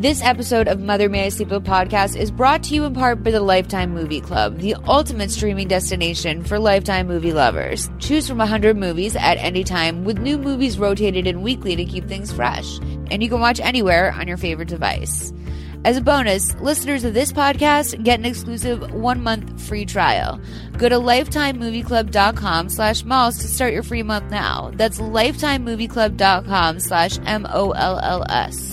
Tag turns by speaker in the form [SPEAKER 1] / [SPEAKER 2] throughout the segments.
[SPEAKER 1] This episode of Mother May I Sleep With podcast is brought to you in part by the Lifetime Movie Club, the ultimate streaming destination for Lifetime movie lovers. Choose from 100 movies at any time, with new movies rotated in weekly to keep things fresh. And you can watch anywhere on your favorite device. As a bonus, listeners of this podcast get an exclusive one-month free trial. Go to lifetimemovieclub.com slash malls to start your free month now. That's lifetimemovieclub.com slash M-O-L-L-S.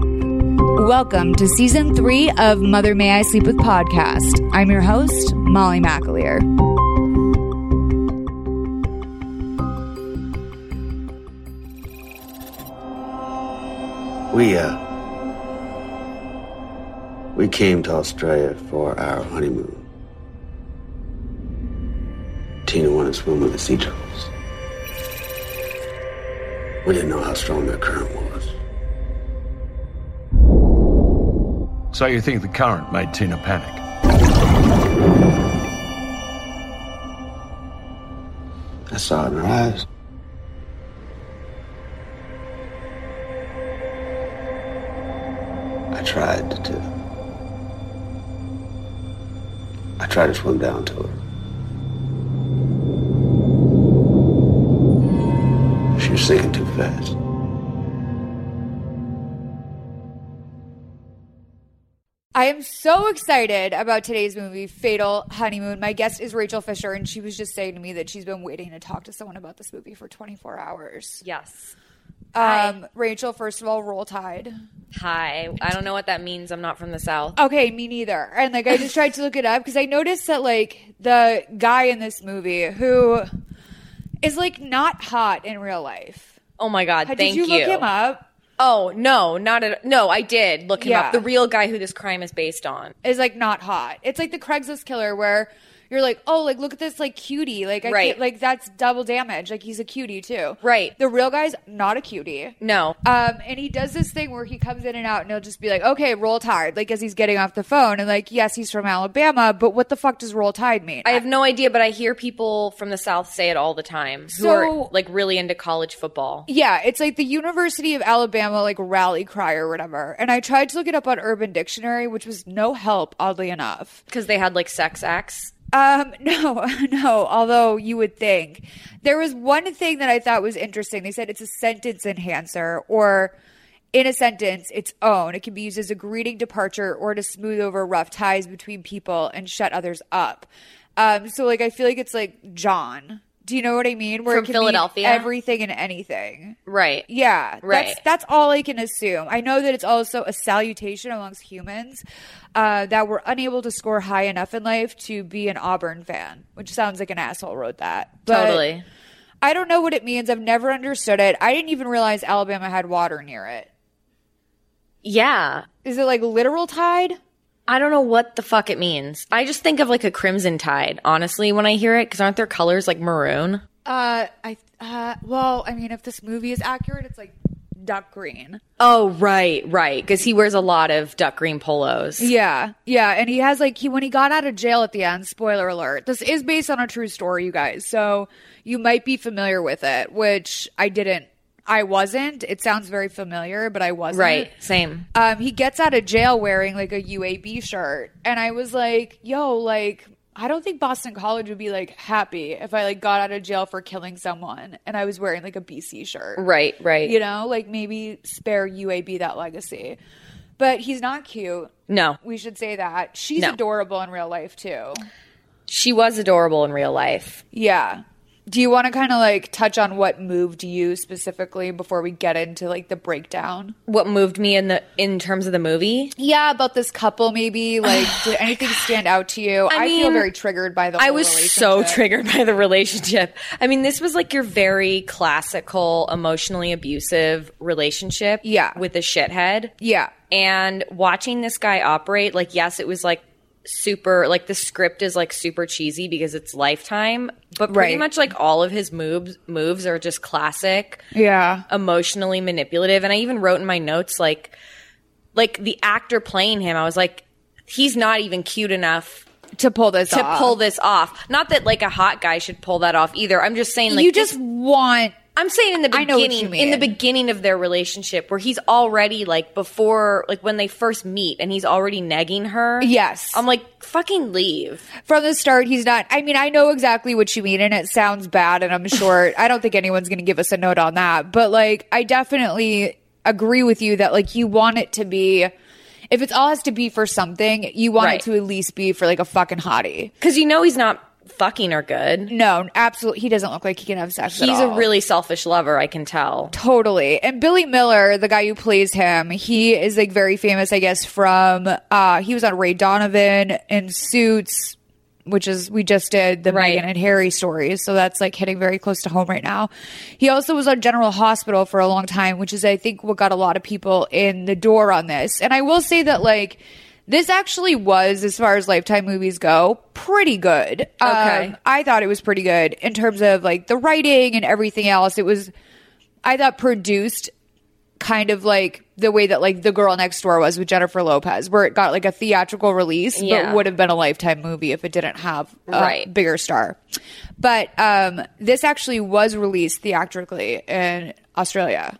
[SPEAKER 1] Welcome to season three of Mother May I Sleep With podcast. I'm your host, Molly McAleer.
[SPEAKER 2] We, uh. We came to Australia for our honeymoon. Tina wanted to swim with the sea turtles. We didn't know how strong their current was.
[SPEAKER 3] So you think the current made Tina panic?
[SPEAKER 2] I saw it in her eyes. I tried to. do- I tried to swim down to her. She was sinking too fast.
[SPEAKER 1] I am so excited about today's movie, Fatal Honeymoon. My guest is Rachel Fisher, and she was just saying to me that she's been waiting to talk to someone about this movie for 24 hours.
[SPEAKER 4] Yes.
[SPEAKER 1] Um, Rachel, first of all, roll tide.
[SPEAKER 4] Hi. I don't know what that means. I'm not from the South.
[SPEAKER 1] Okay, me neither. And like, I just tried to look it up because I noticed that like the guy in this movie who is like not hot in real life.
[SPEAKER 4] Oh my God.
[SPEAKER 1] Did
[SPEAKER 4] thank
[SPEAKER 1] you look him up?
[SPEAKER 4] Oh, no, not at No, I did look him
[SPEAKER 1] Yeah.
[SPEAKER 4] up. The real guy who this crime is based on.
[SPEAKER 1] is like not hot. It's like the Craigslist killer where you're like, oh, like look at this like cutie, like I
[SPEAKER 4] Right.
[SPEAKER 1] can't, like that's double damage. Like he's a cutie too.
[SPEAKER 4] Right.
[SPEAKER 1] The real guy's not a cutie.
[SPEAKER 4] No.
[SPEAKER 1] Um, and he does this thing where he comes in and out, and he'll just be like, "Okay, roll tide," like as he's getting off the phone, and like, yes, he's from Alabama, but what the fuck does roll tide mean?
[SPEAKER 4] I have no idea, but I hear people from the South say it all the time who
[SPEAKER 1] So-
[SPEAKER 4] are like really into college football.
[SPEAKER 1] Yeah, it's like the University of Alabama like rally cry or whatever. And I tried to look it up on Urban Dictionary, which was no help, oddly enough.
[SPEAKER 4] Because they had like sex acts.
[SPEAKER 1] Um, no, no, although you would think. There was one thing that I thought was interesting. They said it's a sentence enhancer or in a sentence its own. It can be used as a greeting departure or to smooth over rough ties between people and shut others up. Um, so like I feel like it's like John. Do you know what I mean? Where
[SPEAKER 4] From
[SPEAKER 1] mean
[SPEAKER 4] Philadelphia?
[SPEAKER 1] everything and anything.
[SPEAKER 4] Right.
[SPEAKER 1] Yeah,
[SPEAKER 4] Right.
[SPEAKER 1] That's, that's all I can assume. I know that it's also a salutation amongst humans uh, that were unable to score high enough in life to be an Auburn fan, which sounds like an asshole wrote that. But
[SPEAKER 4] Totally.
[SPEAKER 1] I don't know what it means. I've never understood it. I didn't even realize Alabama had water near it.
[SPEAKER 4] Yeah.
[SPEAKER 1] Is it like literal tide?
[SPEAKER 4] I don't know what the fuck it means. I just think of like a crimson tide, honestly, when I hear it, because aren't their colors like maroon?
[SPEAKER 1] Uh, I uh, well, I mean, if this movie is accurate, it's like duck green.
[SPEAKER 4] Oh, right, right. Because he wears a lot of duck green polos.
[SPEAKER 1] Yeah, yeah, and he has like he when he got out of jail at the end. Spoiler alert: this is based on a true story, you guys, so you might be familiar with it, which I didn't. I wasn't. It sounds very familiar, but I wasn't.
[SPEAKER 4] Right. Same.
[SPEAKER 1] Um, he gets out of jail wearing like a UAB shirt, and I was like, "Yo, like." I don't think Boston College would be like happy if I like got out of jail for killing someone and I was wearing like a BC shirt.
[SPEAKER 4] Right, right.
[SPEAKER 1] You know, like maybe spare UAB that legacy. But he's not cute.
[SPEAKER 4] No.
[SPEAKER 1] We should say that. She's
[SPEAKER 4] No.
[SPEAKER 1] adorable in real life too.
[SPEAKER 4] She was adorable in real life.
[SPEAKER 1] Yeah. Do you want to kind of like touch on what moved you specifically before we get into like the breakdown?
[SPEAKER 4] What moved me in the in terms of the movie?
[SPEAKER 1] Yeah, about this couple maybe. Like, did anything stand out to you? I, feel
[SPEAKER 4] mean,
[SPEAKER 1] very triggered by the.
[SPEAKER 4] I
[SPEAKER 1] whole
[SPEAKER 4] was so
[SPEAKER 1] relationship.
[SPEAKER 4] triggered by the relationship. I mean, this was like your very classical emotionally abusive relationship
[SPEAKER 1] Yeah.
[SPEAKER 4] with a shithead.
[SPEAKER 1] Yeah,
[SPEAKER 4] and watching this guy operate like yes it was like super like the script is like super cheesy because it's lifetime but pretty
[SPEAKER 1] Right.
[SPEAKER 4] much like all of his moves moves are just classic
[SPEAKER 1] yeah,
[SPEAKER 4] emotionally manipulative and i even wrote in my notes like like the actor playing him i was like he's not even cute enough
[SPEAKER 1] to pull this
[SPEAKER 4] to
[SPEAKER 1] off.
[SPEAKER 4] pull this off not that like a hot guy should pull that off either i'm just saying like
[SPEAKER 1] you
[SPEAKER 4] this-
[SPEAKER 1] just want
[SPEAKER 4] I'm saying in the
[SPEAKER 1] I know what
[SPEAKER 4] beginning,
[SPEAKER 1] you
[SPEAKER 4] in the
[SPEAKER 1] mean.
[SPEAKER 4] beginning of their relationship, where he's already like before, like when they first meet, and he's already negging her.
[SPEAKER 1] Yes.
[SPEAKER 4] I'm like fucking leave.
[SPEAKER 1] from the start. He's not. I mean, I know exactly what you mean, and it sounds bad, and I'm sure I don't think anyone's going to give us a note on that. But like, I definitely agree with you that like you want it to be. If it's all has to be for something, you want
[SPEAKER 4] Right.
[SPEAKER 1] it to at least be for like a fucking hottie.
[SPEAKER 4] Because you know he's not fucking her good.
[SPEAKER 1] No, absolutely. He doesn't look like he can have sex. at
[SPEAKER 4] He's a
[SPEAKER 1] all.
[SPEAKER 4] really selfish lover. I can tell.
[SPEAKER 1] Totally. And Billy Miller, the guy who plays him, he is like very famous, I guess, from uh he was on Ray Donovan and Suits, which is we just did the
[SPEAKER 4] Right.
[SPEAKER 1] Megan and Harry stories. So that's like hitting very close to home right now. He also was on General Hospital for a long time, which is I think what got a lot of people in the door on this. And I will say that like this actually was, as far as Lifetime movies go, pretty good. Um,
[SPEAKER 4] Okay.
[SPEAKER 1] I thought it was pretty good in terms of like the writing and everything else. It was I thought produced kind of like the way that like the girl next door was with Jennifer Lopez, where it got like a theatrical release,
[SPEAKER 4] Yeah.
[SPEAKER 1] but would have been a lifetime movie if it didn't have a
[SPEAKER 4] Right.
[SPEAKER 1] bigger star. But um, this actually was released theatrically in Australia.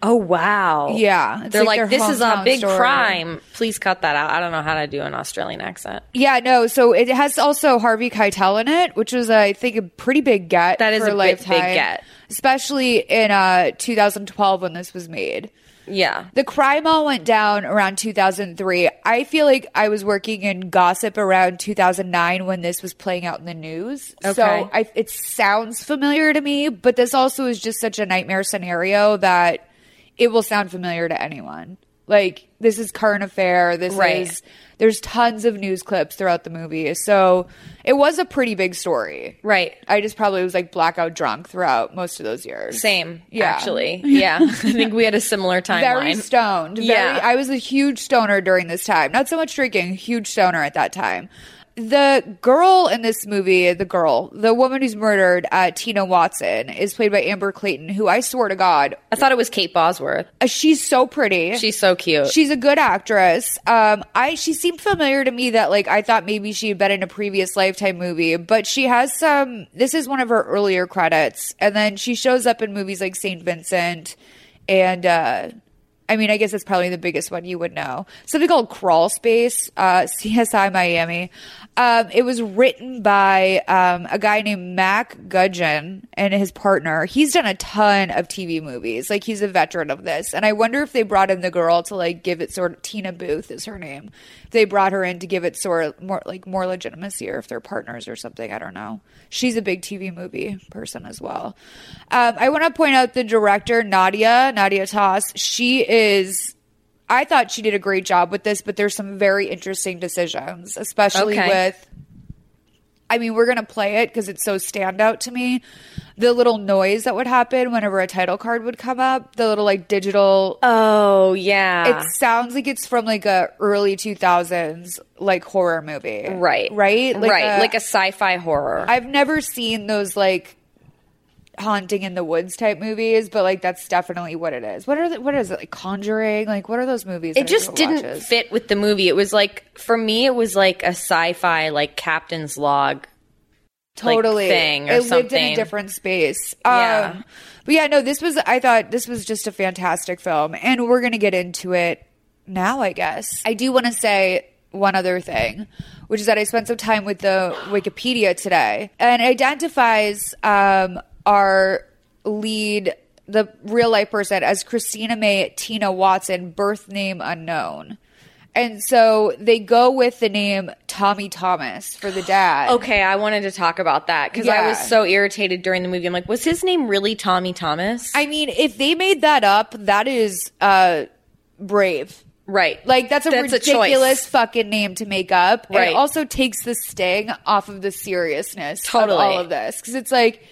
[SPEAKER 4] Oh wow.
[SPEAKER 1] Yeah, it's
[SPEAKER 4] They're
[SPEAKER 1] like
[SPEAKER 4] like,
[SPEAKER 1] their
[SPEAKER 4] this is a
[SPEAKER 1] hometown
[SPEAKER 4] big
[SPEAKER 1] story."
[SPEAKER 4] crime. Please cut that out. I don't know how to do an Australian accent.
[SPEAKER 1] Yeah, no. So it has also Harvey Keitel in it, which was I think a pretty big get.
[SPEAKER 4] That is
[SPEAKER 1] for
[SPEAKER 4] a big- big
[SPEAKER 1] lifetime,
[SPEAKER 4] get.
[SPEAKER 1] especially in uh, 2012 when this was made.
[SPEAKER 4] Yeah.
[SPEAKER 1] The crime all went down around 2003. I feel like I was working in gossip around 2009 when this was playing out in the news. So
[SPEAKER 4] Okay.
[SPEAKER 1] I, it sounds familiar to me, but this also is just such a nightmare scenario that it will sound familiar to anyone. Like this is current affair. This
[SPEAKER 4] Right.
[SPEAKER 1] is there's tons of news clips throughout the movie. So it was a pretty big story.
[SPEAKER 4] Right.
[SPEAKER 1] I just probably was like blackout drunk
[SPEAKER 4] Oh,
[SPEAKER 1] throughout most of those years.
[SPEAKER 4] Same.
[SPEAKER 1] Yeah.
[SPEAKER 4] Actually. Yeah. I think we had a similar
[SPEAKER 1] very
[SPEAKER 4] timeline.
[SPEAKER 1] stoned. Very,
[SPEAKER 4] Yeah.
[SPEAKER 1] I was a huge stoner during this time. Not so much drinking, huge stoner at that time. The girl in this movie, the girl, the woman who's murdered, uh, Tina Watson, is played by Amber Clayton, who I swear to God,
[SPEAKER 4] I thought it was Kate Bosworth.
[SPEAKER 1] uh, she's so pretty.
[SPEAKER 4] She's so cute.
[SPEAKER 1] She's a good actress. Um, I she seemed familiar to me that like I thought maybe she had been in a previous Lifetime movie, but she has some. This is one of her earlier credits, and then she shows up in movies like Saint Vincent, and uh, I mean, I guess that's probably the biggest one you would know. Something called Crawl Space, uh, CSI Miami. Um, it was written by um, a guy named Mac Gudgeon and his partner. He's done a ton of TV movies. Like he's a veteran of this, and I wonder if they brought in the girl to like give it sort of Tina Booth is her name. If They brought her in to give it sort of more like more legitimacy, or if they're partners or something. I don't know. She's a big TV movie person as well. Um, I want to point out the director Nadia Nadia Toss. She is. I thought she did a great job with this, but there's some very interesting decisions, especially
[SPEAKER 4] Okay.
[SPEAKER 1] with I mean, we're going to play it because it's so standout to me. The little noise that would happen whenever a title card would come up, the little like digital.
[SPEAKER 4] oh yeah.
[SPEAKER 1] it sounds like it's from like a early 2000s like horror movie.
[SPEAKER 4] right.
[SPEAKER 1] Right? uh,
[SPEAKER 4] right. like a sci-fi horror.
[SPEAKER 1] I've never seen those like haunting in the woods type movies, but like that's definitely what it is. What are the, what is it? Like Conjuring? Like what are those movies?
[SPEAKER 4] it
[SPEAKER 1] that
[SPEAKER 4] just
[SPEAKER 1] everyone
[SPEAKER 4] didn't
[SPEAKER 1] watches?
[SPEAKER 4] fit with the movie. It was like for me, it was like a sci-fi, like captain's log. like,
[SPEAKER 1] totally
[SPEAKER 4] thing or
[SPEAKER 1] it lived in
[SPEAKER 4] something.
[SPEAKER 1] a different space um,
[SPEAKER 4] Yeah.
[SPEAKER 1] but yeah no this was i thought this was just a fantastic film and we're gonna get into it now i guess i do want to say one other thing which is that i spent some time with the wikipedia today and identifies um, our lead the real life person as christina may tina watson birth name unknown And so they go with the name Tommy Thomas for the dad.
[SPEAKER 4] Okay, I wanted to talk about that because I
[SPEAKER 1] Yeah.
[SPEAKER 4] was so irritated during the movie. I'm like, was his name really Tommy Thomas?
[SPEAKER 1] I mean, if they made that up, that is uh brave.
[SPEAKER 4] right.
[SPEAKER 1] Like that's a
[SPEAKER 4] That's a choice.
[SPEAKER 1] ridiculous fucking name to make up.
[SPEAKER 4] Right.
[SPEAKER 1] It also takes the sting off of the seriousness
[SPEAKER 4] Totally.
[SPEAKER 1] of all of this because it's like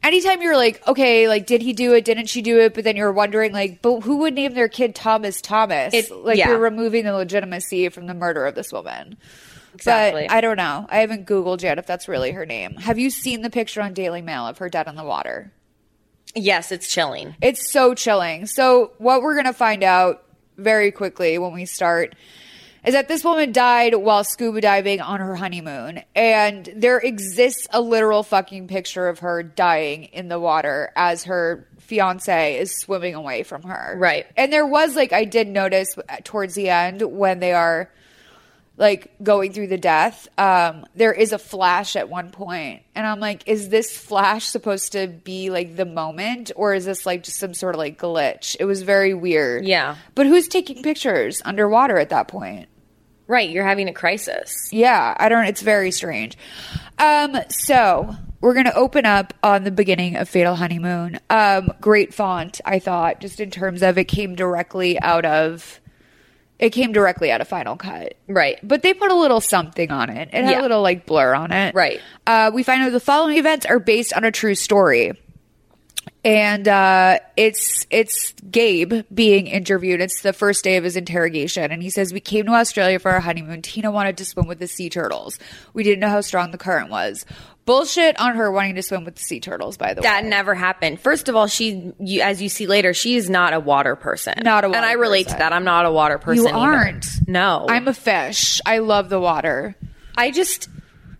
[SPEAKER 1] anytime you're like, okay, like did he do it? Didn't she do it? But then you're wondering like, but who would name their kid Thomas Thomas?
[SPEAKER 4] It-
[SPEAKER 1] like
[SPEAKER 4] yeah.
[SPEAKER 1] you're removing the legitimacy from the murder of this woman.
[SPEAKER 4] Exactly.
[SPEAKER 1] But I don't know. I haven't Googled yet if that's really her name. Have you seen the picture on Daily Mail of her dead on the water?
[SPEAKER 4] yes, it's chilling.
[SPEAKER 1] It's so chilling. So, what we're going to find out very quickly when we start is that this woman died while scuba diving on her honeymoon. And there exists a literal fucking picture of her dying in the water as her fiance is swimming away from her.
[SPEAKER 4] Right.
[SPEAKER 1] And there was, like, I did notice towards the end when they are like going through the death um there is a flash at one point and i'm like is this flash supposed to be like the moment or is this like just some sort of like glitch it was very weird
[SPEAKER 4] Yeah.
[SPEAKER 1] but who's taking pictures underwater at that point
[SPEAKER 4] Right, you're having a crisis.
[SPEAKER 1] yeah i don't it's very strange um so we're gonna open up on the beginning of fatal honeymoon um great font i thought just in terms of it came directly out of it came directly out of final cut
[SPEAKER 4] Right.
[SPEAKER 1] but they put a little something on it. It had
[SPEAKER 4] Yeah.
[SPEAKER 1] a little like blur on it.
[SPEAKER 4] Right.
[SPEAKER 1] Uh, we find out the following events are based on a true story. And uh, it's it's Gabe being interviewed. It's the first day of his interrogation, and he says, "We came to Australia for our honeymoon. Tina wanted to swim with the sea turtles. We didn't know how strong the current was. Bullshit on her wanting to swim with the sea turtles. By the way,
[SPEAKER 4] That never happened. First of all, she, you, as you see later, she is not a water person.
[SPEAKER 1] Not a
[SPEAKER 4] And
[SPEAKER 1] water
[SPEAKER 4] I relate to
[SPEAKER 1] person.
[SPEAKER 4] that. I'm not a water person.
[SPEAKER 1] you
[SPEAKER 4] either.
[SPEAKER 1] aren't.
[SPEAKER 4] No,
[SPEAKER 1] I'm a fish. I love the water.
[SPEAKER 4] I just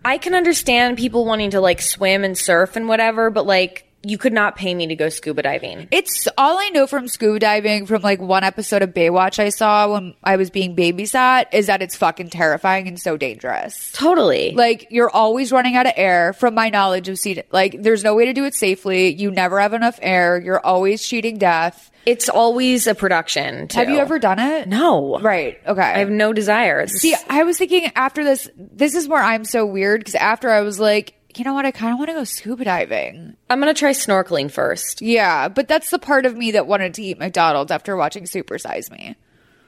[SPEAKER 4] I can understand people wanting to like swim and surf and whatever, but like you could not pay me to go scuba diving.
[SPEAKER 1] It's all I know from scuba diving from like one episode of Baywatch I saw when I was being babysat is that it's fucking terrifying and so dangerous.
[SPEAKER 4] Totally.
[SPEAKER 1] Like you're always running out of air from my knowledge of sea like there's no way to do it safely. You never have enough air. You're always cheating death.
[SPEAKER 4] it's always a production. too.
[SPEAKER 1] Have you ever done it?
[SPEAKER 4] No.
[SPEAKER 1] Right. Okay.
[SPEAKER 4] I have no desire. It's-
[SPEAKER 1] See, I was thinking after this this is where I'm so weird cuz after I was like, you know what? I kind of want to go scuba diving.
[SPEAKER 4] I'm gonna try snorkeling first.
[SPEAKER 1] Yeah, but that's the part of me that wanted to eat McDonald's after watching Super Size Me.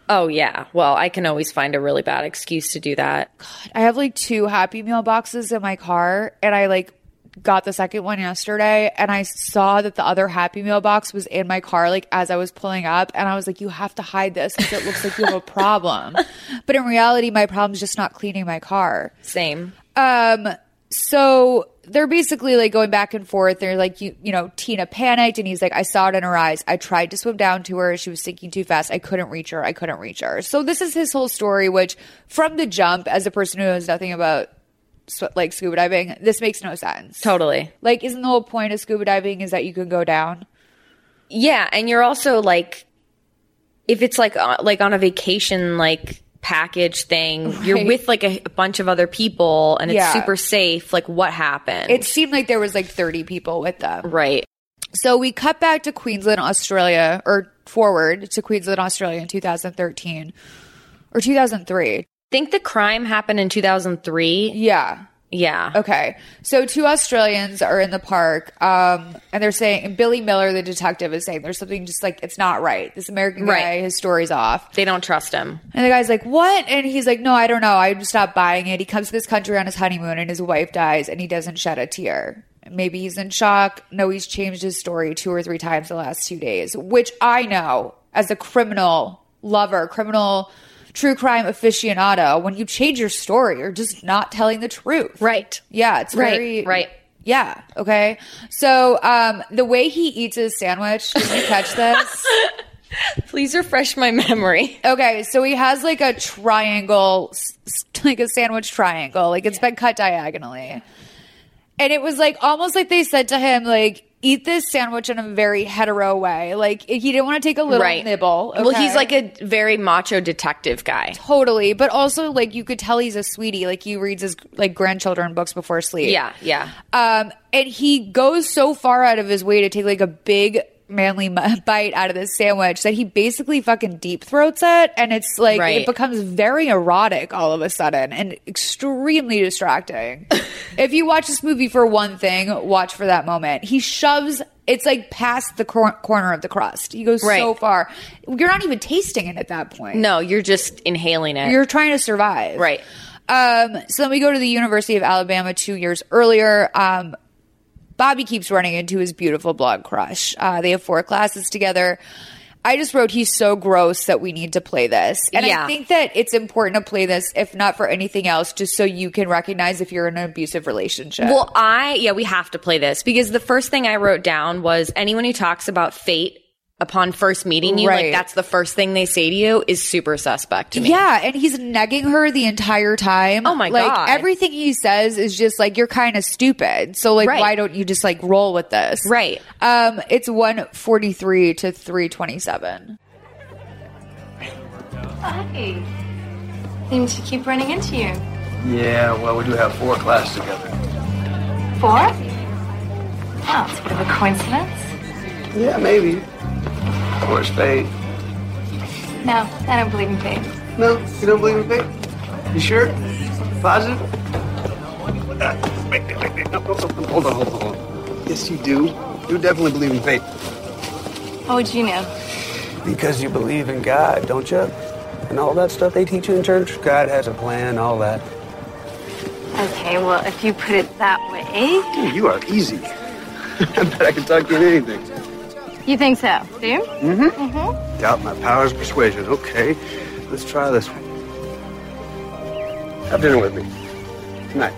[SPEAKER 4] Oh yeah. Well, I can always find a really bad excuse to do that.
[SPEAKER 1] I have like two Happy Meal boxes in my car, and I like got the second one yesterday, and I saw that the other Happy Meal box was in my car, like as I was pulling up, and I was like, "You have to hide this because it looks like you have a problem." but in reality, my problem's just not cleaning my car.
[SPEAKER 4] Same.
[SPEAKER 1] Um, so they're basically like going back and forth. They're like, you, you know, Tina panicked, and he's like, I saw it in her eyes. I tried to swim down to her. She was sinking too fast. I couldn't reach her. I couldn't reach her. So this is his whole story, which from the jump, as a person who knows nothing about sw- like scuba diving, this makes no sense.
[SPEAKER 4] Totally.
[SPEAKER 1] Like, isn't the whole point of scuba diving is that you can go down?
[SPEAKER 4] Yeah, and you're also like, if it's like uh, like on a vacation like package thing, you're
[SPEAKER 1] Right.
[SPEAKER 4] with like a, a bunch of other people, and it's
[SPEAKER 1] Yeah.
[SPEAKER 4] super safe. Like, what happened?
[SPEAKER 1] It seemed like there was like 30 people with them.
[SPEAKER 4] right.
[SPEAKER 1] So we cut back to Queensland, Australia, or forward to Queensland, Australia in 2013 or 2003.
[SPEAKER 4] think the crime happened in 2003.
[SPEAKER 1] Yeah.
[SPEAKER 4] Yeah.
[SPEAKER 1] Okay. So two Australians are in the park, um, and they're saying, and Billy Miller, the detective, is saying there's something just like, it's not right. This American guy,
[SPEAKER 4] Right.
[SPEAKER 1] his story's off.
[SPEAKER 4] They don't trust him.
[SPEAKER 1] And the guy's like, What? And he's like, No, I don't know. I'm just not buying it. He comes to this country on his honeymoon and his wife dies and he doesn't shed a tear. Maybe he's in shock. No, he's changed his story two or three times the last two days, which I know as a criminal lover, criminal true crime aficionado, when you change your story, you're just not telling the truth.
[SPEAKER 4] Right.
[SPEAKER 1] Yeah, it's
[SPEAKER 4] Right,
[SPEAKER 1] very
[SPEAKER 4] right.
[SPEAKER 1] Yeah. Okay. So um, the way he eats his sandwich, did you catch this?
[SPEAKER 4] Please refresh my memory.
[SPEAKER 1] Okay, so he has like a triangle, s- s- like a sandwich triangle, like it's been cut diagonally. And it was like almost like they said to him, like, eat this sandwich in a very hetero way. Like, he didn't want to take a little
[SPEAKER 4] right.
[SPEAKER 1] nibble.
[SPEAKER 4] Well, he's
[SPEAKER 1] okay?
[SPEAKER 4] like a very macho detective guy.
[SPEAKER 1] totally, but also like you could tell he's a sweetie. Like, he reads his like grandchildren books before sleep.
[SPEAKER 4] Yeah. Yeah.
[SPEAKER 1] Um, and he goes so far out of his way to take like a big manly mu- bite out of this sandwich that he basically fucking deep throats it, and it's like
[SPEAKER 4] Right.
[SPEAKER 1] it becomes very erotic all of a sudden and extremely distracting. if you watch this movie for one thing, watch for that moment. He shoves. It's like past the cor- corner of the crust. He goes so
[SPEAKER 4] Right.
[SPEAKER 1] far. You're not even tasting it at that point.
[SPEAKER 4] No, you're just inhaling it.
[SPEAKER 1] You're trying to survive.
[SPEAKER 4] right.
[SPEAKER 1] Um, so then we go to the University of Alabama two years earlier. Um, Bobby keeps running into his beautiful blonde crush. Uh, they have four classes together. I just wrote, he's so gross that we need to play this. And I
[SPEAKER 4] Yeah.
[SPEAKER 1] think that it's important to play this, if not for anything else, just so you can recognize if you're in an abusive relationship.
[SPEAKER 4] Well, I yeah, we have to play this because the first thing I wrote down was anyone who talks about fate upon first meeting you,
[SPEAKER 1] Right.
[SPEAKER 4] like that's the first thing they say to you is super suspect to me.
[SPEAKER 1] yeah, and he's negging her the entire time.
[SPEAKER 4] Oh my
[SPEAKER 1] like,
[SPEAKER 4] God.
[SPEAKER 1] Everything he says is just like you're kind of stupid. So like,
[SPEAKER 4] Right.
[SPEAKER 1] why don't you just like roll with this?
[SPEAKER 4] Right.
[SPEAKER 1] Um, it's one forty three to three twenty seven.
[SPEAKER 5] Hi. Seem to keep running into you.
[SPEAKER 2] Yeah, well, we do have four classes together.
[SPEAKER 5] Four? Wow, it's a bit of a coincidence.
[SPEAKER 2] Yeah, maybe. Of course, fate.
[SPEAKER 5] No, I don't believe in fate.
[SPEAKER 2] No, you don't believe in fate? You sure? Positive? Uh, Wait, wait, wait, no, no, no, Hold on, hold on, hold on. Yes, you do. You definitely believe in fate.
[SPEAKER 5] How would you know?
[SPEAKER 2] Because you believe in God, don't you? And all that stuff they teach you in church. God has a plan, all that.
[SPEAKER 5] Okay, well, if you put it that way.
[SPEAKER 2] Dude, you are easy. I bet I can talk you into anything.
[SPEAKER 5] You think so, do you?
[SPEAKER 2] Mm-hmm.
[SPEAKER 5] Mm-hmm.
[SPEAKER 2] Doubt my powers of persuasion. Okay, let's try this one. Have dinner with me. Tonight.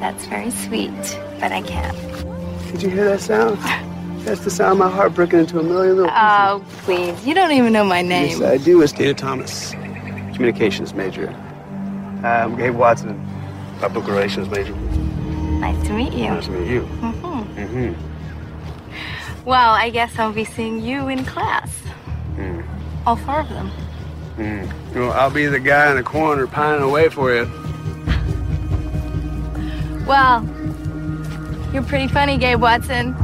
[SPEAKER 5] That's very sweet, but I can't.
[SPEAKER 2] Did you hear that sound? That's the sound of my heart breaking into a million little
[SPEAKER 5] Oh, please. You don't even know my name.
[SPEAKER 2] pieces. Yes, I do. It's Data Thomas, communications major. Um, Gabe Watson, public relations major.
[SPEAKER 5] Nice to meet you. Mm-hmm.
[SPEAKER 2] Nice to meet you. Mm-hmm.
[SPEAKER 5] Well, I guess I'll be seeing you in class. All four of them.
[SPEAKER 2] You know, Mm. I'll be the guy in the corner pining away for you.
[SPEAKER 5] Well, you're pretty funny, Gabe Watson.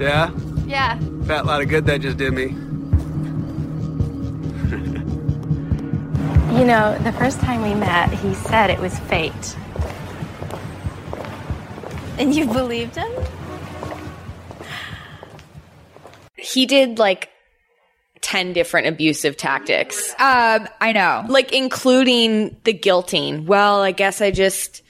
[SPEAKER 2] Yeah?
[SPEAKER 5] Yeah.
[SPEAKER 2] Fat lot of good that just did me.
[SPEAKER 5] You know, the first time we met, he said it was fate. And you believed him?
[SPEAKER 4] He did like 10 different abusive tactics,
[SPEAKER 1] Um, I know.
[SPEAKER 4] like including the guilting. Well, I guess I just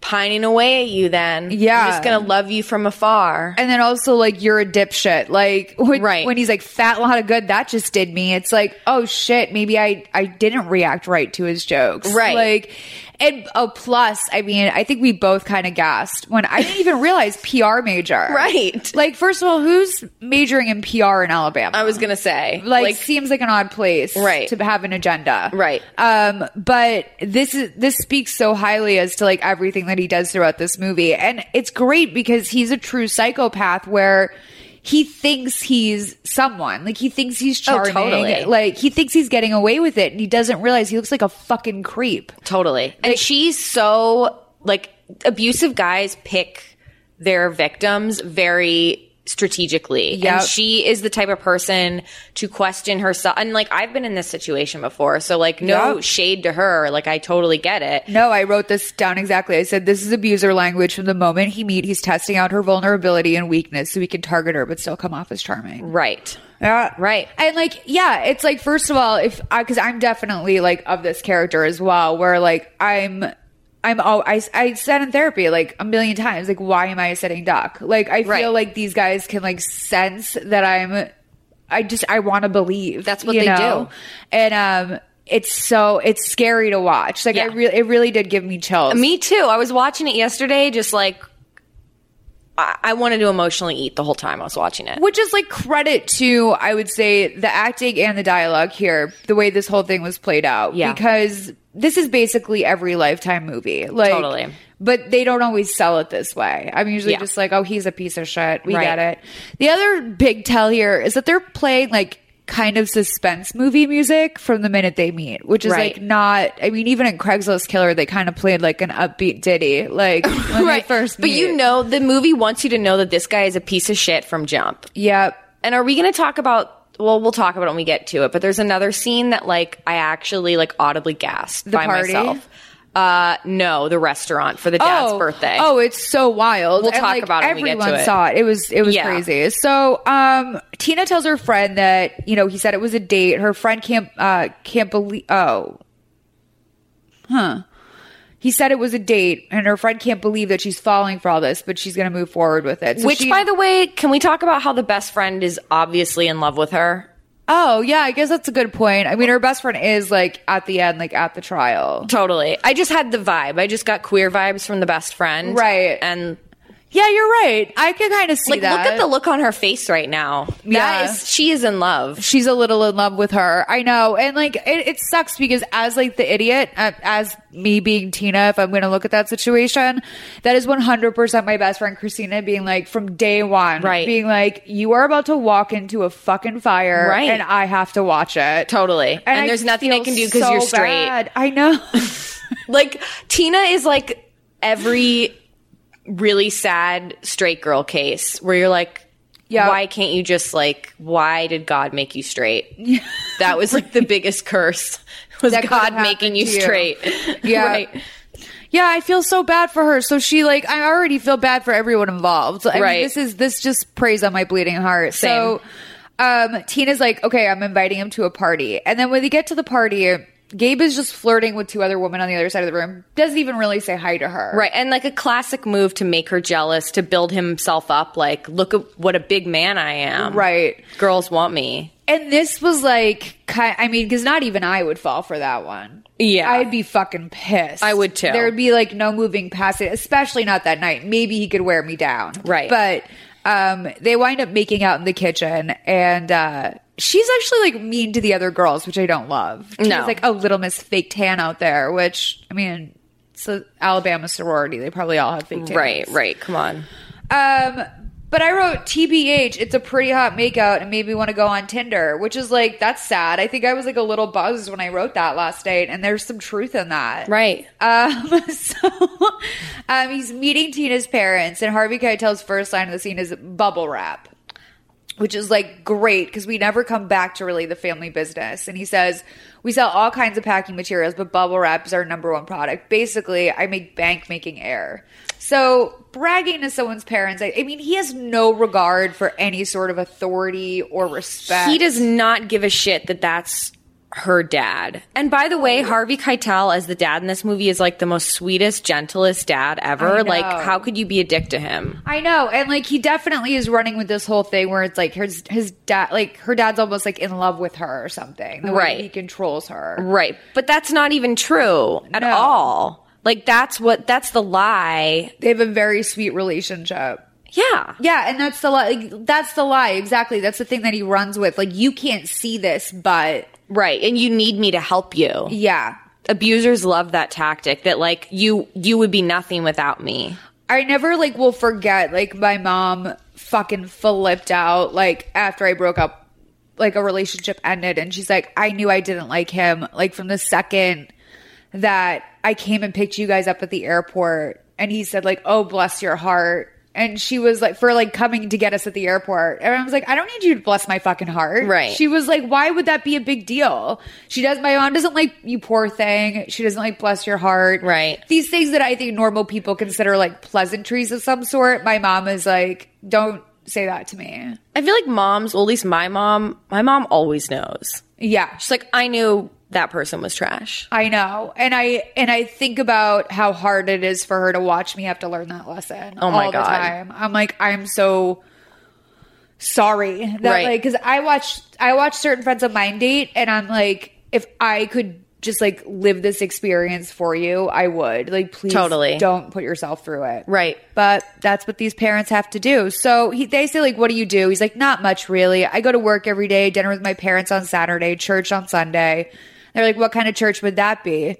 [SPEAKER 4] pining away at you then.
[SPEAKER 1] Yeah.
[SPEAKER 4] I'm just going to love you from afar.
[SPEAKER 1] And then also like you're a dipshit. Like when,
[SPEAKER 4] Right.
[SPEAKER 1] when he's like fat lot of good that just did me. It's like oh shit, maybe I I didn't react right to his jokes.
[SPEAKER 4] Right.
[SPEAKER 1] Like and oh plus, I mean, I think we both kind of gasped when I didn't even realize PR major.
[SPEAKER 4] Right.
[SPEAKER 1] Like first of all, who's majoring in PR in Alabama?
[SPEAKER 4] I was going to say
[SPEAKER 1] like, seems like an odd place
[SPEAKER 4] Right.
[SPEAKER 1] to have an agenda
[SPEAKER 4] Right.
[SPEAKER 1] um but this is this speaks so highly as to like everything that he does throughout this movie and it's great because he's a true psychopath where he thinks he's someone like he thinks he's
[SPEAKER 4] Oh,
[SPEAKER 1] charming
[SPEAKER 4] totally.
[SPEAKER 1] like he thinks he's getting away with it and he doesn't realize he looks like a fucking creep
[SPEAKER 4] Totally. And she's so like abusive guys pick their victims very strategically.
[SPEAKER 1] Yep.
[SPEAKER 4] And she is the type of person to question herself. And like I've been in this situation before, so like no
[SPEAKER 1] Yep.
[SPEAKER 4] shade to her. Like I totally get it.
[SPEAKER 1] No, I wrote this down exactly. I said this is abuser language from the moment he meet. He's testing out her vulnerability and weakness so he can target her but still come off as charming.
[SPEAKER 4] Right.
[SPEAKER 1] Yeah.
[SPEAKER 4] Right.
[SPEAKER 1] Uh, And like, yeah, it's like, first of all, if I, cause I'm definitely like of this character as well, where like I'm, I'm all, I, I said in therapy like a million times, like, why am I a sitting duck? Like, I feel
[SPEAKER 4] Right.
[SPEAKER 1] like these guys can like sense that I'm, I just, I want to believe.
[SPEAKER 4] That's what
[SPEAKER 1] you
[SPEAKER 4] they
[SPEAKER 1] know?
[SPEAKER 4] do.
[SPEAKER 1] And, um, it's so, it's scary to watch. Like, I
[SPEAKER 4] Yeah.
[SPEAKER 1] really, it really did give me chills.
[SPEAKER 4] Me too. I was watching it yesterday, just like I, I wanted to emotionally eat the whole time I was watching it.
[SPEAKER 1] which is like credit to i would say the acting and the dialogue here the way this whole thing was played out
[SPEAKER 4] Yeah.
[SPEAKER 1] because this is basically every lifetime movie like
[SPEAKER 4] Totally.
[SPEAKER 1] but they don't always sell it this way i'm usually
[SPEAKER 4] Yeah.
[SPEAKER 1] just like oh he's a piece of shit we
[SPEAKER 4] Right.
[SPEAKER 1] get it the other big tell here is that they're playing like kind of suspense movie music from the minute they meet, which is
[SPEAKER 4] Right.
[SPEAKER 1] like not. I mean, even in Craigslist Killer, they kind of played like an upbeat ditty, like when they first.
[SPEAKER 4] but you
[SPEAKER 1] meet.
[SPEAKER 4] know, the movie wants you to know that this guy is a piece of shit from jump.
[SPEAKER 1] yep.
[SPEAKER 4] And are we going to talk about? Well, we'll talk about it when we get to it. But there's another scene that like I actually like audibly gasped by
[SPEAKER 1] party?
[SPEAKER 4] myself. Uh, no, the restaurant for the dad's
[SPEAKER 1] oh,
[SPEAKER 4] birthday.
[SPEAKER 1] Oh, it's so wild.
[SPEAKER 4] We'll talk
[SPEAKER 1] like,
[SPEAKER 4] about it when we
[SPEAKER 1] Everyone
[SPEAKER 4] get to it.
[SPEAKER 1] saw it. It was it was
[SPEAKER 4] Yeah.
[SPEAKER 1] crazy. So um, Tina tells her friend that you know he said it was a date. Her friend can't uh, can't believe. Oh, huh. He said it was a date, and her friend can't believe that she's falling for all this, but she's going to move forward with it. So
[SPEAKER 4] Which,
[SPEAKER 1] she-
[SPEAKER 4] by the way, can we talk about how the best friend is obviously in love with her?
[SPEAKER 1] oh yeah, I guess that's a good point. I mean, her best friend is like at the end, like at the trial.
[SPEAKER 4] Totally. I just had the vibe. I just got queer vibes from the best friend.
[SPEAKER 1] Right.
[SPEAKER 4] And
[SPEAKER 1] Yeah, you're right. I can kind of see
[SPEAKER 4] like,
[SPEAKER 1] that.
[SPEAKER 4] look at the look on her face right now.
[SPEAKER 1] Yeah.
[SPEAKER 4] That is, she is in love.
[SPEAKER 1] she's a little in love with her. I know, and like it, it sucks because as like the idiot, uh, as me being Tina, if I'm going to look at that situation, that is 100 percent my best friend Christina being like from day one,
[SPEAKER 4] Right.
[SPEAKER 1] Being like, you are about to walk into a fucking fire,
[SPEAKER 4] Right.
[SPEAKER 1] and I have to watch it.
[SPEAKER 4] Totally. And,
[SPEAKER 1] I
[SPEAKER 4] there's nothing I
[SPEAKER 1] feel
[SPEAKER 4] can do because
[SPEAKER 1] so
[SPEAKER 4] you're straight.
[SPEAKER 1] bad. I know.
[SPEAKER 4] Like, Tina is like every really sad straight girl case where you're like,
[SPEAKER 1] Yeah.
[SPEAKER 4] why can't you just like, why did God make you straight? That was like the biggest curse was
[SPEAKER 1] That could have
[SPEAKER 4] God making
[SPEAKER 1] happened
[SPEAKER 4] you
[SPEAKER 1] to you.
[SPEAKER 4] straight.
[SPEAKER 1] Yeah.
[SPEAKER 4] Right.
[SPEAKER 1] Yeah, I feel so bad for her. So she like I already feel bad for everyone involved. I
[SPEAKER 4] Right.
[SPEAKER 1] Mean, this is this just preys on my bleeding heart. So um Tina's like, "Okay, I'm inviting him to a party." And then when they get to the party, Gabe is just flirting with two other women on the other side of the room. Doesn't even really say hi to her.
[SPEAKER 4] Right. And like a classic move to make her jealous, to build himself up. Like, look at what a big man I am.
[SPEAKER 1] Right.
[SPEAKER 4] Girls want me.
[SPEAKER 1] And this was like ki- I mean, cuz not even I would fall for that one.
[SPEAKER 4] Yeah.
[SPEAKER 1] I'd be fucking pissed.
[SPEAKER 4] I would too.
[SPEAKER 1] There would be like no moving past it, especially not that night. Maybe he could wear me down.
[SPEAKER 4] Right.
[SPEAKER 1] But um, they wind up making out in the kitchen and uh, she's actually like mean to the other girls, which I don't love. She's like, oh, little Miss Fake Tan out there, which I mean, it's an Alabama sorority. They probably all have fake tan.
[SPEAKER 4] Right. Right. Come on.
[SPEAKER 1] Um, but I wrote TBH, it's a pretty hot makeout and made me want to go on Tinder, which is like, that's sad. I think I was like a little buzzed when I wrote that last night, and there's some truth in that.
[SPEAKER 4] Right.
[SPEAKER 1] Um, so um, he's meeting Tina's parents, and Harvey Keitel's first line of the scene is bubble wrap, which is like great because we never come back to really the family business. And he says, We sell all kinds of packing materials, but bubble wrap is our number one product. Basically, I make bank making air. So bragging to someone's parents, I, I mean, he has no regard for any sort of authority or respect.
[SPEAKER 4] He does not give a shit that that's her dad. And by the
[SPEAKER 1] Oh.
[SPEAKER 4] way, Harvey Keitel as the dad in this movie is like the most sweetest, gentlest dad
[SPEAKER 1] I
[SPEAKER 4] ever.
[SPEAKER 1] know.
[SPEAKER 4] Like, how could you be a dick to him?
[SPEAKER 1] I know, and like he definitely is running with this whole thing where it's like his his dad, like her dad's almost like in love with her or something. The way
[SPEAKER 4] Right. Uh-huh.
[SPEAKER 1] he controls her.
[SPEAKER 4] Right. But that's not even true at
[SPEAKER 1] No.
[SPEAKER 4] all. Like, that's what, that's the lie.
[SPEAKER 1] They have a very sweet relationship.
[SPEAKER 4] Yeah.
[SPEAKER 1] Yeah, and that's the lie. Like, that's the lie. Exactly. That's the thing that he runs with. Like you can't see this, but
[SPEAKER 4] Right. And you need me to help you.
[SPEAKER 1] yeah.
[SPEAKER 4] abusers love that tactic that like you you would be nothing without me
[SPEAKER 1] I never like will forget like my mom fucking flipped out like after I broke up like a relationship ended and she's like I knew I didn't like him like from the second that I came and picked you guys up at the airport and he said like oh bless your heart and she was like for like coming to get us at the airport and I was like I don't need you to bless my fucking heart
[SPEAKER 4] Right.
[SPEAKER 1] she was like why would that be a big deal she does my mom doesn't like you poor thing she doesn't like bless your heart
[SPEAKER 4] Right.
[SPEAKER 1] these things that I think normal people consider like pleasantries of some sort. My mom is like, don't say that to me.
[SPEAKER 4] i feel like moms well at least my mom my mom always knows
[SPEAKER 1] Yeah.
[SPEAKER 4] she's like i knew that person was trash
[SPEAKER 1] I know. And I and I think about how hard it is for her to watch me have to learn that lesson.
[SPEAKER 4] Oh my
[SPEAKER 1] all
[SPEAKER 4] God.
[SPEAKER 1] The time. I'm like, I'm so sorry that
[SPEAKER 4] Right.
[SPEAKER 1] like because I watched I watched certain friends of mine date and I'm like, if I could just like live this experience for you, I would. Like please
[SPEAKER 4] Totally.
[SPEAKER 1] don't put yourself through it.
[SPEAKER 4] Right.
[SPEAKER 1] But that's what these parents have to do. So he, they say, like, what do you do? He's like, not much really. I go to work every day, dinner with my parents on Saturday, church on Sunday. They're like, what kind of church would that be?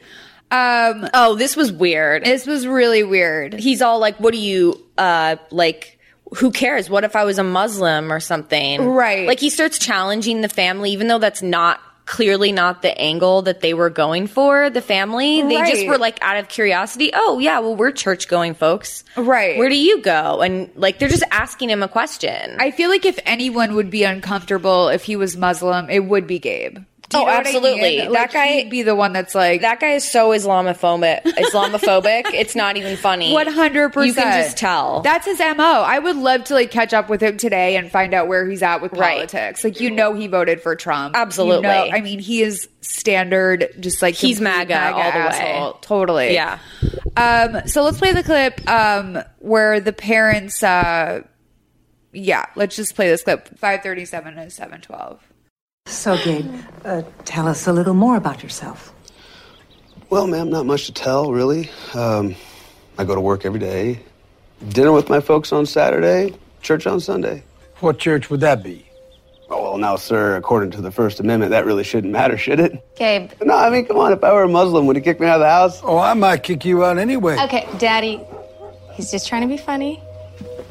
[SPEAKER 1] Um,
[SPEAKER 4] oh this was weird
[SPEAKER 1] this was really weird.
[SPEAKER 4] he's all like what do you uh like who cares? What if I was a Muslim or something?
[SPEAKER 1] Right.
[SPEAKER 4] Like he starts challenging the family, even though that's not clearly not the angle that they were going for, the family. They just
[SPEAKER 1] Right.
[SPEAKER 4] were like out of curiosity. Oh, yeah, well, we're church going folks.
[SPEAKER 1] Right.
[SPEAKER 4] Where do you go? And like they're just asking him a question.
[SPEAKER 1] I feel like if anyone would be uncomfortable if he was Muslim, it would be Gabe. Do
[SPEAKER 4] Oh,
[SPEAKER 1] what I
[SPEAKER 4] absolutely.
[SPEAKER 1] mean?
[SPEAKER 4] That
[SPEAKER 1] Like,
[SPEAKER 4] guy-
[SPEAKER 1] he'd be the one that's like
[SPEAKER 4] that guy is so Islamophobic. Islamophobic. it's not even funny.
[SPEAKER 1] One hundred percent.
[SPEAKER 4] You can just tell.
[SPEAKER 1] That's his mo. I would love to like catch up with him today and find out where he's at with
[SPEAKER 4] Right.
[SPEAKER 1] politics. Like you know, he voted for Trump. You
[SPEAKER 4] Absolutely.
[SPEAKER 1] know- I mean, he is standard. Just like
[SPEAKER 4] He's
[SPEAKER 1] complete
[SPEAKER 4] MAGA all the way.
[SPEAKER 1] Totally.
[SPEAKER 4] yeah.
[SPEAKER 1] Um. So let's play the clip. Um. Where the parents. Uh. Yeah. Let's just play this clip. Five thirty-seven and seven twelve.
[SPEAKER 6] So, Gabe, uh, tell us a little more about yourself.
[SPEAKER 2] Well, ma'am, not much to tell, really. Um, I go to work every day, dinner with my folks on Saturday, church on Sunday.
[SPEAKER 3] What church would that be?
[SPEAKER 2] Oh, well, now, sir, according to the First Amendment, that really shouldn't matter, should it?
[SPEAKER 7] Gabe.
[SPEAKER 2] No, I mean, come on, if I were a Muslim, would he kick me out of the house?
[SPEAKER 3] Oh, I might kick you out anyway.
[SPEAKER 7] Okay, Daddy, he's just trying to be funny.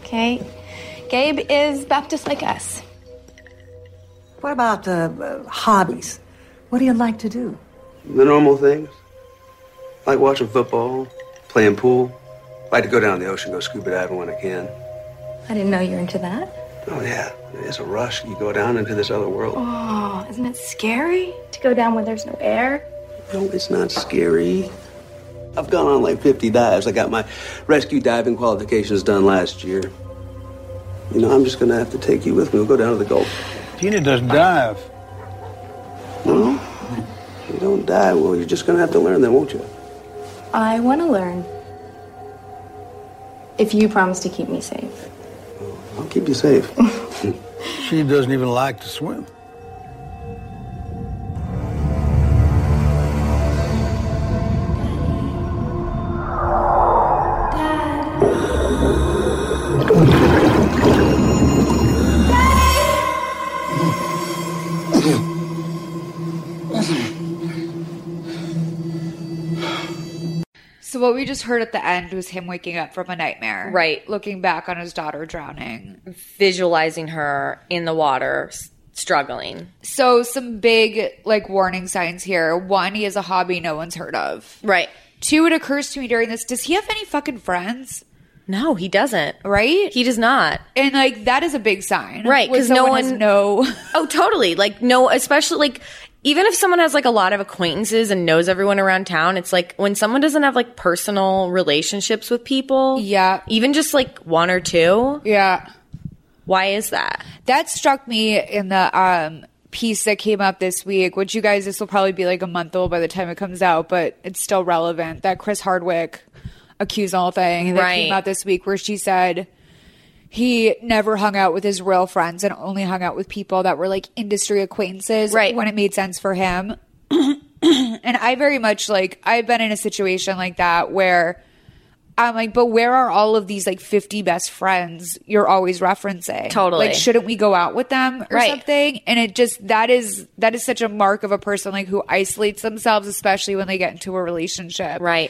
[SPEAKER 7] Okay? Gabe is Baptist like us.
[SPEAKER 6] What about uh, uh, hobbies? What do you like to do?
[SPEAKER 2] The normal things. Like watching football, playing pool. Like to go down to the ocean, go scuba diving when I can.
[SPEAKER 7] I didn't know you were into that.
[SPEAKER 2] Oh, yeah, it's a rush. You go down into this other world.
[SPEAKER 7] Oh, isn't it scary to go down where there's no air?
[SPEAKER 2] No, it's not scary. I've gone on like 50 dives. I got my rescue diving qualifications done last year. You know, I'm just gonna have to take you with me. We'll go down to the Gulf.
[SPEAKER 3] Tina doesn't dive.
[SPEAKER 2] No, you don't dive. Well, you're just gonna have to learn then, won't you?
[SPEAKER 7] I want to learn. If you promise to keep me safe.
[SPEAKER 2] I'll keep you safe.
[SPEAKER 3] She doesn't even like to swim.
[SPEAKER 1] So what we just heard at the end was him waking up from a nightmare,
[SPEAKER 4] Right.
[SPEAKER 1] Looking back on his daughter drowning.
[SPEAKER 4] Visualizing her in the water, s- struggling.
[SPEAKER 1] So some big like warning signs here. One, he has a hobby no one's heard of.
[SPEAKER 4] Right.
[SPEAKER 1] Two, it occurs to me during this, does he have any fucking friends?
[SPEAKER 4] No, he doesn't.
[SPEAKER 1] Right?
[SPEAKER 4] He does not.
[SPEAKER 1] and like that is a big sign.
[SPEAKER 4] Right,
[SPEAKER 1] When
[SPEAKER 4] 'cause no
[SPEAKER 1] someone has
[SPEAKER 4] one-
[SPEAKER 1] no
[SPEAKER 4] Oh, totally. Like, no, especially like, even if someone has like a lot of acquaintances and knows everyone around town, it's like when someone doesn't have like personal relationships with people.
[SPEAKER 1] Yeah.
[SPEAKER 4] Even just like one or two.
[SPEAKER 1] Yeah.
[SPEAKER 4] Why is that?
[SPEAKER 1] That struck me in the um piece that came up this week, which you guys this will probably be like a month old by the time it comes out, but it's still relevant. That Chris Hardwick accusal thing that
[SPEAKER 4] Right.
[SPEAKER 1] came out this week where she said he never hung out with his real friends and only hung out with people that were like industry acquaintances
[SPEAKER 4] Right.
[SPEAKER 1] when it made sense for him. and I very much like I've been in a situation like that where I'm like, but where are all of these like 50 best friends you're always referencing?
[SPEAKER 4] Totally.
[SPEAKER 1] Like, shouldn't we go out with them or
[SPEAKER 4] Right.
[SPEAKER 1] something? And it just that is that is such a mark of a person like who isolates themselves, especially when they get into a relationship.
[SPEAKER 4] Right.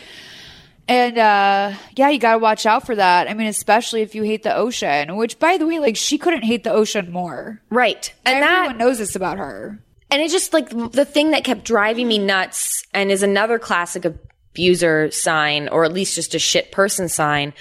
[SPEAKER 1] And uh yeah, you gotta watch out for that. I mean, especially if you hate the ocean, which by the way, like she couldn't hate the ocean more.
[SPEAKER 4] Right. And that,
[SPEAKER 1] Everyone knows this about her.
[SPEAKER 4] and it just like the thing that kept driving me nuts and is another classic abuser sign or at least just a shit person sign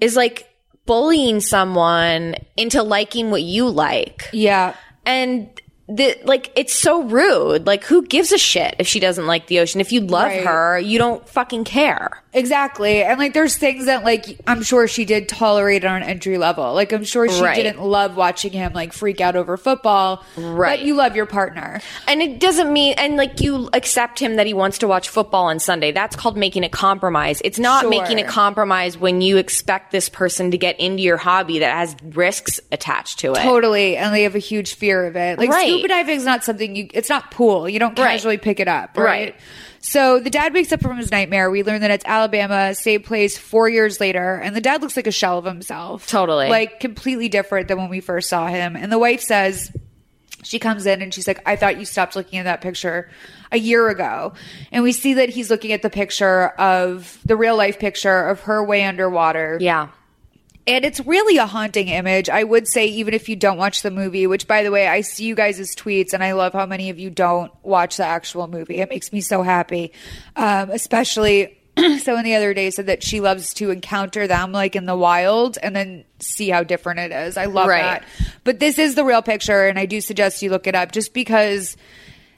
[SPEAKER 4] is like bullying someone into liking what you like
[SPEAKER 1] Yeah.
[SPEAKER 4] and the like it's so rude like who gives a shit if she doesn't like the ocean if you love
[SPEAKER 1] Right.
[SPEAKER 4] her you don't fucking care
[SPEAKER 1] Exactly. And like there's things that like I'm sure she did tolerate on an entry level. Like I'm sure she
[SPEAKER 4] Right.
[SPEAKER 1] didn't love watching him like freak out over football.
[SPEAKER 4] Right.
[SPEAKER 1] But you love your partner.
[SPEAKER 4] and it doesn't mean and like you accept him that he wants to watch football on sunday that's called making a compromise it's not
[SPEAKER 1] Sure.
[SPEAKER 4] making a compromise when you expect this person to get into your hobby that has risks attached to it
[SPEAKER 1] Totally. And they have a huge fear of it. Like
[SPEAKER 4] Right.
[SPEAKER 1] scuba diving is not something you it's not pool. You don't
[SPEAKER 4] Right.
[SPEAKER 1] casually pick it up. Right.
[SPEAKER 4] Right.
[SPEAKER 1] So the dad wakes up from his nightmare. We learn that it's Alabama, same place four years later, and the dad looks like a shell of himself.
[SPEAKER 4] Totally.
[SPEAKER 1] Like completely different than when we first saw him. And the wife says she comes in and she's like, I thought you stopped looking at that picture a year ago. And we see that he's looking at the picture of the real life picture of her way underwater
[SPEAKER 4] yeah
[SPEAKER 1] And it's really a haunting image. I would say, even if you don't watch the movie, which by the way, I see you guys' tweets and I love how many of you don't watch the actual movie. It makes me so happy. Um, especially someone the other day said that she loves to encounter them like in the wild and then see how different it is. I love
[SPEAKER 4] Right.
[SPEAKER 1] that. But this is the real picture. And I do suggest you look it up just because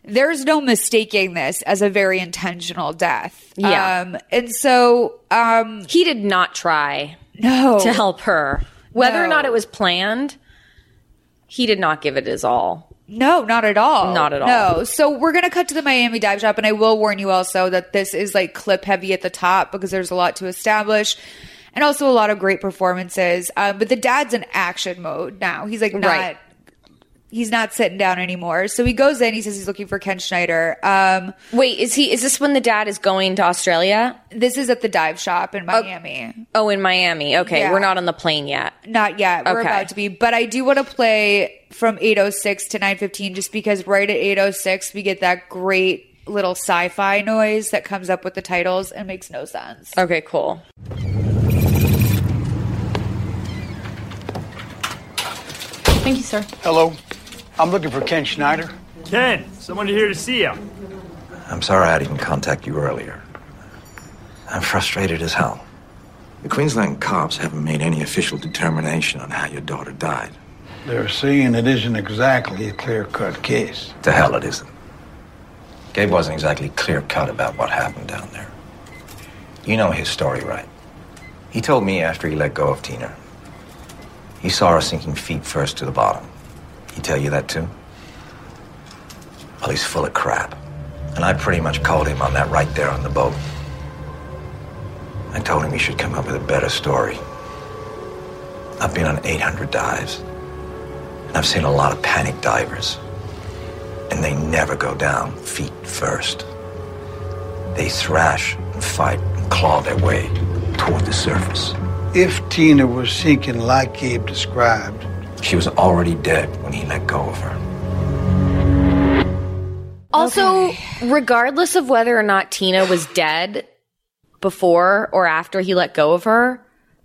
[SPEAKER 1] there's no mistaking this as a very intentional death.
[SPEAKER 4] Yeah.
[SPEAKER 1] Um, and so um,
[SPEAKER 4] he did not try
[SPEAKER 1] no
[SPEAKER 4] to help her. Whether or
[SPEAKER 1] No.
[SPEAKER 4] not it was planned, he did not give it his all.
[SPEAKER 1] No, not at all.
[SPEAKER 4] Not at all.
[SPEAKER 1] No. So we're going to cut to the Miami dive shop. And I will warn you also that this is like clip heavy at the top because there's a lot to establish and also a lot of great performances. Um, but the dad's in action mode now. He's like not.
[SPEAKER 4] Right.
[SPEAKER 1] He's not sitting down anymore. So he goes in. He says he's looking for Ken Schneider. Um,
[SPEAKER 4] Wait, is he? Is this when the dad is going to Australia?
[SPEAKER 1] this is at the dive shop in Miami.
[SPEAKER 4] Oh, in Miami. Okay,
[SPEAKER 1] Yeah.
[SPEAKER 4] we're not on the plane yet.
[SPEAKER 1] Not yet. We're
[SPEAKER 4] Okay.
[SPEAKER 1] about to be. But I do want to play from 806 to 915 just because right at 806 we get that great little sci-fi noise that comes up with the titles and makes no sense.
[SPEAKER 4] Okay, cool.
[SPEAKER 8] Thank you, sir. Hello. I'm looking for Ken Schneider.
[SPEAKER 9] Ken, someone here to see you.
[SPEAKER 10] I'm sorry I didn't contact you earlier. I'm frustrated as hell. The Queensland cops haven't made any official determination on how your daughter died.
[SPEAKER 8] They're saying it isn't exactly a clear cut case.
[SPEAKER 10] To hell it isn't. Gabe wasn't exactly clear cut about what happened down there. You know his story, right? He told me after he let go of Tina. He saw her sinking feet first to the bottom. He tell you that too? Well, he's full of crap. And I pretty much called him on that right there on the boat. I told him he should come up with a better story. I've been on 800 dives. And I've seen a lot of panic divers and they never go down feet first. They thrash and fight and claw their way toward the surface.
[SPEAKER 8] If Tina was sinking like Gabe described,
[SPEAKER 10] She was already dead when he let go of her.
[SPEAKER 4] Also, regardless of whether or not Tina was dead before or after he let go of her,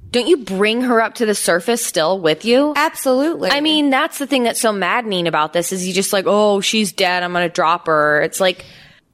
[SPEAKER 4] don't you bring her up to the surface still with you?
[SPEAKER 1] Absolutely.
[SPEAKER 4] I mean, that's the thing that's so maddening about this is you just like, oh, she's dead. I'm going to drop her. It's like,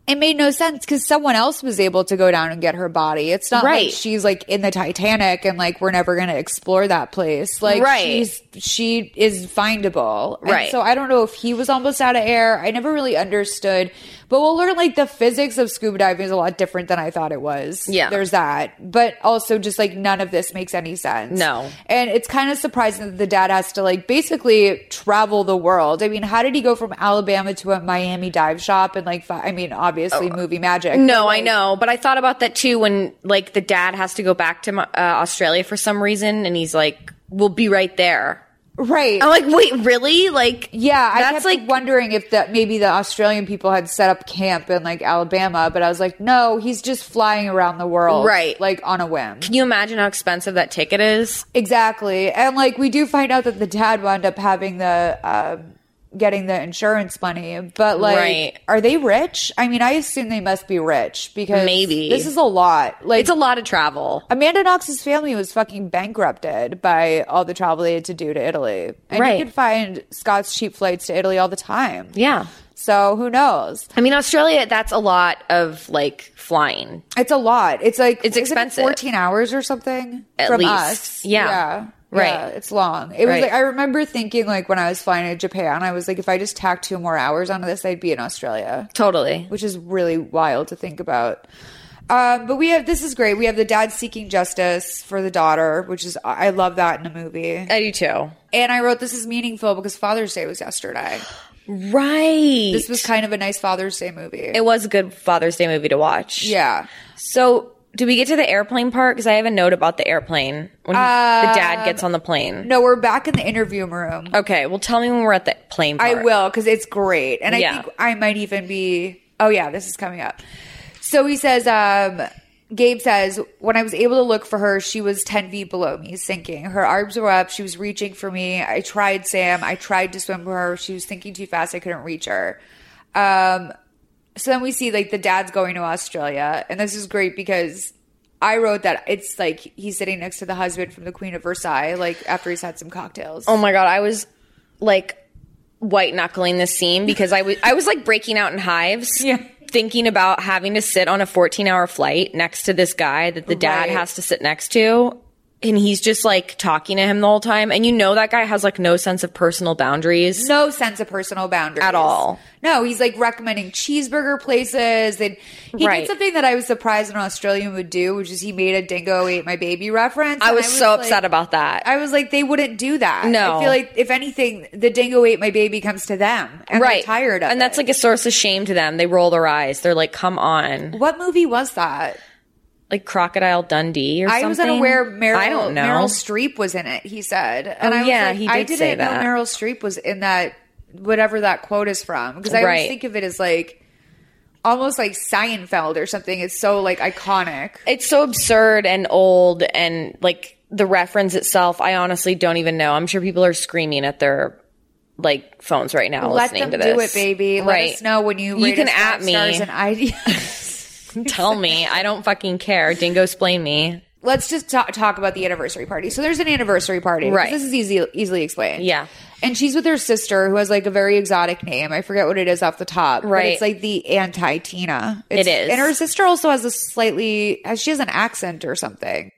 [SPEAKER 1] It made no sense because someone else was able to go down and get her body. It's not
[SPEAKER 4] Right.
[SPEAKER 1] like she's like in the Titanic and like we're never going to explore that place. Like
[SPEAKER 4] Right.
[SPEAKER 1] she's she is findable. And
[SPEAKER 4] Right.
[SPEAKER 1] so I don't know if he was almost out of air. I never really understood, but we'll learn like the physics of scuba diving is a lot different than I thought it was.
[SPEAKER 4] Yeah.
[SPEAKER 1] there's that, but also just like none of this makes any sense.
[SPEAKER 4] No.
[SPEAKER 1] And it's kind of surprising that the dad has to like basically travel the world. I mean, how did he go from Alabama to a Miami dive shop and like, fi- I mean, obviously movie magic.
[SPEAKER 4] Oh, no, I know. But I thought about that too when like the dad has to go back to uh, Australia for some reason and he's like, we'll be right there.
[SPEAKER 1] Right.
[SPEAKER 4] I'm like, wait, really? Like,
[SPEAKER 1] Yeah, I
[SPEAKER 4] that's
[SPEAKER 1] kept
[SPEAKER 4] like
[SPEAKER 1] like wondering if that maybe the Australian people had set up camp in like Alabama, but I was like, no, he's just flying around the world,
[SPEAKER 4] Right.
[SPEAKER 1] Like on a whim.
[SPEAKER 4] Can you imagine how expensive that ticket is?
[SPEAKER 1] Exactly, and like we do find out that the dad wound up having the um, getting the insurance money, but like,
[SPEAKER 4] Right.
[SPEAKER 1] are they rich? I mean, I assume they must be rich because
[SPEAKER 4] Maybe.
[SPEAKER 1] this is a lot. Like
[SPEAKER 4] It's a lot of travel.
[SPEAKER 1] Amanda Knox's family was fucking bankrupted by all the travel they had to do to Italy. And
[SPEAKER 4] Right.
[SPEAKER 1] you could find Scott's cheap flights to Italy all the time.
[SPEAKER 4] Yeah.
[SPEAKER 1] So who knows?
[SPEAKER 4] I mean, Australia, that's a lot of like flying.
[SPEAKER 1] It's a lot. It's like it's
[SPEAKER 4] expensive.
[SPEAKER 1] Fourteen hours or something
[SPEAKER 4] At
[SPEAKER 1] from
[SPEAKER 4] least.
[SPEAKER 1] us.
[SPEAKER 4] Yeah. Right.
[SPEAKER 1] Yeah, it's long. It was
[SPEAKER 4] Right.
[SPEAKER 1] like I remember thinking like when I was flying to Japan, I was like, if I just tack two more hours onto this, I'd be in Australia.
[SPEAKER 4] Totally.
[SPEAKER 1] Which is really wild to think about. Um, but we have this is great. We have the dad seeking justice for the daughter, which is I love that in a movie.
[SPEAKER 4] I do too.
[SPEAKER 1] And I wrote this is meaningful because Father's Day was yesterday.
[SPEAKER 4] Right.
[SPEAKER 1] This was kind of a nice Father's Day movie.
[SPEAKER 4] It was a good Father's Day movie to watch.
[SPEAKER 1] Yeah.
[SPEAKER 4] So, do we get to the airplane part? Because I have a note about the airplane when he- the dad
[SPEAKER 1] Um,
[SPEAKER 4] gets on the plane.
[SPEAKER 1] No, we're back in the interview room.
[SPEAKER 4] Okay. Well, tell me when we're at the plane part.
[SPEAKER 1] I will because it's great, and I
[SPEAKER 4] Yeah.
[SPEAKER 1] think I might even be. Oh yeah, this is coming up. So he says, um, Gabe says, when I was able to look for her, she was ten feet below me, sinking. Her arms were up. She was reaching for me. I tried, Sam. I tried to swim for her. She was thinking too fast. I couldn't reach her. Um, so then we see like the dad's going to Australia, and this is great because I wrote that it's like he's sitting next to the husband from the Queen of Versailles, like after he's had some cocktails.
[SPEAKER 4] Oh my god, I was like white knuckling this scene because I was I was like breaking out in hives. Yeah. Thinking about having to sit on a 14 hour flight next to this guy that the dad
[SPEAKER 1] Right.
[SPEAKER 4] has to sit next to. And he's just like talking to him the whole time. And you know, that guy has like no sense of personal boundaries.
[SPEAKER 1] No sense of personal boundaries
[SPEAKER 4] at all.
[SPEAKER 1] No, he's like recommending cheeseburger places, and he
[SPEAKER 4] Right.
[SPEAKER 1] did something that I was surprised an Australian would do, which is he made a "dingo ate my baby" reference.
[SPEAKER 4] I
[SPEAKER 1] and
[SPEAKER 4] was, so
[SPEAKER 1] like-
[SPEAKER 4] upset about that.
[SPEAKER 1] I was like, they wouldn't do that.
[SPEAKER 4] No.
[SPEAKER 1] I feel like if anything, the dingo ate my baby comes to them, and
[SPEAKER 4] Right.
[SPEAKER 1] they're tired of
[SPEAKER 4] and that's like a source of shame to them. They roll their eyes. They're like, come on.
[SPEAKER 1] What movie was that?
[SPEAKER 4] Like Crocodile Dundee or
[SPEAKER 1] I
[SPEAKER 4] something?
[SPEAKER 1] was unaware Meryl,
[SPEAKER 4] I don't know.
[SPEAKER 1] Meryl Streep was in it, he said. And
[SPEAKER 4] Oh,
[SPEAKER 1] I was
[SPEAKER 4] yeah,
[SPEAKER 1] like,
[SPEAKER 4] he
[SPEAKER 1] I
[SPEAKER 4] did
[SPEAKER 1] didn't
[SPEAKER 4] say
[SPEAKER 1] know
[SPEAKER 4] that.
[SPEAKER 1] Meryl Streep was in that, whatever that quote is from. Because I
[SPEAKER 4] Right.
[SPEAKER 1] always think of it as like almost like Seinfeld or something. It's so like iconic.
[SPEAKER 4] It's so absurd and old and like the reference itself, I honestly don't even know. I'm sure people are screaming at their like phones right now
[SPEAKER 1] Let
[SPEAKER 4] listening
[SPEAKER 1] them
[SPEAKER 4] to this.
[SPEAKER 1] do it, baby. Let
[SPEAKER 4] Right.
[SPEAKER 1] us know when you
[SPEAKER 4] You
[SPEAKER 1] rate
[SPEAKER 4] can
[SPEAKER 1] us five
[SPEAKER 4] at me.
[SPEAKER 1] stars and I-
[SPEAKER 4] Tell me. I don't fucking care. Dingo explain me.
[SPEAKER 1] Let's just ta- talk about the anniversary party. So there's an anniversary party. 'cause
[SPEAKER 4] Right.
[SPEAKER 1] This is easy, easily explained.
[SPEAKER 4] Yeah.
[SPEAKER 1] And she's with her sister who has like a very exotic name. I forget what it is off the top. But
[SPEAKER 4] Right.
[SPEAKER 1] it's like the anti Tina.
[SPEAKER 4] It is.
[SPEAKER 1] And her sister also has a slightly, has- she has an accent or something.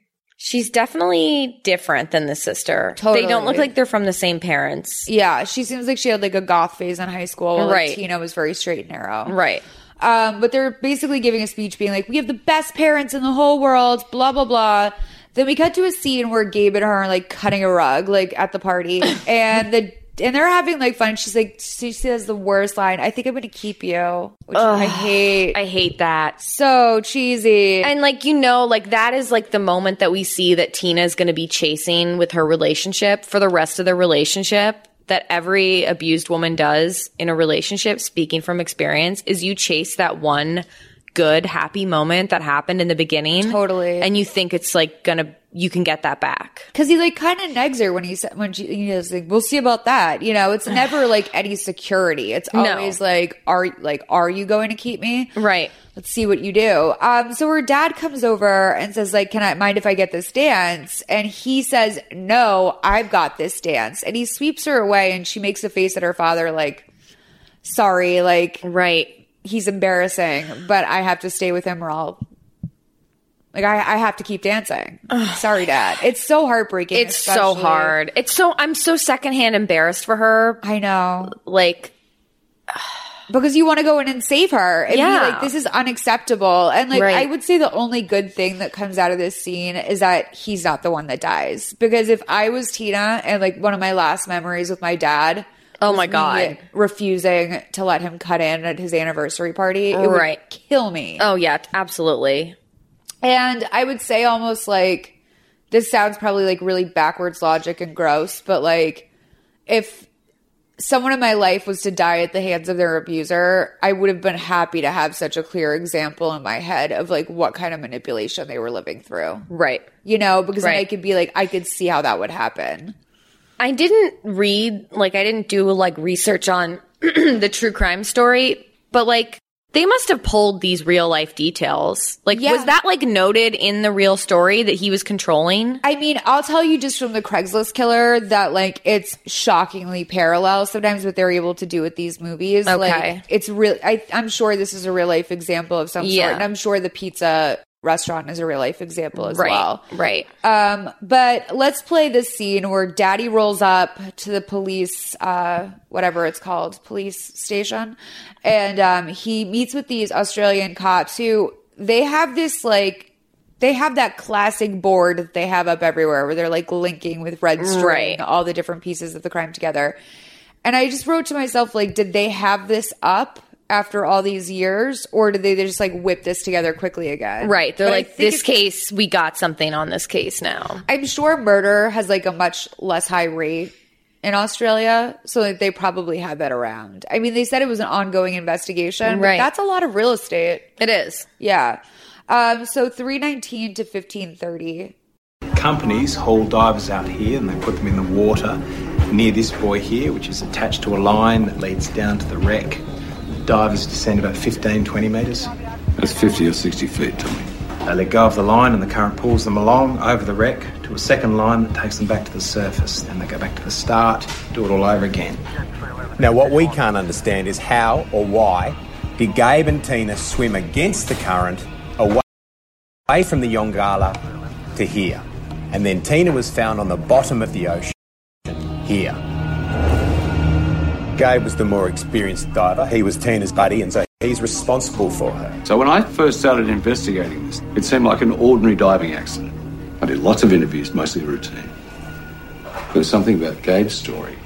[SPEAKER 4] She's definitely different than the sister. They don't look
[SPEAKER 1] Totally.
[SPEAKER 4] like they're from the same parents.
[SPEAKER 1] Yeah. She seems like she had like a goth phase in high school. While
[SPEAKER 4] Right.
[SPEAKER 1] Like Tina was very straight and narrow.
[SPEAKER 4] Right.
[SPEAKER 1] Um, but they're basically giving a speech being like, we have the best parents in the whole world, blah, blah, blah. Then we cut to a scene where Gabe and her are like cutting a rug, like at the party. and the, and they're having like fun. She's like, she says the worst line, I think I'm going to keep you, which I
[SPEAKER 4] Ugh,
[SPEAKER 1] hate.
[SPEAKER 4] I hate that.
[SPEAKER 1] So cheesy.
[SPEAKER 4] And like you know, like that is like the moment that we see that Tina is going to be chasing with her relationship for the rest of their relationship. That every abused woman does in a relationship, speaking from experience, is you chase that one good happy moment that happened in the beginning,
[SPEAKER 1] Totally.
[SPEAKER 4] and you think it's like gonna you can get that back.
[SPEAKER 1] Cause he like kind of negs her when he said when she he was like we'll see about that you know it's never like any security it's
[SPEAKER 4] No.
[SPEAKER 1] always like are like are you going to keep me
[SPEAKER 4] right
[SPEAKER 1] let's see what you do um so her dad comes over and says like can I mind if I get this dance and he says no I've got this dance and he sweeps her away and she makes a face at her father like sorry like
[SPEAKER 4] right
[SPEAKER 1] he's embarrassing but I have to stay with him or I'll like I, I have to keep dancing. Sorry, Dad. It's so heartbreaking.
[SPEAKER 4] It's so
[SPEAKER 1] especially-
[SPEAKER 4] hard. It's so I'm so secondhand embarrassed for her.
[SPEAKER 1] I know.
[SPEAKER 4] Like
[SPEAKER 1] because you want to go in and save her and
[SPEAKER 4] Yeah.
[SPEAKER 1] be like this is unacceptable and like
[SPEAKER 4] Right.
[SPEAKER 1] i would say the only good thing that comes out of this scene is that he's not the one that dies because if i was tina and like one of my last memories with my dad
[SPEAKER 4] Oh my
[SPEAKER 1] was me
[SPEAKER 4] God.
[SPEAKER 1] refusing to let him cut in at his anniversary party it
[SPEAKER 4] Right.
[SPEAKER 1] would kill me
[SPEAKER 4] Oh yeah, absolutely.
[SPEAKER 1] and i would say almost like this sounds probably like really backwards logic and gross but like if someone in my life was to die at the hands of their abuser, I would have been happy to have such a clear example in my head of like what kind of manipulation they were living through.
[SPEAKER 4] Right.
[SPEAKER 1] You know, because then I
[SPEAKER 4] Right.
[SPEAKER 1] could be like, I could see how that would happen.
[SPEAKER 4] I didn't read like I didn't do like research on the true crime story, but like they must have pulled these real life details. Like
[SPEAKER 1] Yeah.
[SPEAKER 4] was that like noted in the real story that he was controlling?
[SPEAKER 1] I mean, I'll tell you just from the Craigslist killer that like it's shockingly parallel sometimes what they're able to do with these movies.
[SPEAKER 4] Okay.
[SPEAKER 1] Like it's real. I, I'm sure this is a real life example of some
[SPEAKER 4] Yeah.
[SPEAKER 1] sort, and I'm sure the pizza restaurant is a real life example as
[SPEAKER 4] right.
[SPEAKER 1] well.
[SPEAKER 4] Right.
[SPEAKER 1] Um, but let's play this scene where Daddy rolls up to the police, uh, whatever it's called, police station, and um, he meets with these Australian cops who they have this like they have that classic board that they have up everywhere where they're like linking with red string
[SPEAKER 4] Right.
[SPEAKER 1] all the different pieces of the crime together. And I just wrote to myself like, did they have this up? After all these years, or did they just like whip this together quickly again?
[SPEAKER 4] Right. They're
[SPEAKER 1] But I
[SPEAKER 4] like
[SPEAKER 1] think
[SPEAKER 4] this
[SPEAKER 1] it's-
[SPEAKER 4] case we got something on this case now.
[SPEAKER 1] I'm sure murder has like a much less high rate in Australia, so like, they probably had that around. I mean, they said it was an ongoing investigation,
[SPEAKER 4] Right.
[SPEAKER 1] right? That's a lot of real estate.
[SPEAKER 4] It is.
[SPEAKER 1] Yeah. Um, so 319 to 1530.
[SPEAKER 11] companies haul divers out here and they put them in the water near this buoy here, which is attached to a line that leads down to the wreck. Divers descend about 15, 20 metres.
[SPEAKER 12] That's 50 or 60 feet, Tommy.
[SPEAKER 3] They let go of the line and the current pulls them along over the wreck to a second line that takes them back to the surface. Then they go back to the start, do it all over again.
[SPEAKER 11] Now, what we can't understand is how or why did Gabe and Tina swim against the current away away from the Yongala to here? And then Tina was found on the bottom of the ocean here. Gabe was the more experienced diver. He was Tina's buddy, and so he's responsible for her.
[SPEAKER 3] So when I first started investigating this, it seemed like an ordinary diving accident. I did lots of interviews, mostly routine. There was something about Gabe's story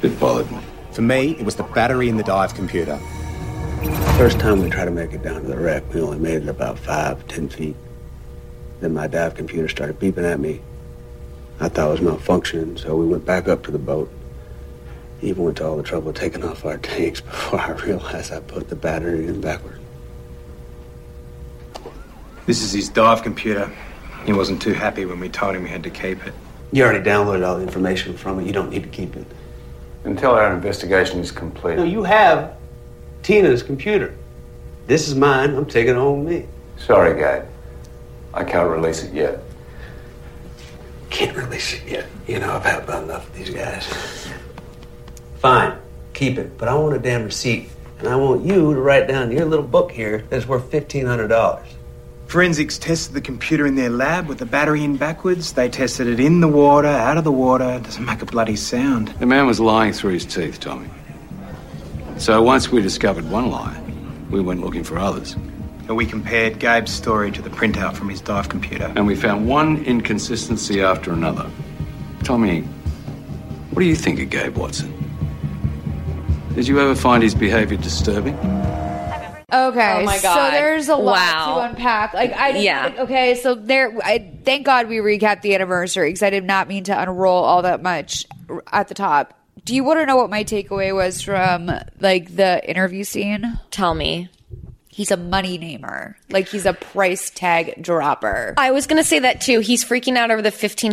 [SPEAKER 3] that bothered me.
[SPEAKER 11] For me, it was the battery in the dive computer.
[SPEAKER 2] First time we tried to make it down to the wreck, we only made it about five, ten feet. Then my dive computer started beeping at me. I thought it was malfunctioning, so we went back up to the boat. Even went to all the trouble of taking off our tanks before I realized I put the battery in backward.
[SPEAKER 3] This is his dive computer. He wasn't too happy when we told him we had to keep it.
[SPEAKER 2] You already downloaded all the information from it. You don't need to keep it.
[SPEAKER 13] Until our investigation is complete.
[SPEAKER 2] No, you have Tina's computer. This is mine. I'm taking it home with me.
[SPEAKER 13] Sorry, Gabe. I can't release it yet.
[SPEAKER 2] Can't release it yet. You know, I've had about enough of these guys. Fine, keep it, but I want a damn receipt, and I want you to write down your little book here that's worth fifteen hundred dollars.
[SPEAKER 3] Forensics tested the computer in their lab with the battery in backwards. They tested it in the water, out of the water. It doesn't make a bloody sound.
[SPEAKER 13] The man was lying through his teeth, Tommy.
[SPEAKER 3] So once we discovered one lie, we went looking for others. And we compared Gabe's story to the printout from his dive computer.
[SPEAKER 13] And we found one inconsistency after another. Tommy, what do you think of Gabe Watson? Did you ever find his behavior disturbing?
[SPEAKER 1] Okay.
[SPEAKER 4] Oh my
[SPEAKER 1] So
[SPEAKER 4] God.
[SPEAKER 1] there's a lot
[SPEAKER 4] Wow.
[SPEAKER 1] to unpack. Like I didn't,
[SPEAKER 4] Yeah.
[SPEAKER 1] like, okay, so there I thank God we recapped the anniversary cuz I did not mean to unroll all that much r- at the top. Do you want to know what my takeaway was from like the interview scene?
[SPEAKER 4] Tell me.
[SPEAKER 1] He's a money namer. Like he's a price tag dropper.
[SPEAKER 4] I was going to say that too. He's freaking out over the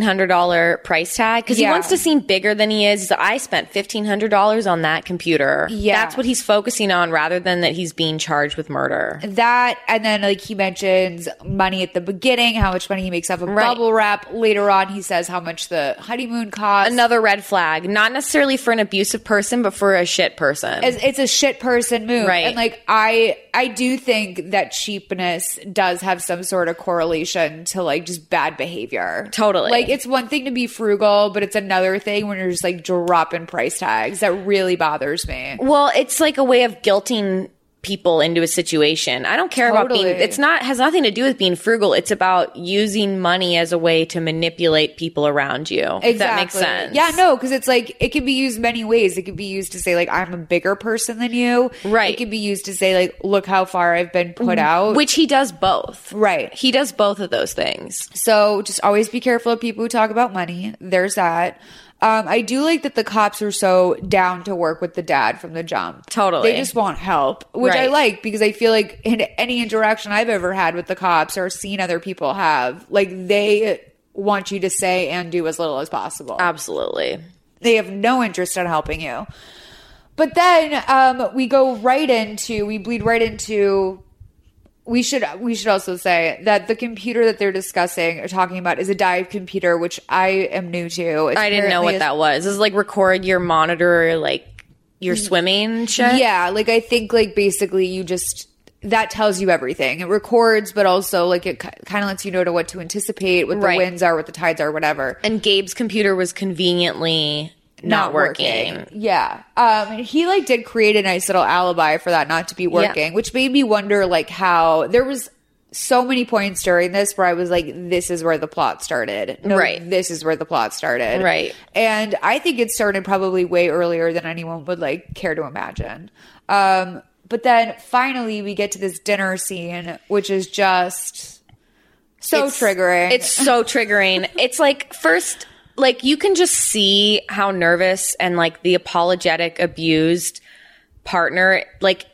[SPEAKER 4] $1,500 price tag because
[SPEAKER 1] Yeah.
[SPEAKER 4] he wants to seem bigger than he is. He's like, I spent $1,500 on that computer.
[SPEAKER 1] Yeah.
[SPEAKER 4] That's what he's focusing on rather than that he's being charged with murder.
[SPEAKER 1] That and then like he mentions money at the beginning, how much money he makes off of
[SPEAKER 4] Right.
[SPEAKER 1] bubble wrap. Later on, he says how much the honeymoon costs.
[SPEAKER 4] Another red flag, not necessarily for an abusive person, but for a shit person.
[SPEAKER 1] It's, it's a shit person move,
[SPEAKER 4] Right.
[SPEAKER 1] And like I, I do think that cheapness does have some sort of correlation to like just bad behavior.
[SPEAKER 4] Totally.
[SPEAKER 1] Like it's one thing to be frugal, but it's another thing when you're just like dropping price tags. That really bothers me.
[SPEAKER 4] Well, it's like a way of guilting people into a situation. I don't care about being
[SPEAKER 1] Totally.
[SPEAKER 4] it's not has nothing to do with being frugal. It's about using money as a way to manipulate people around you. If that makes sense.
[SPEAKER 1] Yeah, no, because it's like it can be used many ways. It could be used to say like I'm a bigger person than you. Right. It could be used to say like look how far I've been put out.
[SPEAKER 4] Mm-hmm. Which he does both.
[SPEAKER 1] Right.
[SPEAKER 4] He does both of those things.
[SPEAKER 1] So just always be careful of people who talk about money. There's that. Um, I do like that the cops are so down to work with the dad from the jump.
[SPEAKER 4] Totally.
[SPEAKER 1] They just want help, which I
[SPEAKER 4] Right.
[SPEAKER 1] like because I feel like in any interaction I've ever had with the cops or seen other people have, like they want you to say and do as little as possible.
[SPEAKER 4] Absolutely.
[SPEAKER 1] They have no interest in helping you. But then um, we go right into we bleed right into we should we should also say that the computer that they're discussing or talking about is a dive computer, which I am new to. It's
[SPEAKER 4] I didn't know
[SPEAKER 1] apparently
[SPEAKER 4] what
[SPEAKER 1] a-
[SPEAKER 4] that was. This is like record your monitor like your swimming shit.
[SPEAKER 1] Mm. Yeah, like I think like basically you just that tells you everything. It records, but also like it kind of lets you know to what to anticipate, what
[SPEAKER 4] Right.
[SPEAKER 1] the winds are, what the tides are, whatever.
[SPEAKER 4] And Gabe's computer was conveniently not, working.
[SPEAKER 1] Yeah. Um he like did create a nice little alibi for that not to be working, which made me wonder like how there was so many points during this where I was like, this is where the plot started. No,
[SPEAKER 4] Right.
[SPEAKER 1] This is where the plot started.
[SPEAKER 4] Right.
[SPEAKER 1] And I think it started probably way earlier than anyone would like care to imagine. Um but then finally we get to this dinner scene, which is just so
[SPEAKER 4] It's-
[SPEAKER 1] triggering.
[SPEAKER 4] It's so triggering. it's like first like you can just see how nervous and like the apologetic abused partner like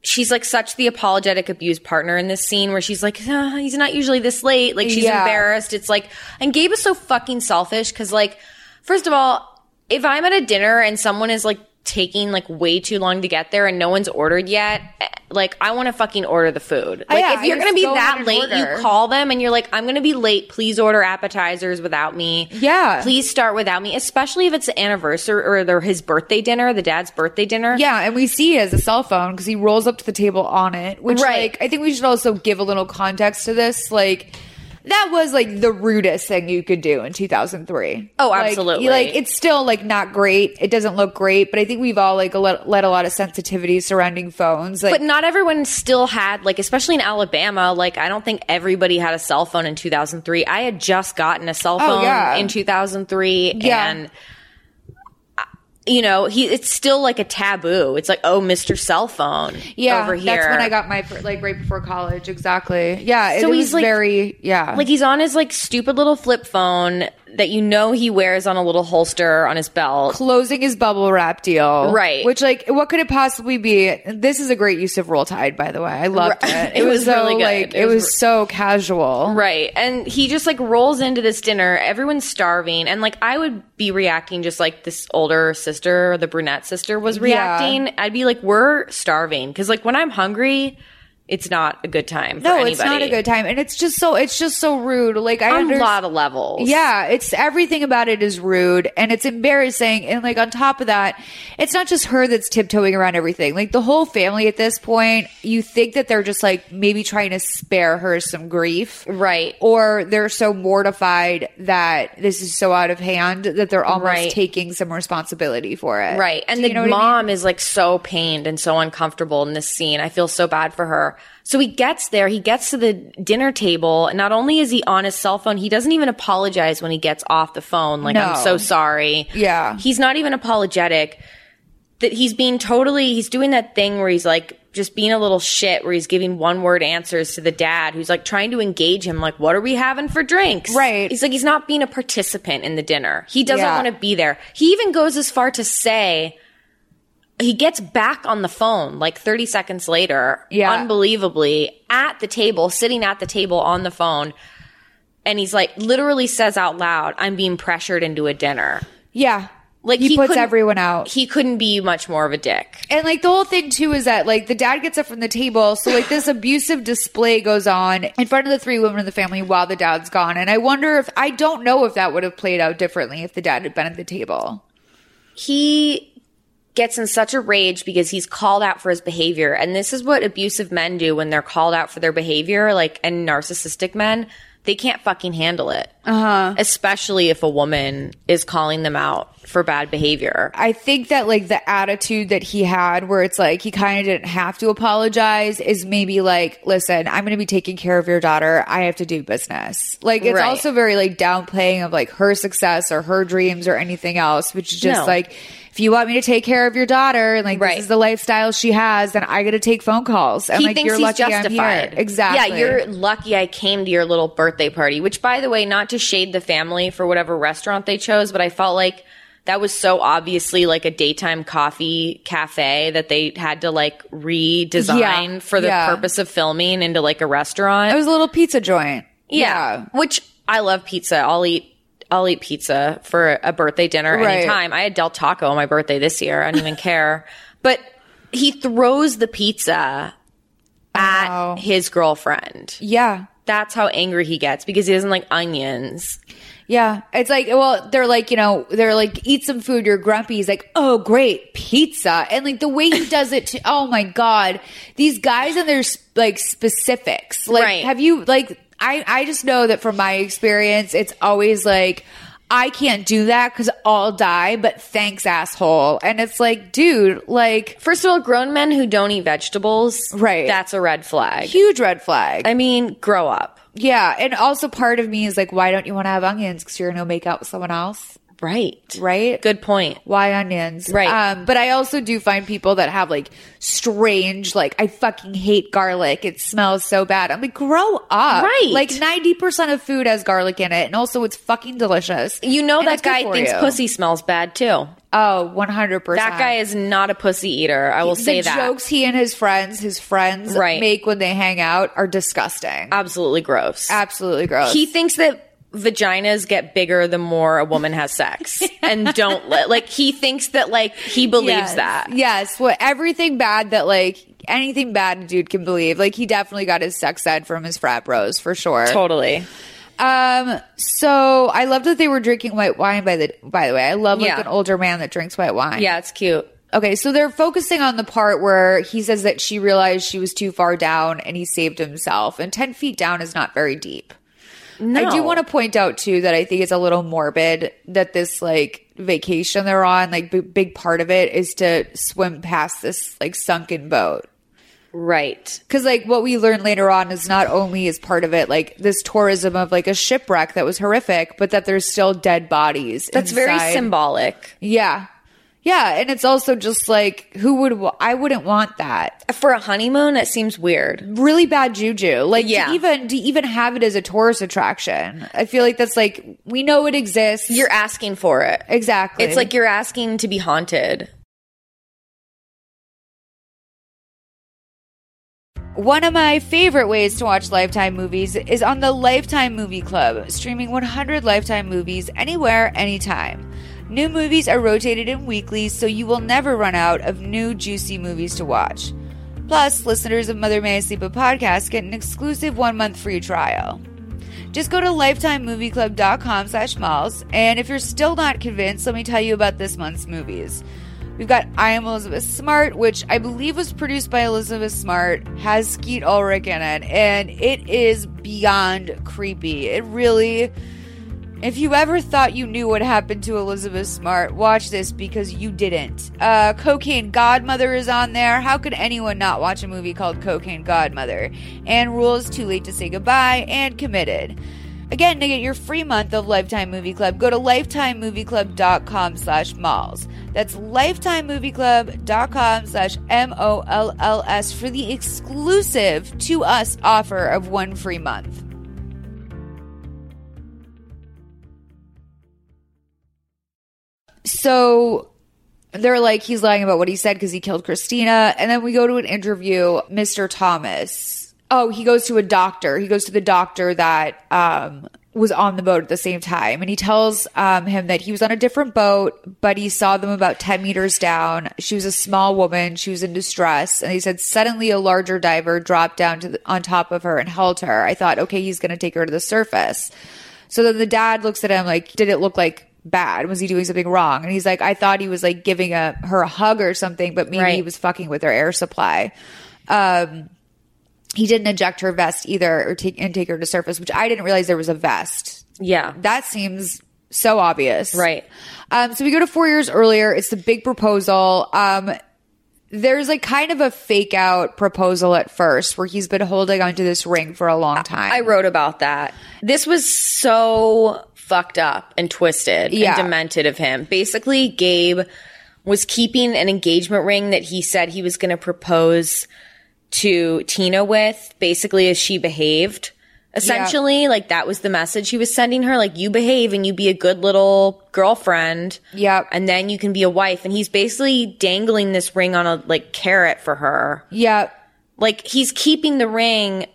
[SPEAKER 4] she's like such the apologetic abused partner in this scene where she's like "Ah, he's not usually this late like she's
[SPEAKER 1] Yeah.
[SPEAKER 4] embarrassed it's like and Gabe is so fucking selfish cuz like first of all if I'm at a dinner and someone is like taking like way too long to get there and no one's ordered yet, eh, like I want to fucking order the food.
[SPEAKER 1] Oh,
[SPEAKER 4] Like
[SPEAKER 1] yeah,
[SPEAKER 4] if you're
[SPEAKER 1] I
[SPEAKER 4] gonna
[SPEAKER 1] just
[SPEAKER 4] be
[SPEAKER 1] go ahead
[SPEAKER 4] that
[SPEAKER 1] and
[SPEAKER 4] late,
[SPEAKER 1] order.
[SPEAKER 4] you call them and you're like, I'm gonna be late. Please order appetizers without me.
[SPEAKER 1] Yeah.
[SPEAKER 4] please start without me, especially if it's an anniversary or their his birthday dinner, the dad's birthday dinner.
[SPEAKER 1] Yeah, and we see he has a cell phone because he rolls up to the table on it, which
[SPEAKER 4] Right.
[SPEAKER 1] like I think we should also give a little context to this. Like that was like the rudest thing you could do in 2003.
[SPEAKER 4] Oh,
[SPEAKER 1] Like, you-
[SPEAKER 4] absolutely.
[SPEAKER 1] Like, it's still like not great. It doesn't look great, but I think we've all like let, let a lot of sensitivity surrounding phones. Like,
[SPEAKER 4] but not everyone still had like especially in alabama like i don't think everybody had a cell phone in 2003 i had just gotten a cell
[SPEAKER 1] Oh,
[SPEAKER 4] phone
[SPEAKER 1] yeah.
[SPEAKER 4] in 2003
[SPEAKER 1] Yeah.
[SPEAKER 4] and uh, you know he it's still like a taboo it's like oh mr cell phone
[SPEAKER 1] yeah,
[SPEAKER 4] over here
[SPEAKER 1] that's when I got my fir- like right before college. Exactly. Yeah.
[SPEAKER 4] So
[SPEAKER 1] it
[SPEAKER 4] he's,
[SPEAKER 1] was
[SPEAKER 4] like-
[SPEAKER 1] very yeah.
[SPEAKER 4] like he's on his like stupid little flip phone that you know he wears on a little holster on his belt
[SPEAKER 1] closing his bubble wrap deal.
[SPEAKER 4] Right.
[SPEAKER 1] Which like what could it possibly be? This is a great use of roll tide, by the way. I loved it. It,
[SPEAKER 4] It
[SPEAKER 1] was,
[SPEAKER 4] was
[SPEAKER 1] so
[SPEAKER 4] really good.
[SPEAKER 1] like
[SPEAKER 4] It
[SPEAKER 1] it,
[SPEAKER 4] was
[SPEAKER 1] was,
[SPEAKER 4] re-
[SPEAKER 1] so casual.
[SPEAKER 4] Right. And he just like rolls into this dinner. Everyone's starving. And like I would be reacting just like this older sister, or the brunette sister was
[SPEAKER 1] Yeah.
[SPEAKER 4] reacting. I'd be like, we're starving. Cause like when I'm hungry, it's not a good time. for
[SPEAKER 1] No, it's not
[SPEAKER 4] anybody.
[SPEAKER 1] a good time. And it's just so it's just so rude. Like I
[SPEAKER 4] On a
[SPEAKER 1] underst-
[SPEAKER 4] lot of levels.
[SPEAKER 1] Yeah, it's everything about it is rude and it's embarrassing. And like on top of that, it's not just her that's tiptoeing around everything. Like the whole family at this point, you think that they're just like maybe trying to spare her some grief.
[SPEAKER 4] Right.
[SPEAKER 1] Or they're so mortified that this is so out of hand that they're almost
[SPEAKER 4] Right.
[SPEAKER 1] taking some responsibility for it.
[SPEAKER 4] Right. And
[SPEAKER 1] Do you
[SPEAKER 4] the
[SPEAKER 1] know what I mean?
[SPEAKER 4] mom is like so pained and so uncomfortable in this scene. I feel so bad for her. So he gets there, he gets to the dinner table, and not only is he on his cell phone, he doesn't even apologize when he gets off the phone. Like, I'm
[SPEAKER 1] No.
[SPEAKER 4] so sorry.
[SPEAKER 1] Yeah.
[SPEAKER 4] He's not even apologetic. That he's being totally, he's doing that thing where he's like, just being a little shit where he's giving one word answers to the dad who's like trying to engage him, like, what are we having for drinks? Right. He's like, he's not being a participant in the dinner. He doesn't
[SPEAKER 1] Yeah.
[SPEAKER 4] want to be there. He even goes as far to say, he gets back on the phone like 30 seconds later,
[SPEAKER 1] Yeah.
[SPEAKER 4] unbelievably, at the table, sitting at the table on the phone. And he's like, literally says out loud, I'm being pressured into a dinner.
[SPEAKER 1] Yeah.
[SPEAKER 4] Like
[SPEAKER 1] he, puts
[SPEAKER 4] couldn't-
[SPEAKER 1] everyone out.
[SPEAKER 4] He couldn't be much more of a dick.
[SPEAKER 1] And like the whole thing too is that like the dad gets up from the table, so like this abusive display goes on in front of the three women in the family while the dad's gone. And I wonder if I don't know if that would have played out differently if the dad had been at the table.
[SPEAKER 4] He gets in such a rage because he's called out for his behavior. And this is what abusive men do when they're called out for their behavior, like, and narcissistic men, they can't fucking handle it. Uh-huh.
[SPEAKER 1] Uh huh.
[SPEAKER 4] Especially if a woman is calling them out for bad behavior.
[SPEAKER 1] I think that like the attitude that he had where it's like he kind of didn't have to apologize is maybe like, listen, I'm going to be taking care of your daughter. I have to do business. Like it's
[SPEAKER 4] Right.
[SPEAKER 1] also very like downplaying of like her success or her dreams or anything else, which is just
[SPEAKER 4] No.
[SPEAKER 1] like, if you want me to take care of your daughter and like
[SPEAKER 4] Right.
[SPEAKER 1] this is the lifestyle she has, then I got to take phone calls. And
[SPEAKER 4] he
[SPEAKER 1] like
[SPEAKER 4] thinks
[SPEAKER 1] you're
[SPEAKER 4] he's
[SPEAKER 1] lucky I'm
[SPEAKER 4] justified.
[SPEAKER 1] here. Exactly.
[SPEAKER 4] Yeah, you're lucky I came to your little birthday party, which, by the way, not to shade the family for whatever restaurant they chose, but I felt like that was so obviously like a daytime coffee cafe that they had to like redesign
[SPEAKER 1] Yeah,
[SPEAKER 4] for the
[SPEAKER 1] yeah.
[SPEAKER 4] purpose of filming into like a restaurant.
[SPEAKER 1] It was a little pizza joint.
[SPEAKER 4] yeah, Which I love pizza. I'll eat. I'll eat pizza for a birthday dinner
[SPEAKER 1] Right.
[SPEAKER 4] anytime. I had Del Taco on my birthday this year. I don't even care. But he throws the pizza at his girlfriend.
[SPEAKER 1] Yeah.
[SPEAKER 4] That's how angry he gets because he doesn't like onions.
[SPEAKER 1] Yeah. It's like, well, they're like, you know, they're like, eat some food. You're grumpy. He's like, oh, great. Pizza. And like the way he does it to, oh my God. These guys and their like specifics. Like,
[SPEAKER 4] Right.
[SPEAKER 1] have you, like, I, I just know that from my experience, it's always like, I can't do that because I'll die, but thanks, asshole. And it's like, dude, like,
[SPEAKER 4] First of all, grown men who don't eat vegetables,
[SPEAKER 1] right?
[SPEAKER 4] That's a red flag.
[SPEAKER 1] Huge red flag.
[SPEAKER 4] I mean, grow up.
[SPEAKER 1] Yeah, and also part of me is like, why don't you want to have onions? Because you're gonna make out with someone else,
[SPEAKER 4] right?
[SPEAKER 1] Right.
[SPEAKER 4] Good point.
[SPEAKER 1] Why onions?
[SPEAKER 4] Right.
[SPEAKER 1] Um, but I also do find people that have like strange, like I fucking hate garlic. It smells so bad. I'm like, grow up.
[SPEAKER 4] Right.
[SPEAKER 1] Like ninety percent of food has garlic in it, and also it's fucking delicious.
[SPEAKER 4] You know
[SPEAKER 1] And
[SPEAKER 4] that
[SPEAKER 1] it's good
[SPEAKER 4] guy
[SPEAKER 1] for
[SPEAKER 4] thinks
[SPEAKER 1] you.
[SPEAKER 4] pussy smells bad too.
[SPEAKER 1] Oh, one hundred percent.
[SPEAKER 4] That guy is not a pussy eater. I will
[SPEAKER 1] the
[SPEAKER 4] say that.
[SPEAKER 1] jokes he and his friends, his friends,
[SPEAKER 4] Right.
[SPEAKER 1] make when they hang out are disgusting.
[SPEAKER 4] Absolutely gross.
[SPEAKER 1] Absolutely gross.
[SPEAKER 4] He thinks that vaginas get bigger the more a woman has sex and don't let like he thinks that like he believes
[SPEAKER 1] Yes.
[SPEAKER 4] that
[SPEAKER 1] Yes. Well, everything bad that like anything bad a dude can believe. Like he definitely got his sex ed from his frat bros for sure.
[SPEAKER 4] Totally.
[SPEAKER 1] Um. So I love that they were drinking white wine. By the by the way, I love like
[SPEAKER 4] Yeah.
[SPEAKER 1] an older man that drinks white wine.
[SPEAKER 4] yeah it's cute
[SPEAKER 1] Okay, so they're focusing on the part where he says that she realized she was too far down and he saved himself. And 10 feet down is not very deep. I do
[SPEAKER 4] No.
[SPEAKER 1] want to point out, too, that I think it's a little morbid that this, like, vacation they're on, like, b- big part of it is to swim past this, like, sunken boat.
[SPEAKER 4] Right.
[SPEAKER 1] Because, like, what we learn later on is not only is part of it, like, this tourism of, like, a shipwreck that was horrific, but that there's still dead bodies.
[SPEAKER 4] That's very
[SPEAKER 1] inside.
[SPEAKER 4] symbolic.
[SPEAKER 1] Yeah. Yeah. And it's also just like, who would, wa- I wouldn't want that.
[SPEAKER 4] For a honeymoon, it seems weird.
[SPEAKER 1] Really bad juju. Like,
[SPEAKER 4] Yeah.
[SPEAKER 1] to even, to even have it as a tourist attraction, I feel like that's like, we know it exists. You're
[SPEAKER 4] asking for it.
[SPEAKER 1] Exactly.
[SPEAKER 4] it's like you're asking to be haunted
[SPEAKER 1] One of my favorite ways to watch Lifetime movies is on the Lifetime Movie Club, streaming 100 Lifetime movies anywhere, anytime. New movies are rotated in weekly, so you will never run out of new juicy movies to watch. Plus, listeners of Mother May I Sleep a podcast get an exclusive one month free trial. Just go to lifetimemovieclub.com slash malls, and if you're still not convinced, let me tell you about this month's movies. We've got I Am Elizabeth Smart, which I believe was produced by Elizabeth Smart, has Skeet Ulrich in it, and it is beyond creepy. It really. If you ever thought you knew what happened to Elizabeth Smart, watch this because you didn't. Uh, Cocaine Godmother is on there. How could anyone not watch a movie called Cocaine Godmother? And Rules Too Late to Say Goodbye and Committed. Again, to get your free month of Lifetime Movie Club, go to lifetimemovieclub.com slash malls. That's lifetimemovieclub.com slash M-O-L-L-S for the exclusive to us offer of one free month. So they're like, he's lying about what he said because he killed Christina. And then we go to an interview, Mr. Thomas. Oh, he goes to a doctor. He goes to the doctor that um, was on the boat at the same time. And he tells um, him that he was on a different boat, but he saw them about 10 meters down. She was a small woman. She was in distress. And he said, suddenly a larger diver dropped down to the, on top of her and held her. I thought, okay, he's going to take her to the surface. So then the dad looks at him like, did it look like bad? Was he doing something wrong? And he's like, I thought he was like giving a, her a hug or something, but maybe he was fucking with her air supply. Um, he didn't eject her vest either or take and take her to surface, which I didn't realize there was a vest.
[SPEAKER 4] Yeah.
[SPEAKER 1] That seems so obvious.
[SPEAKER 4] Right.
[SPEAKER 1] Um, so we go to four years earlier. It's the big proposal. Um, there's like kind of a fake out proposal at first where he's been holding onto this ring for a long time.
[SPEAKER 4] I wrote about that. This was so fucked up and twisted
[SPEAKER 1] Yeah.
[SPEAKER 4] and demented of him. Basically, Gabe was keeping an engagement ring that he said he was going to propose to Tina with, basically, as she behaved. Essentially, like that was the message he was sending her. Like, you behave and you be a good little girlfriend.
[SPEAKER 1] Yep.
[SPEAKER 4] And then you can be a wife. And he's basically dangling this ring on a like carrot for her.
[SPEAKER 1] Yeah.
[SPEAKER 4] Like he's keeping the ring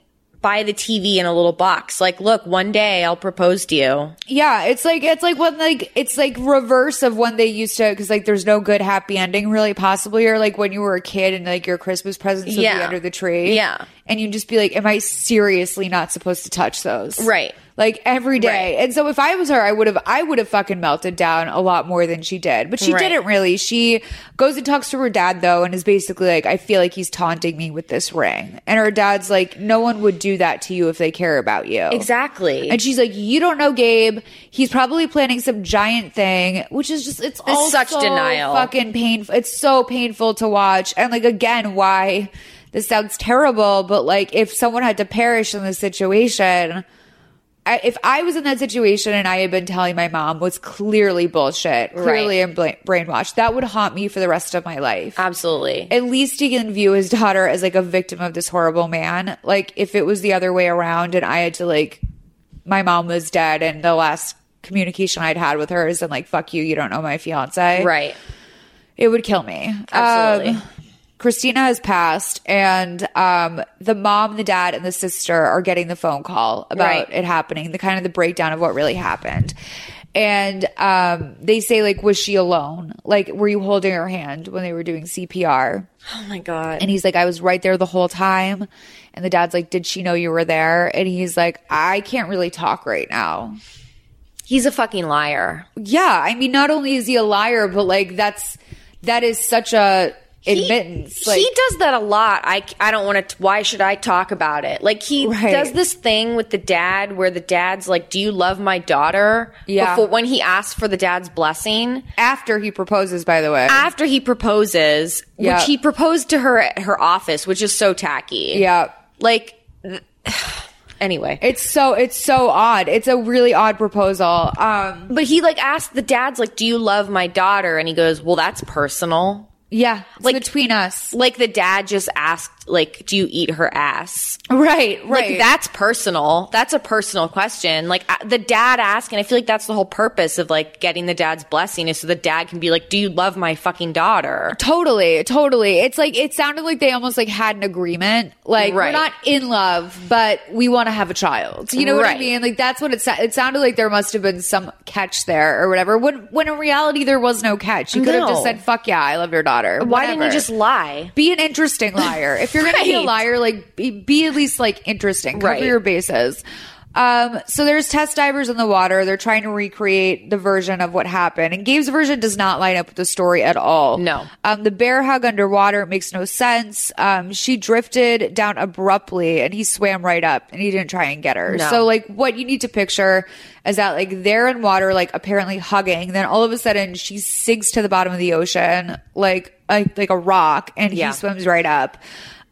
[SPEAKER 4] by the TV in a little box. Like, look, one day I'll propose to you.
[SPEAKER 1] Yeah, it's like it's like when like it's like reverse of when they used to because like there's no good happy ending really possibly or like when you were a kid and like your Christmas presents would be
[SPEAKER 4] Yeah.
[SPEAKER 1] under the tree
[SPEAKER 4] Yeah.
[SPEAKER 1] and you'd just be like, am I seriously not supposed to touch those
[SPEAKER 4] Right.
[SPEAKER 1] like every day and so if I was her I would have I would have fucking melted down a lot more than she did but she
[SPEAKER 4] Right.
[SPEAKER 1] didn't really she goes and talks to her dad though and is basically like I feel like he's taunting me with this ring and her dad's like no one would do that to you if they care about you
[SPEAKER 4] Exactly.
[SPEAKER 1] and she's like, "You don't know Gabe. He's probably planning some giant thing," which is just it's all
[SPEAKER 4] It's such
[SPEAKER 1] so
[SPEAKER 4] denial.
[SPEAKER 1] Fucking painful. It's so painful to watch. And like again, why this sounds terrible, but like if someone had to perish in this situation, I, if I was in that situation and I had been telling my mom was clearly bullshit, clearly I'm bla- brainwashed, that would haunt me for the rest of my life.
[SPEAKER 4] Absolutely.
[SPEAKER 1] At least he can view his daughter as like a victim of this horrible man. Like if it was the other way around and I had to like, my mom was dead and the last communication I'd had with her is in like, fuck you, you don't know my fiance.
[SPEAKER 4] Right.
[SPEAKER 1] It would kill me.
[SPEAKER 4] Absolutely.
[SPEAKER 1] Um, Christina has passed, and um, the mom, the dad, and the sister are getting the phone call about
[SPEAKER 4] Right.
[SPEAKER 1] it happening, the kind of the breakdown of what really happened. And um, they say, like, was she alone? Like, were you holding her hand when they were doing CPR?
[SPEAKER 4] Oh my God.
[SPEAKER 1] And he's like, I was right there the whole time. And the dad's like, Did she know you were there? And he's like, I can't really talk right now.
[SPEAKER 4] He's a fucking liar.
[SPEAKER 1] Yeah. I mean, not only is he a liar, but like, that's, that is such a admittance. like,
[SPEAKER 4] he does that a lot. I, I don't want to. Why should I talk about it? Like he
[SPEAKER 1] Right.
[SPEAKER 4] does this thing with the dad where the dad's like, "Do you love my daughter?"
[SPEAKER 1] Yeah.
[SPEAKER 4] Before, when he asks for the dad's blessing
[SPEAKER 1] after he proposes, by the way,
[SPEAKER 4] after he proposes,
[SPEAKER 1] Yeah.
[SPEAKER 4] which he proposed to her at her office, which is so tacky.
[SPEAKER 1] Yeah.
[SPEAKER 4] Like. th- Anyway,
[SPEAKER 1] it's so it's so odd. It's a really odd proposal. Um,
[SPEAKER 4] but he like asked the dad's like, "Do you love my daughter?" And he goes, "Well, that's personal."
[SPEAKER 1] Yeah,
[SPEAKER 4] like
[SPEAKER 1] between us.
[SPEAKER 4] Like the dad just asked, like, "Do you eat her ass?"
[SPEAKER 1] Right,
[SPEAKER 4] Like
[SPEAKER 1] right.
[SPEAKER 4] that's personal. That's a personal question. Like I- the dad asking, I feel like that's the whole purpose of like getting the dad's blessing is so the dad can be like, "Do you love my fucking daughter?"
[SPEAKER 1] Totally, totally. It's like it sounded like they almost like had an agreement. Like
[SPEAKER 4] Right.
[SPEAKER 1] we're not in love, but we want to have a child. You know what
[SPEAKER 4] Right.
[SPEAKER 1] I mean? Like that's what it sa- it sounded like. There must have been some catch there or whatever. When when in reality there was no catch. You could have just
[SPEAKER 4] No.
[SPEAKER 1] said, "Fuck yeah, I love your daughter."
[SPEAKER 4] Why didn't you
[SPEAKER 1] Whatever.
[SPEAKER 4] just lie?
[SPEAKER 1] Be an interesting liar. If you're gonna be a
[SPEAKER 4] Right.
[SPEAKER 1] liar, like be, be at least like interesting. Cover
[SPEAKER 4] Right.
[SPEAKER 1] your bases. Um, so there's test divers in the water. They're trying to recreate the version of what happened, and Gabe's version does not line up with the story at all. No. Um, the bear hug underwater makes no sense. Um, she drifted down abruptly, and he swam right up, and he didn't try and get her.
[SPEAKER 4] No.
[SPEAKER 1] So like, what you need to picture is that like they're in water, like apparently hugging. Then all of a sudden, she sinks to the bottom of the ocean, like a, like a rock, and
[SPEAKER 4] Yeah.
[SPEAKER 1] he swims right up.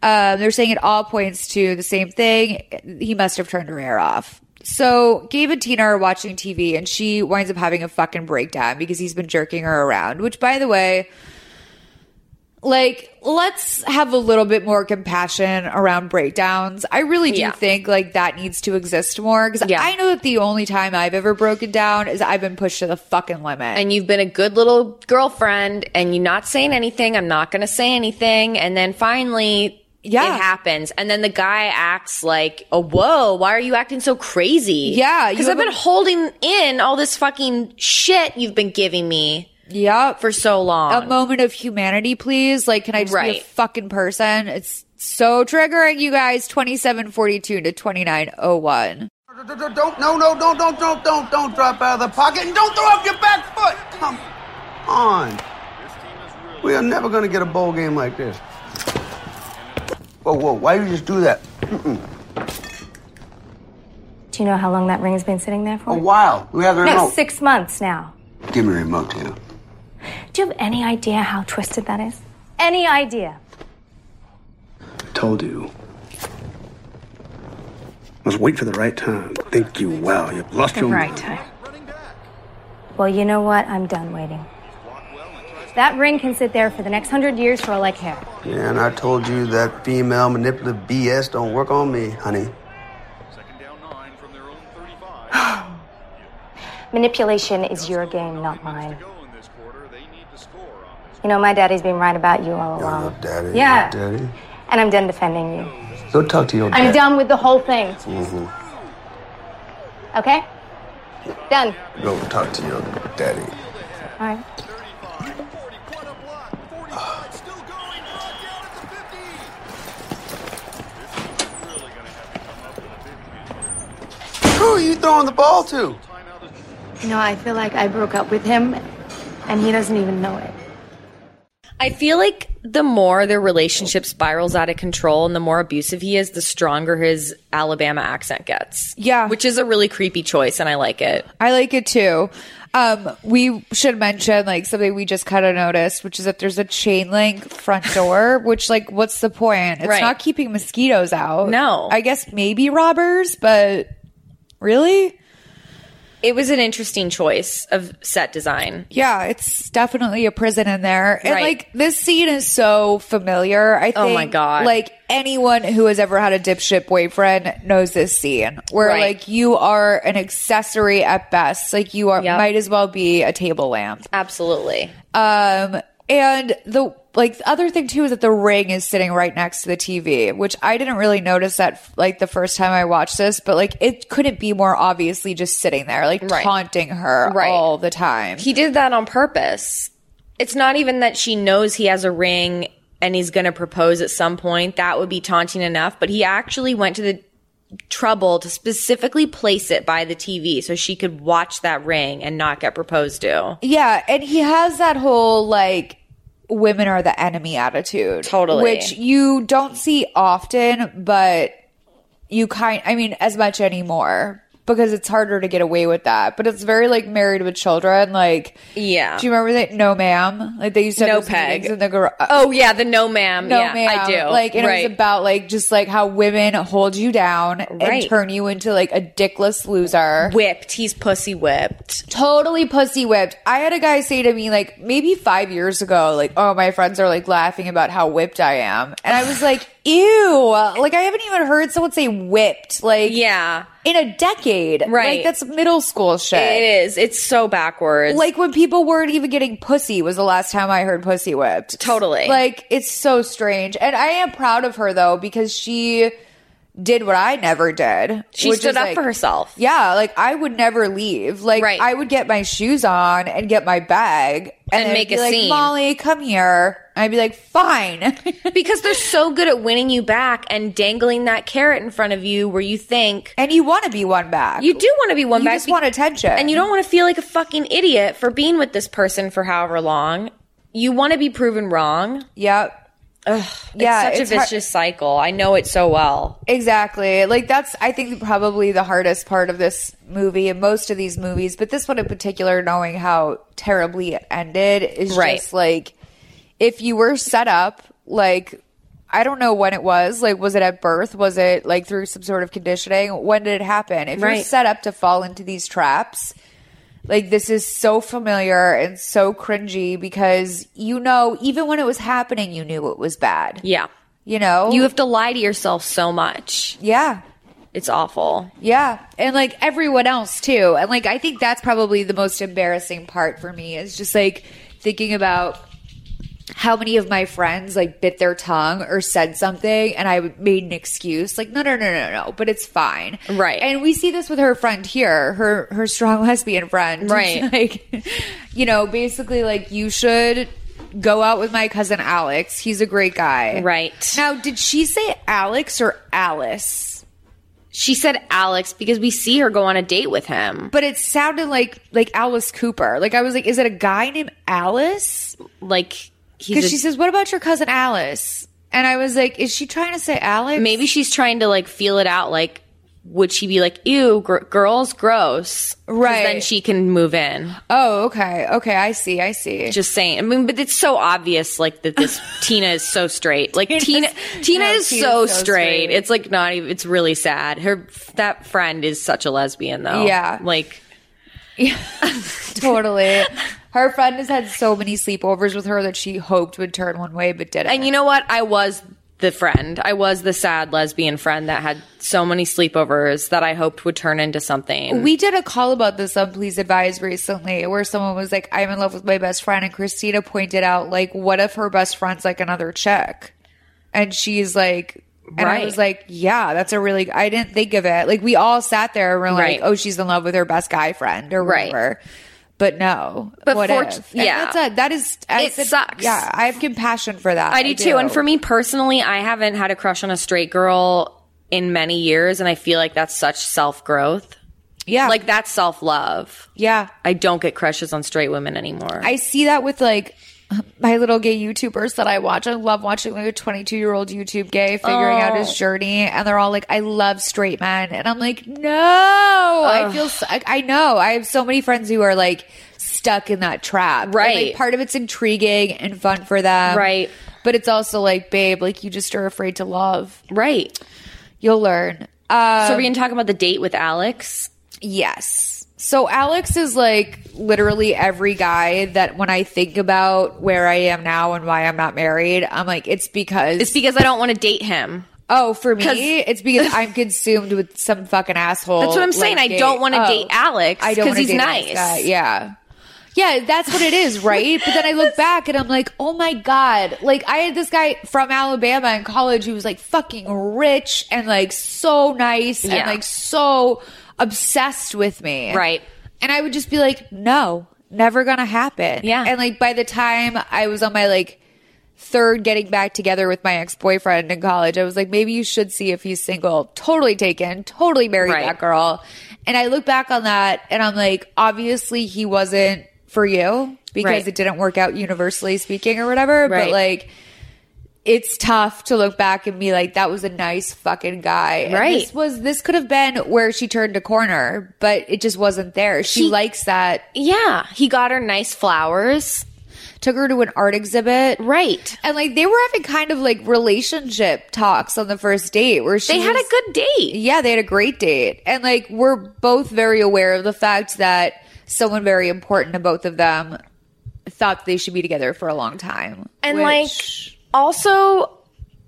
[SPEAKER 1] Um, they're saying it all points to the same thing. He must have turned her hair off. So Gabe and Tina are watching TV, and she winds up having a fucking breakdown because he's been jerking her around. Which, by the way, like let's have a little bit more compassion around breakdowns i really do
[SPEAKER 4] Yeah.
[SPEAKER 1] think like that needs to exist more because i know that the only time i've ever broken down is i've been pushed to the fucking limit
[SPEAKER 4] And you've been a good little girlfriend, and you're not saying anything. I'm not going to say anything. And then finally, yeah, it happens. And then the guy acts like, "Oh, whoa! Why are you acting so crazy?"
[SPEAKER 1] Yeah, you
[SPEAKER 4] because I've
[SPEAKER 1] have
[SPEAKER 4] been
[SPEAKER 1] a-
[SPEAKER 4] holding in all this fucking shit you've been giving me.
[SPEAKER 1] Yeah,
[SPEAKER 4] for so long.
[SPEAKER 1] a moment of humanity please like can i just be a
[SPEAKER 4] Right.
[SPEAKER 1] fucking person it's so triggering you guys 2742 to 2901
[SPEAKER 14] Don't, no, no, don't, don't, don't, don't, don't drop out of the pocket and don't throw up your back foot. Come
[SPEAKER 2] On. We are never going to get a bowl game like this. Whoa, whoa, why do you just do that? Mm-mm.
[SPEAKER 5] Do you know how long that ring's been sitting there for?
[SPEAKER 2] A while. We have the
[SPEAKER 5] No,
[SPEAKER 2] remote.
[SPEAKER 5] six months now.
[SPEAKER 2] Give me the remote, Tina.
[SPEAKER 5] Do you have any idea how twisted that is? Any idea?
[SPEAKER 2] I told you. Must wait for the right time. Thank you. Wow, you've lost
[SPEAKER 5] the
[SPEAKER 2] your
[SPEAKER 5] right time. Well, you know what? I'm done waiting. That ring can sit there for the next hundred years for all I care.
[SPEAKER 2] Yeah, and I told you that female manipulative BS don't work on me, honey.
[SPEAKER 5] Manipulation is your game, not mine. You know, my daddy's been right about you all along.
[SPEAKER 2] Daddy.
[SPEAKER 5] Oh, Yeah.
[SPEAKER 2] Daddy.
[SPEAKER 5] And I'm done defending you.
[SPEAKER 2] Go talk to your
[SPEAKER 5] I'm
[SPEAKER 2] Oh, dad.
[SPEAKER 5] done with the whole thing,
[SPEAKER 2] Mm-hmm.
[SPEAKER 5] okay? Done.
[SPEAKER 2] Go talk to your daddy.
[SPEAKER 5] All right.
[SPEAKER 2] Who are you throwing the ball to?
[SPEAKER 5] You know, I feel like I broke up with him, and he doesn't even know it.
[SPEAKER 4] I feel like the more their relationship spirals out of control and the more abusive he is, the stronger his Alabama accent gets.
[SPEAKER 1] Yeah.
[SPEAKER 4] Which is a really creepy choice, and I like it.
[SPEAKER 1] I like it too. Um, we should mention like something we just kind of noticed, which is that there's a chain link front door, which like, what's the point? It's
[SPEAKER 4] Right.
[SPEAKER 1] not keeping mosquitoes out.
[SPEAKER 4] No.
[SPEAKER 1] I guess maybe robbers, but really,
[SPEAKER 4] It was an interesting choice of set design.
[SPEAKER 1] yeah, it's definitely a prison in there. And
[SPEAKER 4] Right.
[SPEAKER 1] like this scene is so familiar. I think,
[SPEAKER 4] Oh, my God.
[SPEAKER 1] like anyone who has ever had a dipshit boyfriend knows this scene where
[SPEAKER 4] Right.
[SPEAKER 1] like you are an accessory at best. Like you are might as well be a table lamp.
[SPEAKER 4] Absolutely.
[SPEAKER 1] Um, and the like the other thing too is that the ring is sitting right next to the TV, which I didn't really notice that like the first time I watched this, but like it couldn't be more obviously just sitting there, like
[SPEAKER 4] Right.
[SPEAKER 1] taunting her
[SPEAKER 4] Right.
[SPEAKER 1] all the time.
[SPEAKER 4] He did that on purpose. It's not even that she knows he has a ring and he's going to propose at some point. That would be taunting enough, but he actually went to the trouble to specifically place it by the TV so she could watch that ring and not get proposed to.
[SPEAKER 1] Yeah, and he has that whole like women are the enemy attitude.
[SPEAKER 4] Totally.
[SPEAKER 1] Which you don't see often, but you kind I mean as much anymore because it's harder to get away with that. But it's very like married with children like
[SPEAKER 4] Yeah.
[SPEAKER 1] Do you remember that no ma'am? Like they used to have
[SPEAKER 4] No
[SPEAKER 1] those
[SPEAKER 4] peg.
[SPEAKER 1] meetings in the garage.
[SPEAKER 4] Oh yeah, the no ma'am.
[SPEAKER 1] No,
[SPEAKER 4] yeah,
[SPEAKER 1] ma'am.
[SPEAKER 4] I do.
[SPEAKER 1] Like, and it
[SPEAKER 4] right.
[SPEAKER 1] was about like just like how women hold you down and
[SPEAKER 4] Right.
[SPEAKER 1] turn you into like a dickless loser.
[SPEAKER 4] Whipped. He's pussy whipped.
[SPEAKER 1] Totally pussy whipped. I had a guy say to me like maybe five years ago, like, "Oh, my friends are like laughing about how whipped I am," and I was like, "Ew!" Like I haven't even heard someone say whipped. Like,
[SPEAKER 4] yeah,
[SPEAKER 1] in a decade,
[SPEAKER 4] Right.
[SPEAKER 1] Like that's middle school shit.
[SPEAKER 4] It is. It's so backwards.
[SPEAKER 1] Like when people weren't even getting pussy was the last time I heard pussy whipped.
[SPEAKER 4] Totally.
[SPEAKER 1] Like it's so strange. And I am proud of her though because she did what I never did.
[SPEAKER 4] She
[SPEAKER 1] which
[SPEAKER 4] stood
[SPEAKER 1] is,
[SPEAKER 4] up
[SPEAKER 1] like-
[SPEAKER 4] for herself.
[SPEAKER 1] Yeah, like I would never leave. Like I would get my shoes on and get my bag
[SPEAKER 4] And
[SPEAKER 1] then
[SPEAKER 4] make
[SPEAKER 1] be
[SPEAKER 4] a
[SPEAKER 1] like,
[SPEAKER 4] scene.
[SPEAKER 1] Molly, come here. And I'd be like, fine.
[SPEAKER 4] because they're so good at winning you back and dangling that carrot in front of you where you think
[SPEAKER 1] and you want to be won back
[SPEAKER 4] you do want to be won
[SPEAKER 1] You
[SPEAKER 4] back
[SPEAKER 1] just want attention
[SPEAKER 4] and you don't want to feel like a fucking idiot for being with this person for however long you want to be proven wrong
[SPEAKER 1] yep
[SPEAKER 4] Ugh,
[SPEAKER 1] Yeah,
[SPEAKER 4] it's such
[SPEAKER 1] it's
[SPEAKER 4] a
[SPEAKER 1] har-
[SPEAKER 4] vicious cycle i know it so well
[SPEAKER 1] Exactly. Like that's I think probably the hardest part of this movie and most of these movies, but this one in particular, knowing how terribly it ended is
[SPEAKER 4] Right.
[SPEAKER 1] just like if you were set up, like I don't know when it was. Like was it at birth? Was it like through some sort of conditioning? When did it happen? If you're
[SPEAKER 4] Right.
[SPEAKER 1] set up to fall into these traps, like this is so familiar and so cringy because you know, even when it was happening, you knew it was bad.
[SPEAKER 4] yeah
[SPEAKER 1] You know?
[SPEAKER 4] you have to lie to yourself so much
[SPEAKER 1] yeah
[SPEAKER 4] it's awful
[SPEAKER 1] Yeah. And like everyone else too. And like I think that's probably the most embarrassing part for me is just like thinking about how many of my friends like bit their tongue or said something and I made an excuse like no no no no no but it's fine. Right. And we see this with her friend here, her her strong lesbian friend.
[SPEAKER 4] Right.
[SPEAKER 1] Like you know, basically like you should go out with my cousin Alex. He's a great guy.
[SPEAKER 4] Right.
[SPEAKER 1] Now, did she say Alex or Alice?
[SPEAKER 4] She said Alex because we see her go on a date with him.
[SPEAKER 1] But it sounded like like Alice Cooper. Like I was like, is it a guy named Alice?
[SPEAKER 4] Like
[SPEAKER 1] because she says, "What about your cousin Alice?" And I was like, "Is she trying to say Alex?"
[SPEAKER 4] Maybe she's trying to like feel it out. Like, would she be like, "Ew, gr- girls, gross"? 'Cause
[SPEAKER 1] Right.
[SPEAKER 4] Then she can move in.
[SPEAKER 1] Oh, okay, okay, I see, I see.
[SPEAKER 4] Just saying. I mean, but it's so obvious. Like that, this Tina is so straight. Like Tina, Tina
[SPEAKER 1] no,
[SPEAKER 4] is
[SPEAKER 1] Tina's
[SPEAKER 4] so,
[SPEAKER 1] so
[SPEAKER 4] straight.
[SPEAKER 1] straight.
[SPEAKER 4] It's like not even. It's really sad. Her that friend is such a lesbian though.
[SPEAKER 1] Yeah.
[SPEAKER 4] Like
[SPEAKER 1] totally. Her friend has had so many sleepovers with her that she hoped would turn one way, but didn't.
[SPEAKER 4] And you know what? I was the friend. I was the sad lesbian friend that had so many sleepovers that I hoped would turn into something.
[SPEAKER 1] We did a call about this on Please Advise recently where someone was like, I'm in love with my best friend. And Christina pointed out, like, what if her best friend's like another chick? And she's like, and I
[SPEAKER 4] Right.
[SPEAKER 1] was like, yeah, that's a really, I didn't think of it. Like, we all sat there and were like,
[SPEAKER 4] Right.
[SPEAKER 1] oh, she's in love with her best guy friend or
[SPEAKER 4] Right.
[SPEAKER 1] whatever. But no.
[SPEAKER 4] But
[SPEAKER 1] what
[SPEAKER 4] for-
[SPEAKER 1] if? And
[SPEAKER 4] yeah.
[SPEAKER 1] That's a, that is, I
[SPEAKER 4] It sucks.
[SPEAKER 1] Yeah. I have compassion for that.
[SPEAKER 4] I do too. And for me personally, I haven't had a crush on a straight girl in many years. And I feel like that's such self growth.
[SPEAKER 1] Yeah.
[SPEAKER 4] Like that's self love.
[SPEAKER 1] Yeah.
[SPEAKER 4] I don't get crushes on straight women anymore.
[SPEAKER 1] I see that with like my little gay YouTubers that I watch. I love watching like a 22 year old YouTube gay figuring out
[SPEAKER 4] Oh.
[SPEAKER 1] his journey, and they're all like, "I love straight men," and I'm like, "No, I
[SPEAKER 4] Ugh.
[SPEAKER 1] feel so, I, I know I have so many friends who are like stuck in that trap. And, like,
[SPEAKER 4] Right.
[SPEAKER 1] part of it's intriguing and fun for them,
[SPEAKER 4] Right.
[SPEAKER 1] But it's also like, babe, like you just are afraid to love,
[SPEAKER 4] right?
[SPEAKER 1] You'll learn.
[SPEAKER 4] so
[SPEAKER 1] Um,
[SPEAKER 4] are we gonna talk about the date with Alex?
[SPEAKER 1] Yes. So Alex is like literally every guy that when I think about where I am now and why I'm not married, I'm like, it's because
[SPEAKER 4] It's because I don't want to date him.
[SPEAKER 1] Oh, for
[SPEAKER 4] 'Cause-
[SPEAKER 1] me, it's because I'm consumed with some fucking asshole.
[SPEAKER 4] That's what I'm saying.
[SPEAKER 1] like,
[SPEAKER 4] I don't want to
[SPEAKER 1] Oh,
[SPEAKER 4] date Alex
[SPEAKER 1] I don't
[SPEAKER 4] because
[SPEAKER 1] wanna
[SPEAKER 4] he's
[SPEAKER 1] date a
[SPEAKER 4] nice.
[SPEAKER 1] guy. Yeah. Yeah, that's what it is, right? but then I look back and I'm like, oh my God. Like, I had this guy from Alabama in college who was like fucking rich and like so nice and
[SPEAKER 4] Yeah.
[SPEAKER 1] like so obsessed with me.
[SPEAKER 4] Right.
[SPEAKER 1] And I would just be like, no, never gonna happen. Yeah. And like by the time I was on my like third getting back together with my ex boyfriend in college, I was like, maybe you should see if he's single. Totally taken, totally married that girl. And I look back on that and I'm like, obviously he wasn't for you because
[SPEAKER 4] Right.
[SPEAKER 1] it didn't work out universally speaking or whatever. But
[SPEAKER 4] Right.
[SPEAKER 1] like, it's tough to look back and be like, that was a nice fucking guy. And
[SPEAKER 4] Right.
[SPEAKER 1] this was this could have been where she turned a corner, but it just wasn't there. She, likes that.
[SPEAKER 4] Yeah. He got her nice flowers.
[SPEAKER 1] Took her to an art exhibit.
[SPEAKER 4] Right.
[SPEAKER 1] And like they were having kind of like relationship talks on the first date where she
[SPEAKER 4] They had a good date.
[SPEAKER 1] Yeah, they had a great date. And like we're both very aware of the fact that someone very important to both of them thought they should be together for a long time.
[SPEAKER 4] And
[SPEAKER 1] which-
[SPEAKER 4] like also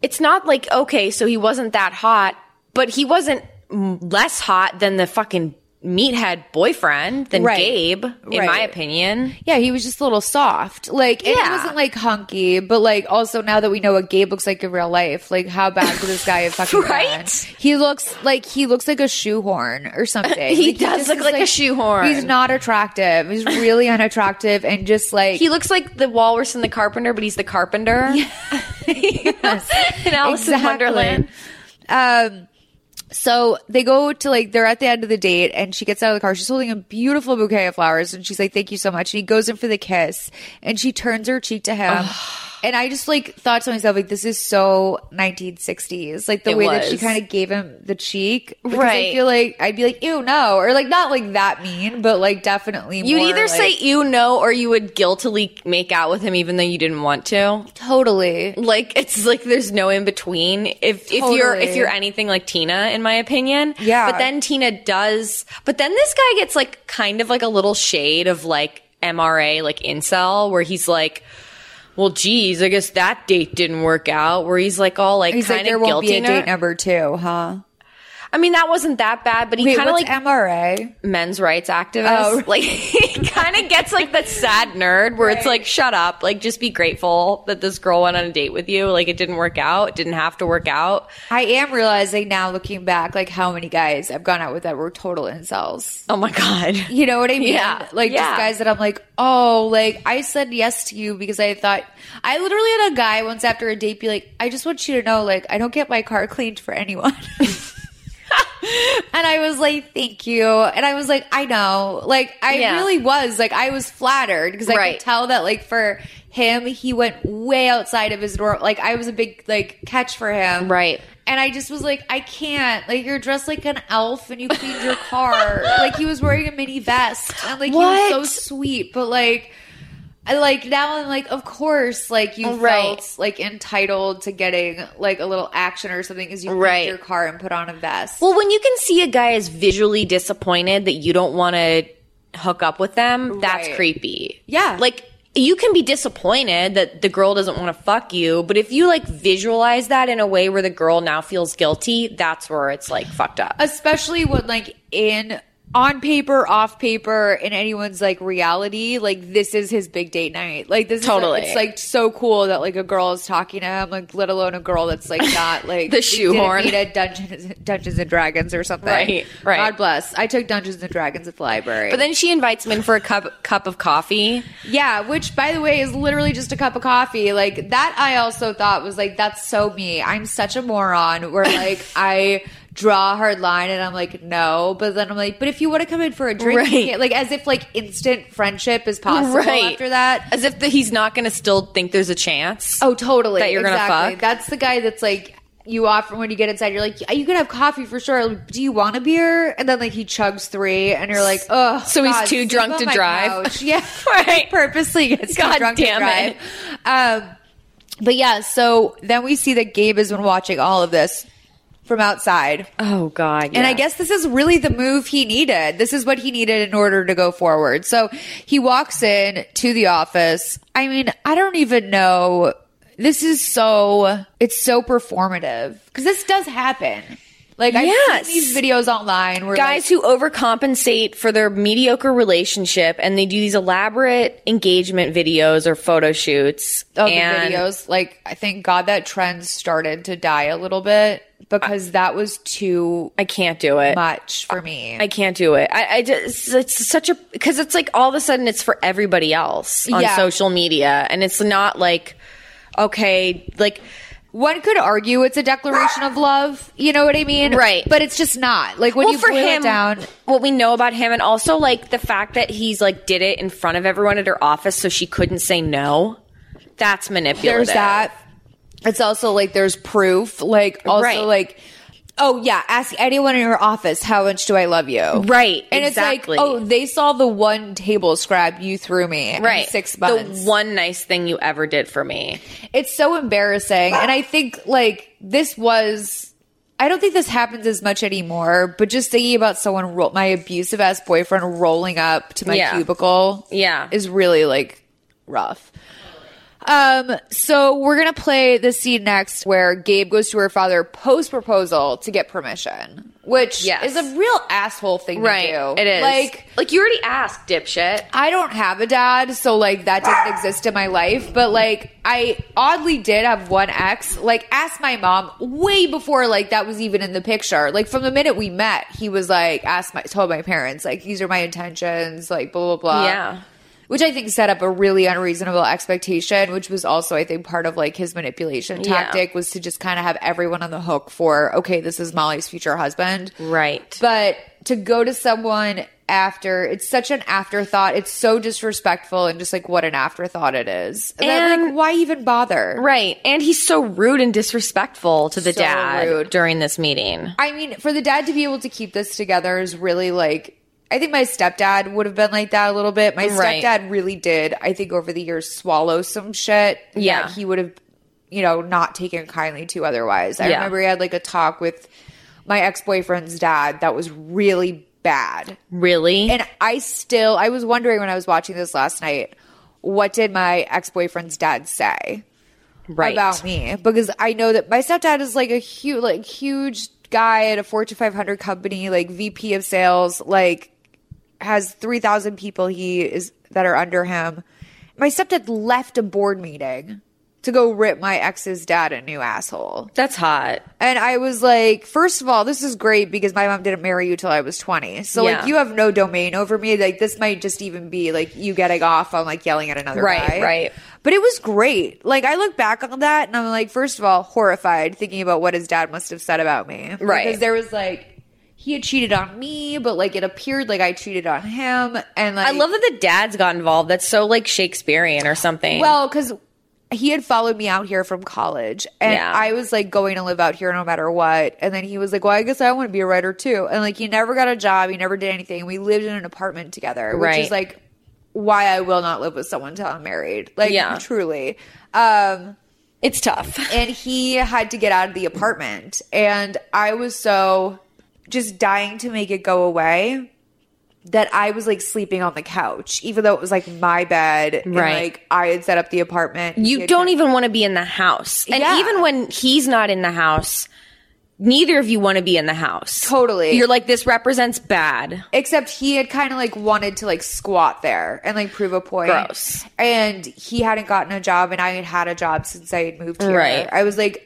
[SPEAKER 4] it's not like okay, so he wasn't that hot, but he wasn't m- less hot than the fucking meathead boyfriend than
[SPEAKER 1] Right.
[SPEAKER 4] Gabe in my
[SPEAKER 1] Right.
[SPEAKER 4] opinion.
[SPEAKER 1] Yeah, he was just a little soft. Like, and he
[SPEAKER 4] Yeah.
[SPEAKER 1] wasn't like hunky, but like also now that we know what Gabe looks like in real life, like how bad could this guy have fucking right? He looks like he looks like a shoehorn or something.
[SPEAKER 4] He
[SPEAKER 1] Like,
[SPEAKER 4] does
[SPEAKER 1] just
[SPEAKER 4] look
[SPEAKER 1] is,
[SPEAKER 4] like a shoehorn.
[SPEAKER 1] He's not attractive. He's really unattractive and just like
[SPEAKER 4] He looks like the walrus and the carpenter, but he's the carpenter. in Alice in Wonderland.
[SPEAKER 1] Um, so they go to like they're at the end of the date, and she gets out of the car. She's holding a beautiful bouquet of flowers, and she's like, "Thank you so much." And he goes in for the kiss, and she turns her cheek to him. and I just like thought to myself, like, this is so 1960s, like the
[SPEAKER 4] It
[SPEAKER 1] way that she
[SPEAKER 4] was.
[SPEAKER 1] kind of gave him the cheek. Because I
[SPEAKER 4] Right.
[SPEAKER 1] feel like I'd be like, "Ew, no," or like not like that mean, but like definitely.
[SPEAKER 4] You'd
[SPEAKER 1] more,
[SPEAKER 4] either
[SPEAKER 1] like-
[SPEAKER 4] say you know or you would guiltily make out with him even though you didn't want to.
[SPEAKER 1] Totally.
[SPEAKER 4] Like it's like there's no in between. If if you're
[SPEAKER 1] Totally.
[SPEAKER 4] if you're anything like Tina in my opinion.
[SPEAKER 1] Yeah.
[SPEAKER 4] But then Tina does but then this guy gets like kind of like a little shade of like MRA like incel where he's like well, geez, I guess that date didn't work out. Where he's like all like
[SPEAKER 1] He's
[SPEAKER 4] kind
[SPEAKER 1] like,
[SPEAKER 4] of
[SPEAKER 1] "There
[SPEAKER 4] guilty.
[SPEAKER 1] won't be a
[SPEAKER 4] now."
[SPEAKER 1] date number two, huh?"
[SPEAKER 4] I mean, that wasn't that bad, but he
[SPEAKER 1] Wait,
[SPEAKER 4] kind of
[SPEAKER 1] what's
[SPEAKER 4] like
[SPEAKER 1] MRA,
[SPEAKER 4] men's rights activist.
[SPEAKER 1] Oh.
[SPEAKER 4] Like he kind of gets like that sad nerd where it's like, shut up, like just be grateful that this girl went on a date with you. Like it didn't work out, it didn't have to work out.
[SPEAKER 1] I am realizing now, looking back, like how many guys I've gone out with that were total incels.
[SPEAKER 4] Oh my god!
[SPEAKER 1] You know what I mean?
[SPEAKER 4] Yeah,
[SPEAKER 1] Like
[SPEAKER 4] yeah.
[SPEAKER 1] just guys that I'm like, oh, like I said yes to you because I thought I literally had a guy once after a date be like, I just want you to know, like I don't get my car cleaned for anyone. and I was like, thank you. And I was like, I know. Like I
[SPEAKER 4] Yeah.
[SPEAKER 1] really was. Like I was flattered because I
[SPEAKER 4] Right.
[SPEAKER 1] could tell that like for him, he went way outside of his norm. Like I was a big like catch for him.
[SPEAKER 4] Right.
[SPEAKER 1] And I just was like, I can't. Like you're dressed like an elf and you cleaned your car. like he was wearing a mini vest. And like he
[SPEAKER 4] What?
[SPEAKER 1] was so sweet. But like I like now I'm like, of course, like you
[SPEAKER 4] Right.
[SPEAKER 1] felt like entitled to getting like a little action or something because you cleaned
[SPEAKER 4] Right.
[SPEAKER 1] your car and put on a vest.
[SPEAKER 4] Well, when you can see a guy is visually disappointed that you don't want to hook up with them, that's
[SPEAKER 1] Right.
[SPEAKER 4] creepy.
[SPEAKER 1] Yeah.
[SPEAKER 4] Like you can be disappointed that the girl doesn't want to fuck you, but if you like visualize that in a way where the girl now feels guilty, that's where it's like fucked up.
[SPEAKER 1] especially when like in on paper, off paper, in anyone's like reality, like this is his big date night. Like this
[SPEAKER 4] Totally.
[SPEAKER 1] is it's like so cool that like a girl is talking to him, like let alone a girl that's like not like
[SPEAKER 4] The
[SPEAKER 1] didn't
[SPEAKER 4] shoehorn.
[SPEAKER 1] meet at Dungeons Dungeons and Dragons or something.
[SPEAKER 4] Right, right.
[SPEAKER 1] God bless. I took Dungeons and Dragons at the library.
[SPEAKER 4] But then she invites him in for a cup cup of coffee.
[SPEAKER 1] Yeah, which by the way is literally just a cup of coffee. Like that I also thought was like that's so me. I'm such a moron where like I draw a hard line and I'm like no, but then I'm like but if you want to come in for a drink, you
[SPEAKER 4] Right.
[SPEAKER 1] can't- like as if like instant friendship is possible
[SPEAKER 4] Right.
[SPEAKER 1] after that.
[SPEAKER 4] As if the, he's not going to still think there's a chance.
[SPEAKER 1] Oh, totally.
[SPEAKER 4] That you're gonna
[SPEAKER 1] exactly.
[SPEAKER 4] fuck?
[SPEAKER 1] That's the guy that's like you offer when you get inside you're like you can have coffee for sure do you want a beer and then like he chugs three and you're like oh
[SPEAKER 4] So he's too drunk to drive?
[SPEAKER 1] yeah right purposely gets
[SPEAKER 4] God
[SPEAKER 1] too drunk
[SPEAKER 4] damn
[SPEAKER 1] to drive um but yeah so then we see that gabe has been watching all of this from outside
[SPEAKER 4] Oh God!
[SPEAKER 1] and I guess this is really the move he needed. This is what he needed in order to go forward. So he walks in to the office. I mean, I don't even know. This is so, it's so performative because this does happen. Like I've
[SPEAKER 4] Yes.
[SPEAKER 1] seen these videos online where like,
[SPEAKER 4] guys who overcompensate for their mediocre relationship and they do these elaborate engagement videos or photo shoots
[SPEAKER 1] of
[SPEAKER 4] and
[SPEAKER 1] the videos. Like, I thank God that trend started to die a little bit because that was too.
[SPEAKER 4] I can't do it.
[SPEAKER 1] Much for me.
[SPEAKER 4] I can't do it. I, I just it's such a because it's like all of a sudden it's for everybody else on
[SPEAKER 1] Yeah.
[SPEAKER 4] social media and it's not like okay like
[SPEAKER 1] one could argue it's a declaration of love. You know what I mean?
[SPEAKER 4] Right.
[SPEAKER 1] But it's just not like when
[SPEAKER 4] well,
[SPEAKER 1] you
[SPEAKER 4] for
[SPEAKER 1] boil
[SPEAKER 4] him,
[SPEAKER 1] it down.
[SPEAKER 4] what we know about him, and also like the fact that he's like did it in front of everyone at her office, so she couldn't say no. That's manipulative.
[SPEAKER 1] There's that. It's also like there's proof. Like also
[SPEAKER 4] Right.
[SPEAKER 1] like. Oh yeah, ask anyone in your office how much do I love you?
[SPEAKER 4] Right,
[SPEAKER 1] and
[SPEAKER 4] exactly.
[SPEAKER 1] it's like, oh, they saw the one table scrap you threw me, right?
[SPEAKER 4] Right.
[SPEAKER 1] In six months,
[SPEAKER 4] The one nice thing you ever did for me.
[SPEAKER 1] it's so embarrassing and i think like this was i don't think this happens as much anymore but just thinking about someone ro- my abusive ass boyfriend rolling up to my
[SPEAKER 4] Yeah.
[SPEAKER 1] cubicle
[SPEAKER 4] yeah
[SPEAKER 1] is really like rough um so we're gonna play the scene next where gabe goes to her father post proposal to get permission which
[SPEAKER 4] Yes.
[SPEAKER 1] is a real asshole thing
[SPEAKER 4] Right.
[SPEAKER 1] to do
[SPEAKER 4] It is.
[SPEAKER 1] like
[SPEAKER 4] like you already asked, dipshit.
[SPEAKER 1] I don't have a dad, so like that doesn't exist in my life. But like I oddly did have one ex. Like asked my mom way before like that was even in the picture. Like from the minute we met, he was like asked my told my parents like these are my intentions. Like blah blah blah.
[SPEAKER 4] Yeah.
[SPEAKER 1] Which I think set up a really unreasonable expectation, which was also I think part of like his manipulation
[SPEAKER 4] Yeah.
[SPEAKER 1] tactic was to just kind of have everyone on the hook for okay, this is Molly's future husband.
[SPEAKER 4] Right.
[SPEAKER 1] But to go to someone after, it's such an afterthought. It's so disrespectful and just like what an afterthought it is. And then, like, why even bother?
[SPEAKER 4] Right. And he's so rude and disrespectful to the
[SPEAKER 1] So
[SPEAKER 4] dad
[SPEAKER 1] rude.
[SPEAKER 4] during this meeting.
[SPEAKER 1] I mean, for the dad to be able to keep this together is really like, I think my stepdad would have been like that a little bit. My
[SPEAKER 4] Right.
[SPEAKER 1] stepdad really did, I think, over the years swallow some shit. that
[SPEAKER 4] Yeah.
[SPEAKER 1] he would have, you know, not taken kindly to otherwise. I
[SPEAKER 4] Yeah.
[SPEAKER 1] remember he had like a talk with my ex boyfriend's dad that was really bad.
[SPEAKER 4] Really?
[SPEAKER 1] And I still, I was wondering when I was watching this last night, what did my ex boyfriend's dad say?
[SPEAKER 4] Right.
[SPEAKER 1] about me because I know that my stepdad is like a huge, like huge guy at a Fortune 500 company, like VP of sales, like has 3,000 people he is that are under him. My stepdad left a board meeting to go rip my ex's dad a new asshole.
[SPEAKER 4] That's hot.
[SPEAKER 1] And I was like, first of all, this is great because my mom didn't marry you till I was 20. So
[SPEAKER 4] Yeah.
[SPEAKER 1] like you have no domain over me. Like this might just even be like you getting off on like yelling at another
[SPEAKER 4] Right,
[SPEAKER 1] guy.
[SPEAKER 4] right.
[SPEAKER 1] But it was great. Like I look back on that and I'm like, first of all, horrified thinking about what his dad must have said about me.
[SPEAKER 4] Right.
[SPEAKER 1] Because there was like he had cheated on me, but like it appeared like I cheated on him and like
[SPEAKER 4] I love that the dad's got involved. That's so like Shakespearean or something.
[SPEAKER 1] Well, because he had followed me out here from college, and
[SPEAKER 4] Yeah.
[SPEAKER 1] I was like going to live out here no matter what. And then he was like, "Well, I guess I want to be a writer too." And like, he never got a job. He never did anything. We lived in an apartment together, which
[SPEAKER 4] Right.
[SPEAKER 1] is like why I will not live with someone till I'm married. Like,
[SPEAKER 4] Yeah.
[SPEAKER 1] truly, um,
[SPEAKER 4] it's tough.
[SPEAKER 1] And he had to get out of the apartment, and I was so just dying to make it go away that I was like sleeping on the couch, even though it was like my bed. and,
[SPEAKER 4] Right.
[SPEAKER 1] like I had set up the apartment. He
[SPEAKER 4] you
[SPEAKER 1] had
[SPEAKER 4] don't even want to be in the house. And
[SPEAKER 1] Yeah.
[SPEAKER 4] even when he's not in the house, neither of you want to be in the house.
[SPEAKER 1] Totally.
[SPEAKER 4] You're like, this represents bad.
[SPEAKER 1] Except he had kind of like wanted to like squat there and like prove a point.
[SPEAKER 4] Gross.
[SPEAKER 1] And he hadn't gotten a job, and I had had a job since I had moved here.
[SPEAKER 4] Right.
[SPEAKER 1] I was like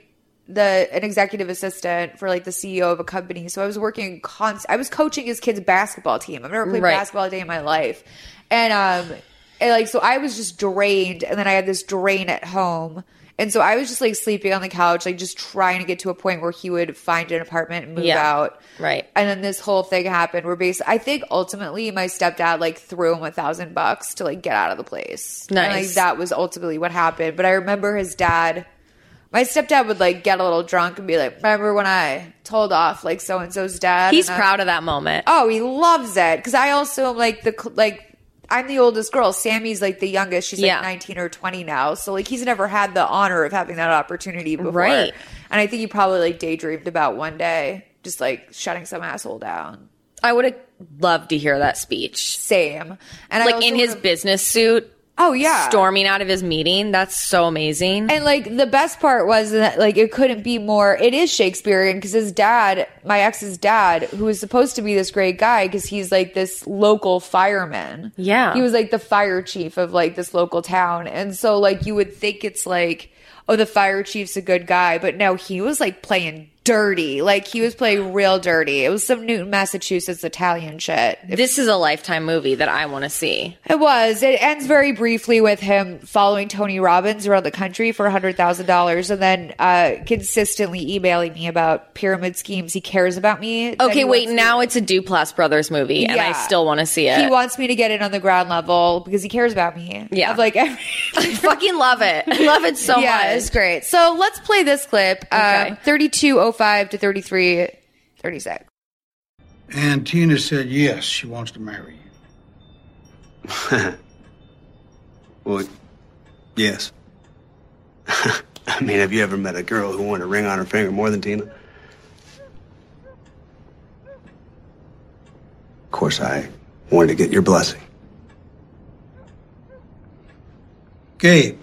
[SPEAKER 1] the an executive assistant for like the CEO of a company, so I was working const. I was coaching his kids' basketball team. I've never played
[SPEAKER 4] Right.
[SPEAKER 1] basketball a day in my life, and um, and like so I was just drained, and then I had this drain at home. And so I was just like sleeping on the couch, like just trying to get to a point where he would find an apartment and move
[SPEAKER 4] Yeah.
[SPEAKER 1] out.
[SPEAKER 4] Right.
[SPEAKER 1] And then this whole thing happened where basically, I think ultimately my stepdad like threw him a thousand bucks to like get out of the place. And, like,
[SPEAKER 4] Nice.
[SPEAKER 1] that was ultimately what happened. But I remember his dad, my stepdad would like get a little drunk and be like, remember when I told off like so and so's dad?
[SPEAKER 4] He's
[SPEAKER 1] And I-
[SPEAKER 4] proud of that moment.
[SPEAKER 1] Oh, he loves it. Cause I also am like the, cl- like, I'm the oldest girl. Sammy's like the youngest. She's like
[SPEAKER 4] Yeah.
[SPEAKER 1] 19 or 20 now. So like he's never had the honor of having that opportunity before.
[SPEAKER 4] Right.
[SPEAKER 1] And I think he probably like daydreamed about one day just like shutting some asshole down.
[SPEAKER 4] I would have loved to hear that speech.
[SPEAKER 1] Same. And I
[SPEAKER 4] like
[SPEAKER 1] also
[SPEAKER 4] in his
[SPEAKER 1] would've-
[SPEAKER 4] business suit.
[SPEAKER 1] Oh yeah.
[SPEAKER 4] storming out of his meeting. That's so amazing.
[SPEAKER 1] And like the best part was that like it couldn't be more. It is Shakespearean because his dad, my ex's dad, who was supposed to be this great guy because he's like this local fireman.
[SPEAKER 4] Yeah.
[SPEAKER 1] he was like the fire chief of like this local town, and so like you would think it's like, oh, the fire chief's a good guy, but no, he was like playing dirty. Like he was playing real dirty. It was some Newton, Massachusetts Italian shit.
[SPEAKER 4] this is a lifetime movie that I want to see.
[SPEAKER 1] It was. It ends very briefly with him following Tony Robbins around the country for $100,000 and then uh, consistently emailing me about pyramid schemes he cares about me. that
[SPEAKER 4] Okay,
[SPEAKER 1] he
[SPEAKER 4] wait.
[SPEAKER 1] wants-
[SPEAKER 4] Now it's a Duplass Brothers movie, and I
[SPEAKER 1] Yeah.
[SPEAKER 4] still want to see it.
[SPEAKER 1] He wants me to get in on the ground level because he cares about me.
[SPEAKER 4] Yeah.
[SPEAKER 1] Of like every-
[SPEAKER 4] I fucking love it. I love it so
[SPEAKER 1] yeah,
[SPEAKER 4] much.
[SPEAKER 1] it's great. So let's play this clip. Um, 3205 to 3336.
[SPEAKER 8] And Tina said yes, she wants to marry you.
[SPEAKER 2] Well, yes. I mean, have you ever met a girl who wanted a ring on her finger more than Tina? Of course, I wanted to get your blessing.
[SPEAKER 8] Gabe,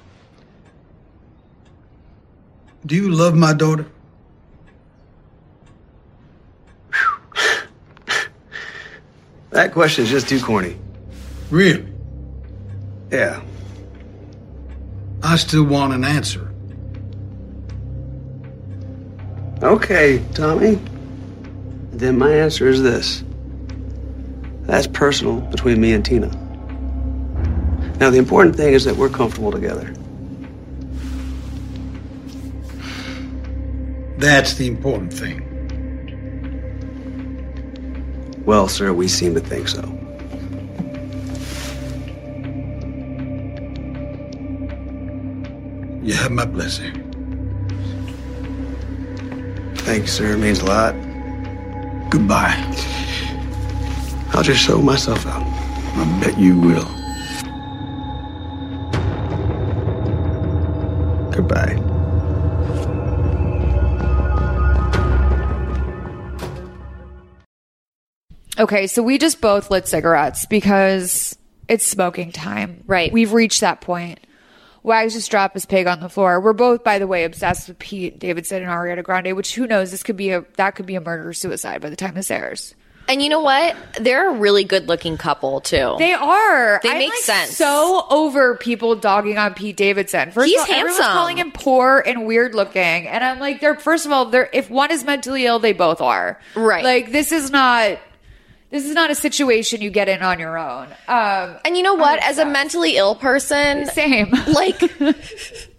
[SPEAKER 8] do you love my daughter?
[SPEAKER 2] That question's just too corny.
[SPEAKER 8] Really?
[SPEAKER 2] Yeah.
[SPEAKER 8] I still want an answer.
[SPEAKER 2] Okay, Tommy. Then my answer is this. That's personal between me and Tina. Now, the important thing is that we're comfortable together.
[SPEAKER 8] That's the important thing.
[SPEAKER 2] Well, sir, we seem to think so.
[SPEAKER 8] You have my blessing.
[SPEAKER 2] Thank you, sir. It means a lot.
[SPEAKER 8] Goodbye.
[SPEAKER 2] I'll just show myself out.
[SPEAKER 8] I bet you will.
[SPEAKER 2] Goodbye.
[SPEAKER 1] Okay, so we just both lit cigarettes because it's smoking time.
[SPEAKER 4] Right.
[SPEAKER 1] We've reached that point. Wags just dropped his pig on the floor. We're both, by the way, obsessed with Pete Davidson and Ariana Grande, which who knows, this could be a that could be a murder suicide by the time this airs.
[SPEAKER 4] And you know what? They're a really good looking couple too.
[SPEAKER 1] They are.
[SPEAKER 4] They
[SPEAKER 1] I'm,
[SPEAKER 4] make
[SPEAKER 1] like,
[SPEAKER 4] sense.
[SPEAKER 1] So over people dogging on Pete Davidson. First
[SPEAKER 4] He's
[SPEAKER 1] of all, everyone's
[SPEAKER 4] handsome.
[SPEAKER 1] calling him poor and weird looking, and I'm like, they're first of all, they're if one is mentally ill, they both are.
[SPEAKER 4] Right.
[SPEAKER 1] Like this is not this is not a situation you get in on your own. Um,
[SPEAKER 4] and you know what? As a mentally ill person,
[SPEAKER 1] same.
[SPEAKER 4] Like,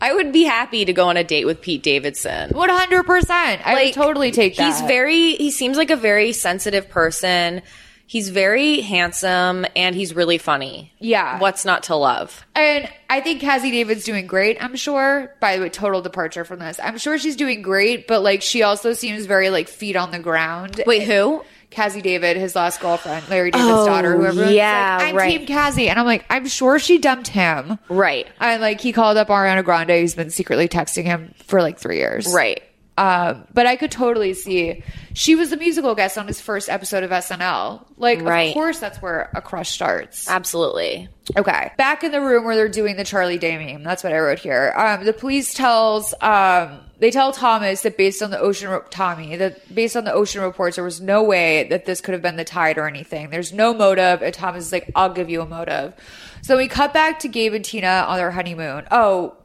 [SPEAKER 4] I would be happy to go on a date with Pete Davidson.
[SPEAKER 1] One hundred percent. I would totally take that.
[SPEAKER 4] He's very. He seems like a very sensitive person. He's very handsome and he's really funny.
[SPEAKER 1] Yeah.
[SPEAKER 4] What's not to love?
[SPEAKER 1] And I think Cassie David's doing great, I'm sure. By the way, total departure from this. I'm sure she's doing great, but like she also seems very like feet on the ground.
[SPEAKER 4] Wait, who?
[SPEAKER 1] Cassie David, his last girlfriend, Larry David's
[SPEAKER 4] Oh,
[SPEAKER 1] daughter, who everyone's
[SPEAKER 4] yeah,
[SPEAKER 1] like, I'm
[SPEAKER 4] right.
[SPEAKER 1] Team Cassie. And I'm like, I'm sure she dumped him.
[SPEAKER 4] Right.
[SPEAKER 1] And like he called up Ariana Grande, who's been secretly texting him for like three years.
[SPEAKER 4] Right.
[SPEAKER 1] Um, but I could totally see she was the musical guest on his first episode of SNL. Like,
[SPEAKER 4] Right.
[SPEAKER 1] of course, that's where a crush starts.
[SPEAKER 4] Absolutely.
[SPEAKER 1] Okay. Back in the room where they're doing the Charlie Day meme. That's what I wrote here. Um, the police tells um, they tell Thomas that based on the ocean re- Tommy that based on the ocean reports there was no way that this could have been the tide or anything. There's no motive, and Thomas is like, "I'll give you a motive." So we cut back to Gabe and Tina on their honeymoon. Oh,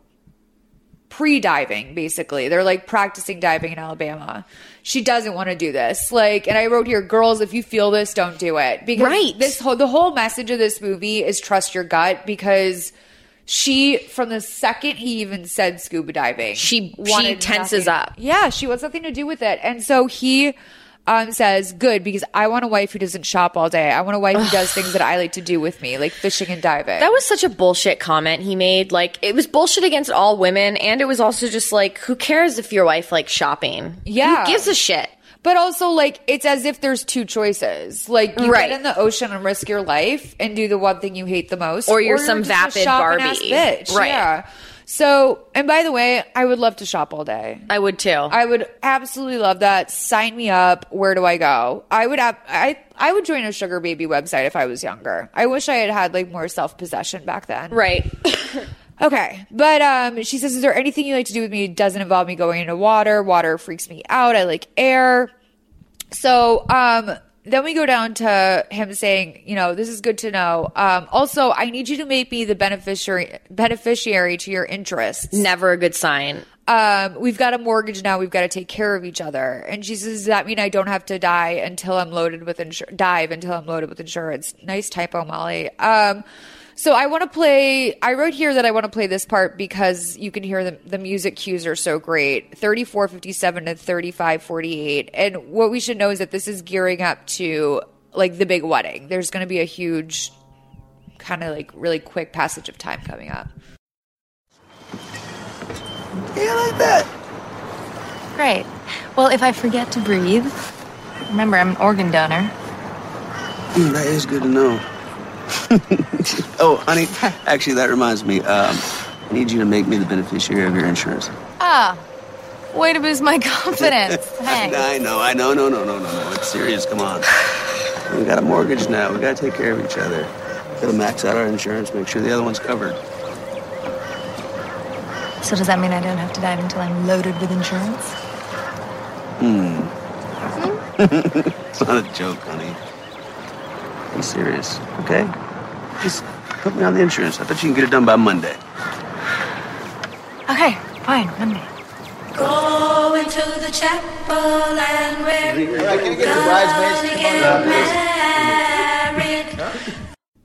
[SPEAKER 1] pre-diving basically they're like practicing diving in alabama she doesn't want to do this like and i wrote here girls if you feel this don't do it because
[SPEAKER 4] Right.
[SPEAKER 1] this whole the whole message of this movie is trust your gut because she from the second he even said scuba diving
[SPEAKER 4] She- she
[SPEAKER 1] wanted
[SPEAKER 4] tenses
[SPEAKER 1] nothing-
[SPEAKER 4] up.
[SPEAKER 1] yeah she wants nothing to do with it and so he um, says good because I want a wife who doesn't shop all day. I want a wife who does things that I like to do with me, like fishing and diving.
[SPEAKER 4] That was such a bullshit comment he made. Like it was bullshit against all women, and it was also just like, who cares if your wife likes shopping?
[SPEAKER 1] Yeah.
[SPEAKER 4] who gives a shit?
[SPEAKER 1] But also, like, it's as if there's two choices. Like, you
[SPEAKER 4] Right.
[SPEAKER 1] get in the ocean and risk your life and do the one thing you hate the most,
[SPEAKER 4] Or you're some
[SPEAKER 1] just a
[SPEAKER 4] vapid
[SPEAKER 1] shopping-ass
[SPEAKER 4] Barbie.
[SPEAKER 1] bitch.
[SPEAKER 4] Right.
[SPEAKER 1] Yeah. So, and by the way, I would love to shop all day.
[SPEAKER 4] I would too. I
[SPEAKER 1] would absolutely love that. Sign me up. Where do I go? I would ab- I I would join a sugar baby website if I was younger. I wish I had had like more self possession back then.
[SPEAKER 4] Right.
[SPEAKER 1] Okay. But um, she says, Is there anything you like to do with me? It doesn't involve me going into water. Water freaks me out. I like air. So um, then we go down to him saying, You know, this is good to know. Um, also, I need you to make me the beneficiary, beneficiary to your interests.
[SPEAKER 4] Never a good sign.
[SPEAKER 1] Um, we've got a mortgage now. We've got to take care of each other. And she says, "Does that mean I don't have to die until I'm loaded with insur- dive until I'm loaded with insurance?" Nice typo, Molly. Um, so I want to play. I wrote here that I want to play this part because you can hear the, the music cues are so great. Thirty-four fifty-seven to thirty-five forty-eight. And what we should know is that this is gearing up to like the big wedding. There's going to be a huge, kind of like really quick passage of time coming up.
[SPEAKER 14] Yeah, like that.
[SPEAKER 7] Great. Well, if I forget to breathe, remember I'm an organ donor.
[SPEAKER 2] Mm, that is good to know. oh, honey, actually, that reminds me. Um, I need you to make me the beneficiary of your insurance.
[SPEAKER 7] Ah, way to boost my confidence. Thanks.
[SPEAKER 2] I know, I know, no, no, no, no, no. It's serious. Come on. We got a mortgage now. We got to take care of each other. Got to max out our insurance, make sure the other one's covered.
[SPEAKER 7] So does that mean I don't have to dive until I'm loaded with insurance?
[SPEAKER 2] Hmm. it's not a joke, honey. Be serious, okay? Just put me on the insurance. I bet you can get it done by Monday.
[SPEAKER 7] Okay, fine, Monday.
[SPEAKER 15] Go into the chapel and we're gonna get married.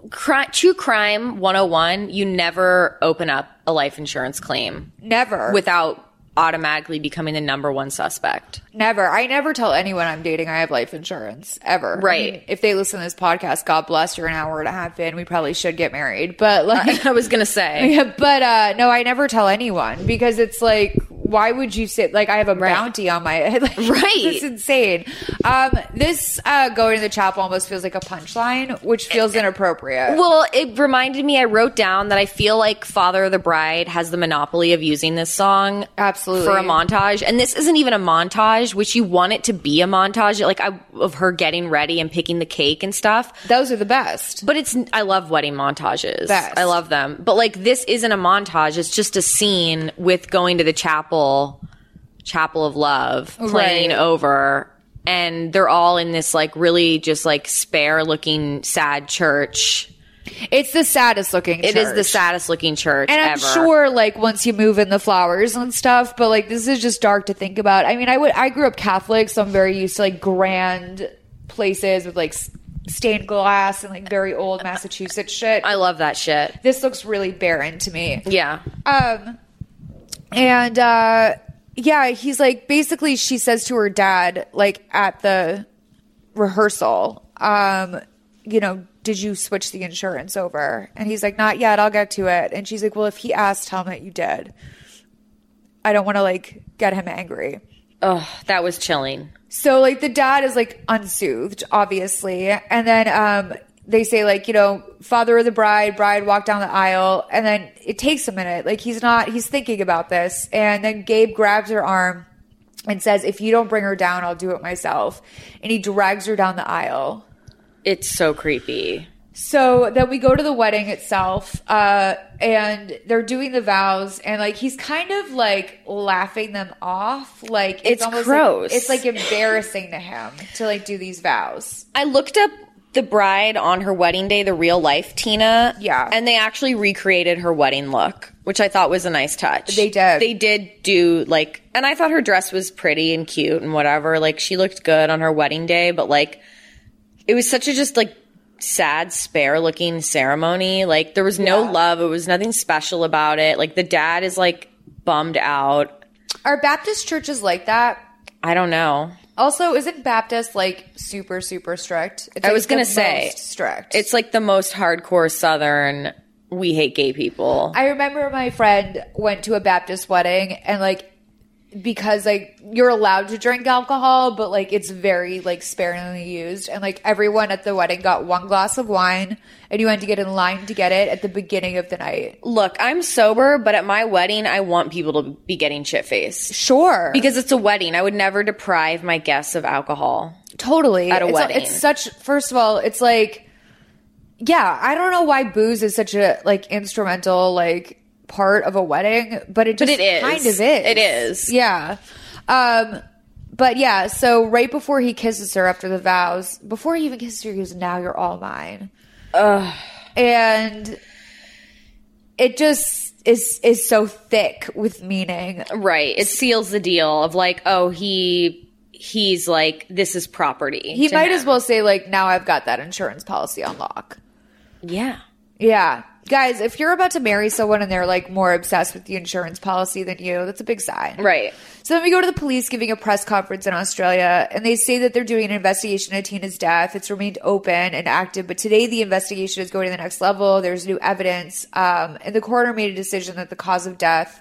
[SPEAKER 4] Cri- True crime 101, you never open up a life insurance claim.
[SPEAKER 1] Never.
[SPEAKER 4] Without automatically becoming the number one suspect.
[SPEAKER 1] Never. I never tell anyone I'm dating I have life insurance ever.
[SPEAKER 4] Right.
[SPEAKER 1] I mean, if they listen to this podcast, God bless, you're an hour and a half in. We probably should get married. But like
[SPEAKER 4] I was gonna say.
[SPEAKER 1] Yeah, but uh no, I never tell anyone because it's like why would you say like I have a bounty on my head? Like,
[SPEAKER 4] Right.
[SPEAKER 1] It's insane. Um this uh going to the chapel almost feels like a punchline, which feels inappropriate.
[SPEAKER 4] Eh, Well, it reminded me, I wrote down that I feel like Father of the Bride has the monopoly of using this song
[SPEAKER 1] absolutely
[SPEAKER 4] for a montage. And this isn't even a montage, which you want it to be a montage, like I, of her getting ready and picking the cake and stuff.
[SPEAKER 1] Those are the best.
[SPEAKER 4] But it's, I love wedding montages.
[SPEAKER 1] Best.
[SPEAKER 4] I love them. But like this isn't a montage, it's just a scene with going to the chapel, Chapel of Love, playing
[SPEAKER 1] Oh, Right.
[SPEAKER 4] over. And they're all in this like really just like spare looking sad church.
[SPEAKER 1] It's the saddest looking
[SPEAKER 4] It is the
[SPEAKER 1] church.
[SPEAKER 4] saddest looking church
[SPEAKER 1] And I'm
[SPEAKER 4] ever.
[SPEAKER 1] sure, like, once you move in the flowers and stuff, but like, this is just dark to think about. I mean, I would, I grew up Catholic, so I'm very used to like grand places with like s- stained glass and like very old Massachusetts shit. I
[SPEAKER 4] love that shit.
[SPEAKER 1] This looks really barren to me.
[SPEAKER 4] Yeah.
[SPEAKER 1] Um, and uh, yeah, he's like basically she says to her dad, like at the rehearsal, um, you know, did you switch the insurance over? And he's like, not yet. I'll get to it. And she's like, well, if he asked, tell him that you did. I don't want to like get him angry.
[SPEAKER 4] Oh, that was chilling.
[SPEAKER 1] So like the dad is like unsoothed, obviously. And then um they say like, you know, father of the bride, bride walk down the aisle, and then it takes a minute. Like he's not he's thinking about this. And then Gabe grabs her arm and says, If you don't bring her down, I'll do it myself. And he drags her down the aisle.
[SPEAKER 4] It's so creepy.
[SPEAKER 1] So then we go to the wedding itself, uh, and they're doing the vows, and like he's kind of like laughing them off, like
[SPEAKER 4] It's
[SPEAKER 1] almost
[SPEAKER 4] gross.
[SPEAKER 1] Like, it's like embarrassing to him to like do these vows.
[SPEAKER 4] I looked up the bride on her wedding day, the real life Tina.
[SPEAKER 1] Yeah.
[SPEAKER 4] And they actually recreated her wedding look, which I thought was a nice touch.
[SPEAKER 1] They did.
[SPEAKER 4] They did do like, and I thought her dress was pretty and cute and whatever. Like she looked good on her wedding day, but like it was such a just like sad, spare looking ceremony. Like there was no love. It was nothing special about it. Like the dad is like bummed out.
[SPEAKER 1] Are Baptist churches like that?
[SPEAKER 4] I don't know.
[SPEAKER 1] Also, isn't Baptist like super super strict? It's,
[SPEAKER 4] I
[SPEAKER 1] like,
[SPEAKER 4] was gonna
[SPEAKER 1] the
[SPEAKER 4] say
[SPEAKER 1] most strict.
[SPEAKER 4] It's like the most hardcore Southern. We hate gay people.
[SPEAKER 1] I remember my friend went to a Baptist wedding and like because like you're allowed to drink alcohol, but like it's very like sparingly used. And like everyone at the wedding got one glass of wine, and you had to get in line to get it at the beginning of the night.
[SPEAKER 4] Look, I'm sober, but at my wedding, I want people to be getting shit faced.
[SPEAKER 1] Sure.
[SPEAKER 4] Because it's a wedding. I would never deprive my guests of alcohol.
[SPEAKER 1] Totally
[SPEAKER 4] At a
[SPEAKER 1] it's,
[SPEAKER 4] wedding.
[SPEAKER 1] It's such. First of all, it's like, yeah, I don't know why booze is such a like instrumental like part of a wedding, but it
[SPEAKER 4] But
[SPEAKER 1] just
[SPEAKER 4] it is.
[SPEAKER 1] kind of is.
[SPEAKER 4] It is.
[SPEAKER 1] Yeah. Um. But yeah, so right before he kisses her after the vows, before he even kisses her, he goes, "Now you're all mine." Ugh. And it just is is so thick with meaning.
[SPEAKER 4] Right. It seals the deal of like, oh, he he's like, this is property.
[SPEAKER 1] He
[SPEAKER 4] to
[SPEAKER 1] might
[SPEAKER 4] him.
[SPEAKER 1] as well say like, "Now I've got that insurance policy on lock."
[SPEAKER 4] Yeah.
[SPEAKER 1] Yeah. Guys, if you're about to marry someone and they're like more obsessed with the insurance policy than you, that's a big sign.
[SPEAKER 4] Right.
[SPEAKER 1] So then we go to the police giving a press conference in Australia, and they say that they're doing an investigation into Tina's death. It's remained open and active, but today the investigation is going to the next level. There's new evidence, um, and the coroner made a decision that the cause of death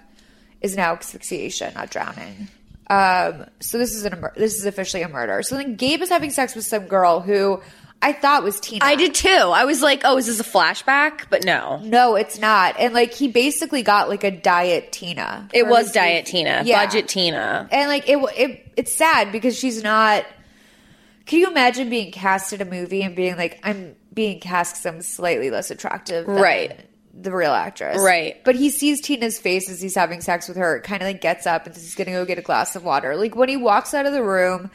[SPEAKER 1] is now asphyxiation, not drowning. Um, so this is an a mur- this is officially a murder. So then Gabe is having sex with some girl who I thought was Tina. I
[SPEAKER 4] did too. I was like, oh, is this a flashback? But no.
[SPEAKER 1] No, it's not. And like he basically got like a diet Tina.
[SPEAKER 4] It was Diet Tina,
[SPEAKER 1] Yeah.
[SPEAKER 4] budget Tina.
[SPEAKER 1] And like it, it, it's sad because she's not. Can you imagine being cast in a movie and being like, I'm being cast 'cause I'm slightly less attractive, than
[SPEAKER 4] Right.
[SPEAKER 1] The real actress,
[SPEAKER 4] Right.
[SPEAKER 1] But he sees Tina's face as he's having sex with her. Kind of like gets up and says he's gonna go get a glass of water. Like when he walks out of the room,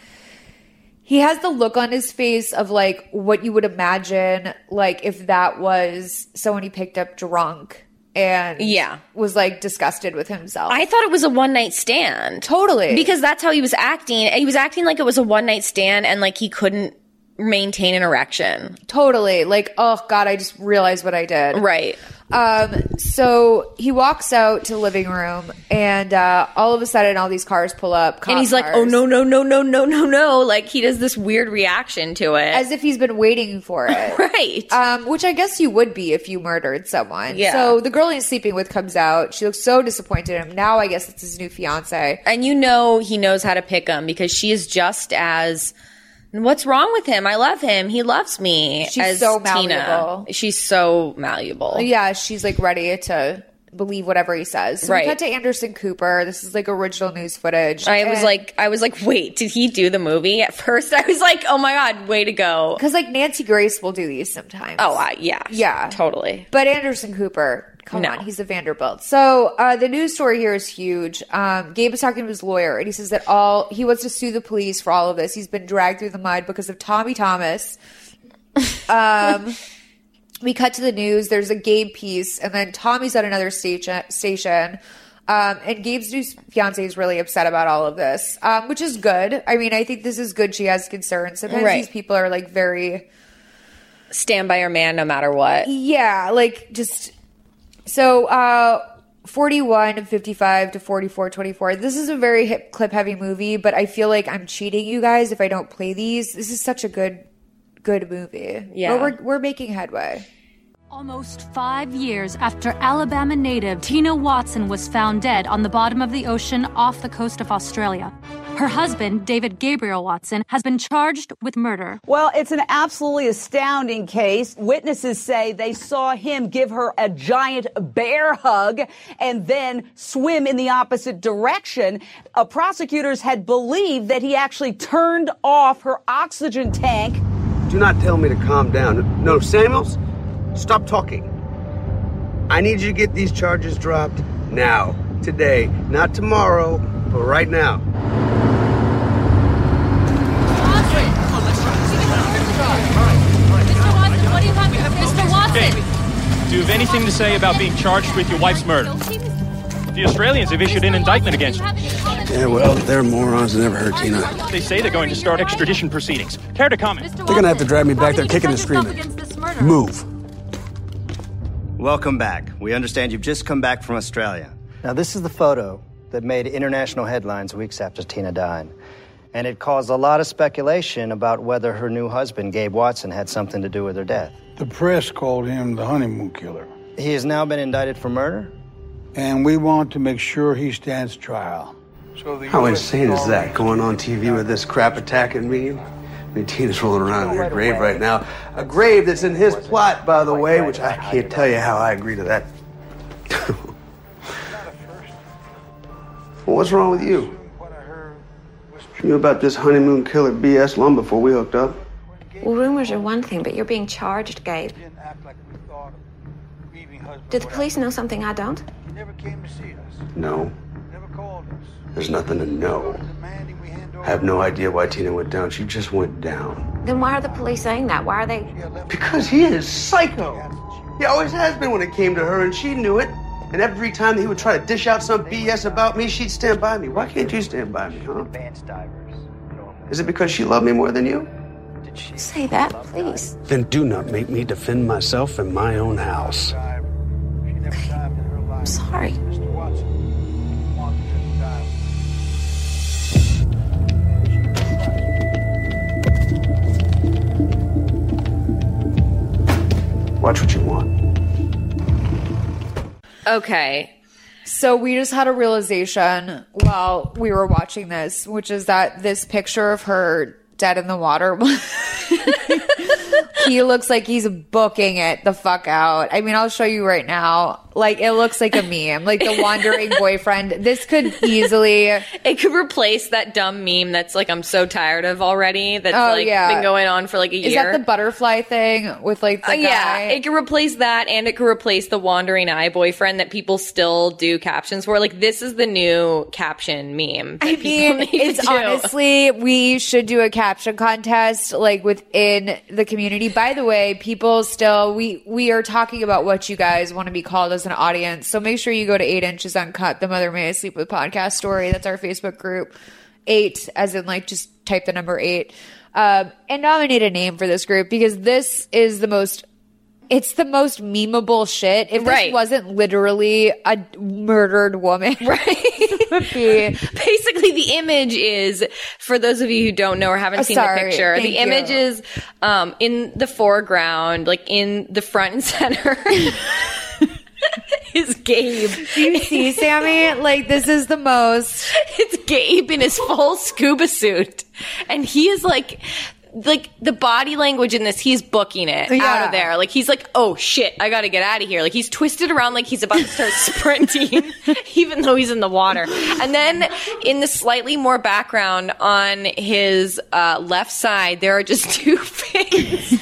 [SPEAKER 1] he has the look on his face of like what you would imagine, like if that was someone he picked up drunk and
[SPEAKER 4] Yeah.
[SPEAKER 1] was like disgusted with himself.
[SPEAKER 4] I thought it was a one night stand.
[SPEAKER 1] Totally.
[SPEAKER 4] Because that's how he was acting. He was acting like it was a one night stand and like he couldn't maintain an erection.
[SPEAKER 1] Totally. Like, oh God, I just realized what I did.
[SPEAKER 4] Right.
[SPEAKER 1] Um, so he walks out to the living room and uh, all of a sudden all these cars pull up. cop
[SPEAKER 4] and he's like,
[SPEAKER 1] cars,
[SPEAKER 4] oh, no, no, no, no, no, no, no. Like he does this weird reaction to it.
[SPEAKER 1] As if he's been waiting for it.
[SPEAKER 4] right.
[SPEAKER 1] Um, which I guess you would be if you murdered someone.
[SPEAKER 4] Yeah.
[SPEAKER 1] So the girl he's sleeping with comes out. She looks so disappointed in him. Now I guess it's his new fiance.
[SPEAKER 4] and you know he knows how to pick him because she is just as what's wrong with him? I love him. He loves me.
[SPEAKER 1] She's
[SPEAKER 4] as
[SPEAKER 1] so malleable.
[SPEAKER 4] Tina. She's so malleable.
[SPEAKER 1] Yeah, she's like ready to believe whatever he says. So
[SPEAKER 4] Right.
[SPEAKER 1] we cut to Anderson Cooper. This is like original news footage.
[SPEAKER 4] I was
[SPEAKER 1] And-
[SPEAKER 4] like, I was like, wait, did he do the movie? At first, I was like, oh my god, way to go.
[SPEAKER 1] Because like Nancy Grace will do these sometimes.
[SPEAKER 4] Oh, I, yeah,
[SPEAKER 1] Yeah.
[SPEAKER 4] totally.
[SPEAKER 1] But Anderson Cooper, come
[SPEAKER 4] No.
[SPEAKER 1] on, he's a Vanderbilt. So uh, the news story here is huge. Um, Gabe is talking to his lawyer, and he says that all he wants to sue the police for all of this. He's been dragged through the mud because of Tommy Thomas. Um, we cut to the news. There's a Gabe piece, and then Tommy's at another station. Station. Um, and Gabe's new fiance is really upset about all of this, um, which is good. I mean, I think this is good. She has concerns. Sometimes
[SPEAKER 4] Right.
[SPEAKER 1] these people are like very
[SPEAKER 4] Stand by your man no matter what.
[SPEAKER 1] yeah, like just so uh 41 and 55 to 44 24. This is a very hip clip heavy movie, but I feel like I'm cheating you guys if I don't play these. This is such a good good movie.
[SPEAKER 16] Yeah.
[SPEAKER 1] But we're we're making headway.
[SPEAKER 16] Almost five years after Alabama native Tina Watson was found dead on the bottom of the ocean off the coast of Australia, her husband, David Gabriel Watson, has been charged with murder.
[SPEAKER 17] Well, it's an absolutely astounding case. Witnesses say they saw him give her a giant bear hug and then swim in the opposite direction. Uh, prosecutors had believed that he actually turned off her oxygen tank.
[SPEAKER 2] Do not tell me to calm down. No, Samuels, stop talking. I need you to get these charges dropped now, today, not tomorrow, but right now.
[SPEAKER 16] Mr. Watson, what do you have to say? Mr. Watson!
[SPEAKER 18] Do you have anything to say about being charged with your wife's murder? The Australians have issued an indictment against you.
[SPEAKER 19] Yeah, well, they're morons and never hurt Tina.
[SPEAKER 18] They say they're going to start extradition proceedings. Care to comment?
[SPEAKER 19] They're gonna have to drag me back there kicking and screaming. Move.
[SPEAKER 20] Welcome back. We understand you've just come back from Australia. Now, this is the photo that made international headlines weeks after Tina died. And it caused a lot of speculation about whether her new husband, Gabe Watson, had something to do with her death.
[SPEAKER 8] The press called him the honeymoon killer.
[SPEAKER 20] He has now been indicted for murder?
[SPEAKER 8] And we want to make sure he stands trial. So the
[SPEAKER 19] How
[SPEAKER 8] US
[SPEAKER 19] insane is that? Going on TV with this crap attacking me? I mean, Tina's rolling around in her grave right now. A grave that's in his plot, by the way, which I can't tell you how I agree to that. well, what's wrong with you?
[SPEAKER 2] You knew about this honeymoon killer BS long before we hooked up.
[SPEAKER 21] Well, rumors are one thing, but you're being charged, Gabe. Do the police know something I don't?
[SPEAKER 19] No. There's nothing to know. I have no idea why Tina went down. She just went down.
[SPEAKER 21] Then why are the police saying that? Why are they?
[SPEAKER 2] Because he is psycho. He always has been when it came to her, and she knew it. And every time he would try to dish out some BS about me, she'd stand by me. Why can't you stand by me, huh? Is it because she loved me more than you?
[SPEAKER 21] Say that, please.
[SPEAKER 19] Then do not make me defend myself in my own house.
[SPEAKER 21] I'm sorry.
[SPEAKER 19] Watch what you want.
[SPEAKER 1] Okay. So we just had a realization while we were watching this, which is that this picture of her dead in the water. he looks like he's booking it the fuck out. I mean, I'll show you right now. Like it looks like a meme, like the wandering boyfriend. This could easily
[SPEAKER 4] It could replace that dumb meme that's like I'm so tired of already. That's
[SPEAKER 1] Oh,
[SPEAKER 4] like
[SPEAKER 1] yeah.
[SPEAKER 4] been going on for like a year.
[SPEAKER 1] Is that the butterfly thing with like the
[SPEAKER 4] Uh,
[SPEAKER 1] guy?
[SPEAKER 4] yeah, it could replace that, and it could replace the wandering eye boyfriend that people still do captions for. Like this is the new caption meme. that
[SPEAKER 1] I
[SPEAKER 4] people
[SPEAKER 1] mean,
[SPEAKER 4] need to
[SPEAKER 1] it's
[SPEAKER 4] do.
[SPEAKER 1] honestly, we should do a caption contest like within the community. By the way, people still, we, we are talking about what you guys want to be called as an audience. So make sure you go to eight inches uncut, the mother may I sleep with podcast story. That's our Facebook group eight as in like just type the number eight. Um, and nominate a name for this group because this is the most it's the most memeable shit. If
[SPEAKER 4] Right.
[SPEAKER 1] this wasn't literally a murdered woman, right?
[SPEAKER 4] Basically, the image is for those of you who don't know or haven't
[SPEAKER 1] Oh,
[SPEAKER 4] seen
[SPEAKER 1] sorry.
[SPEAKER 4] the picture.
[SPEAKER 1] Thank
[SPEAKER 4] the image
[SPEAKER 1] you.
[SPEAKER 4] is um, in the foreground, like in the front and center. is Gabe?
[SPEAKER 1] Do you see, Sammy? Like this is the most.
[SPEAKER 4] It's Gabe in his full scuba suit, and he is like. Like the body language in this, he's booking it out
[SPEAKER 1] Yeah.
[SPEAKER 4] of there. Like he's like, "Oh shit, I gotta get out of here!" Like he's twisted around, like he's about to start sprinting, even though he's in the water. And then in the slightly more background on his uh, left side, there are just two fins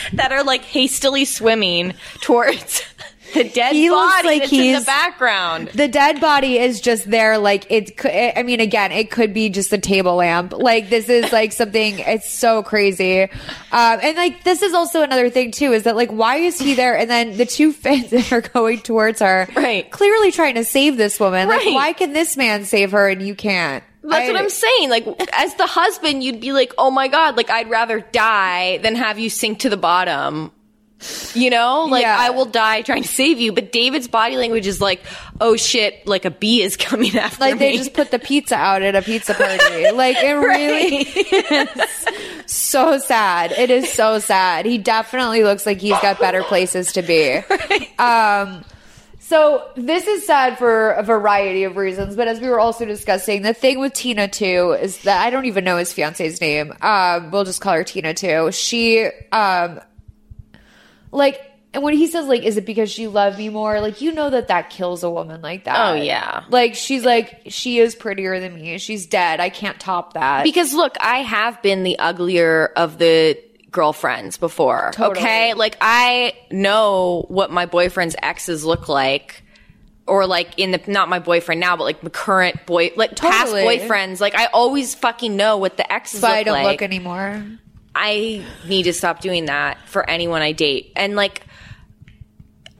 [SPEAKER 4] that are like hastily swimming towards the dead
[SPEAKER 1] He looks
[SPEAKER 4] body
[SPEAKER 1] like
[SPEAKER 4] that's in
[SPEAKER 1] he's-
[SPEAKER 4] the background.
[SPEAKER 1] The dead body is just there, like it. cou- I mean, again, it could be just a table lamp. Like this is like something. It's so crazy, um, and like this is also another thing too. Is that like why is he there? And then the two fans that are going towards her, right? Clearly trying to save this woman.
[SPEAKER 4] Right.
[SPEAKER 1] Like why can this man save her and you can't?
[SPEAKER 4] That's what I'm saying. Like, as the husband, you'd be like, oh my God, like, I'd rather die than have you sink to the bottom. You know, like, I will die trying to save you. But David's body language is like, oh shit, like a bee is coming after
[SPEAKER 1] Like
[SPEAKER 4] me.
[SPEAKER 1] they just put the pizza out at a pizza party. like it really is so sad. It is so sad. He definitely looks like he's got better places to be. Um so this is sad for a variety of reasons, but as we were also discussing, the thing with Tina too is that I don't even know his fiance's name. Um, we'll just call her Tina too. She um like and when he says like is it because she loved me more like you know that that kills a woman like that
[SPEAKER 4] Oh, yeah.
[SPEAKER 1] like she's like she is prettier than me she's dead i can't top that
[SPEAKER 4] Because look, I have been the uglier of the girlfriends before.
[SPEAKER 1] Totally.
[SPEAKER 4] Okay. Like I know what my boyfriend's exes look like. Or like in the not my boyfriend now, but like my current boy, like past
[SPEAKER 1] Totally.
[SPEAKER 4] boyfriends. Like I always fucking know what the exes
[SPEAKER 1] but
[SPEAKER 4] look
[SPEAKER 1] i don't
[SPEAKER 4] like.
[SPEAKER 1] look anymore
[SPEAKER 4] I need to stop doing that for anyone I date. And like,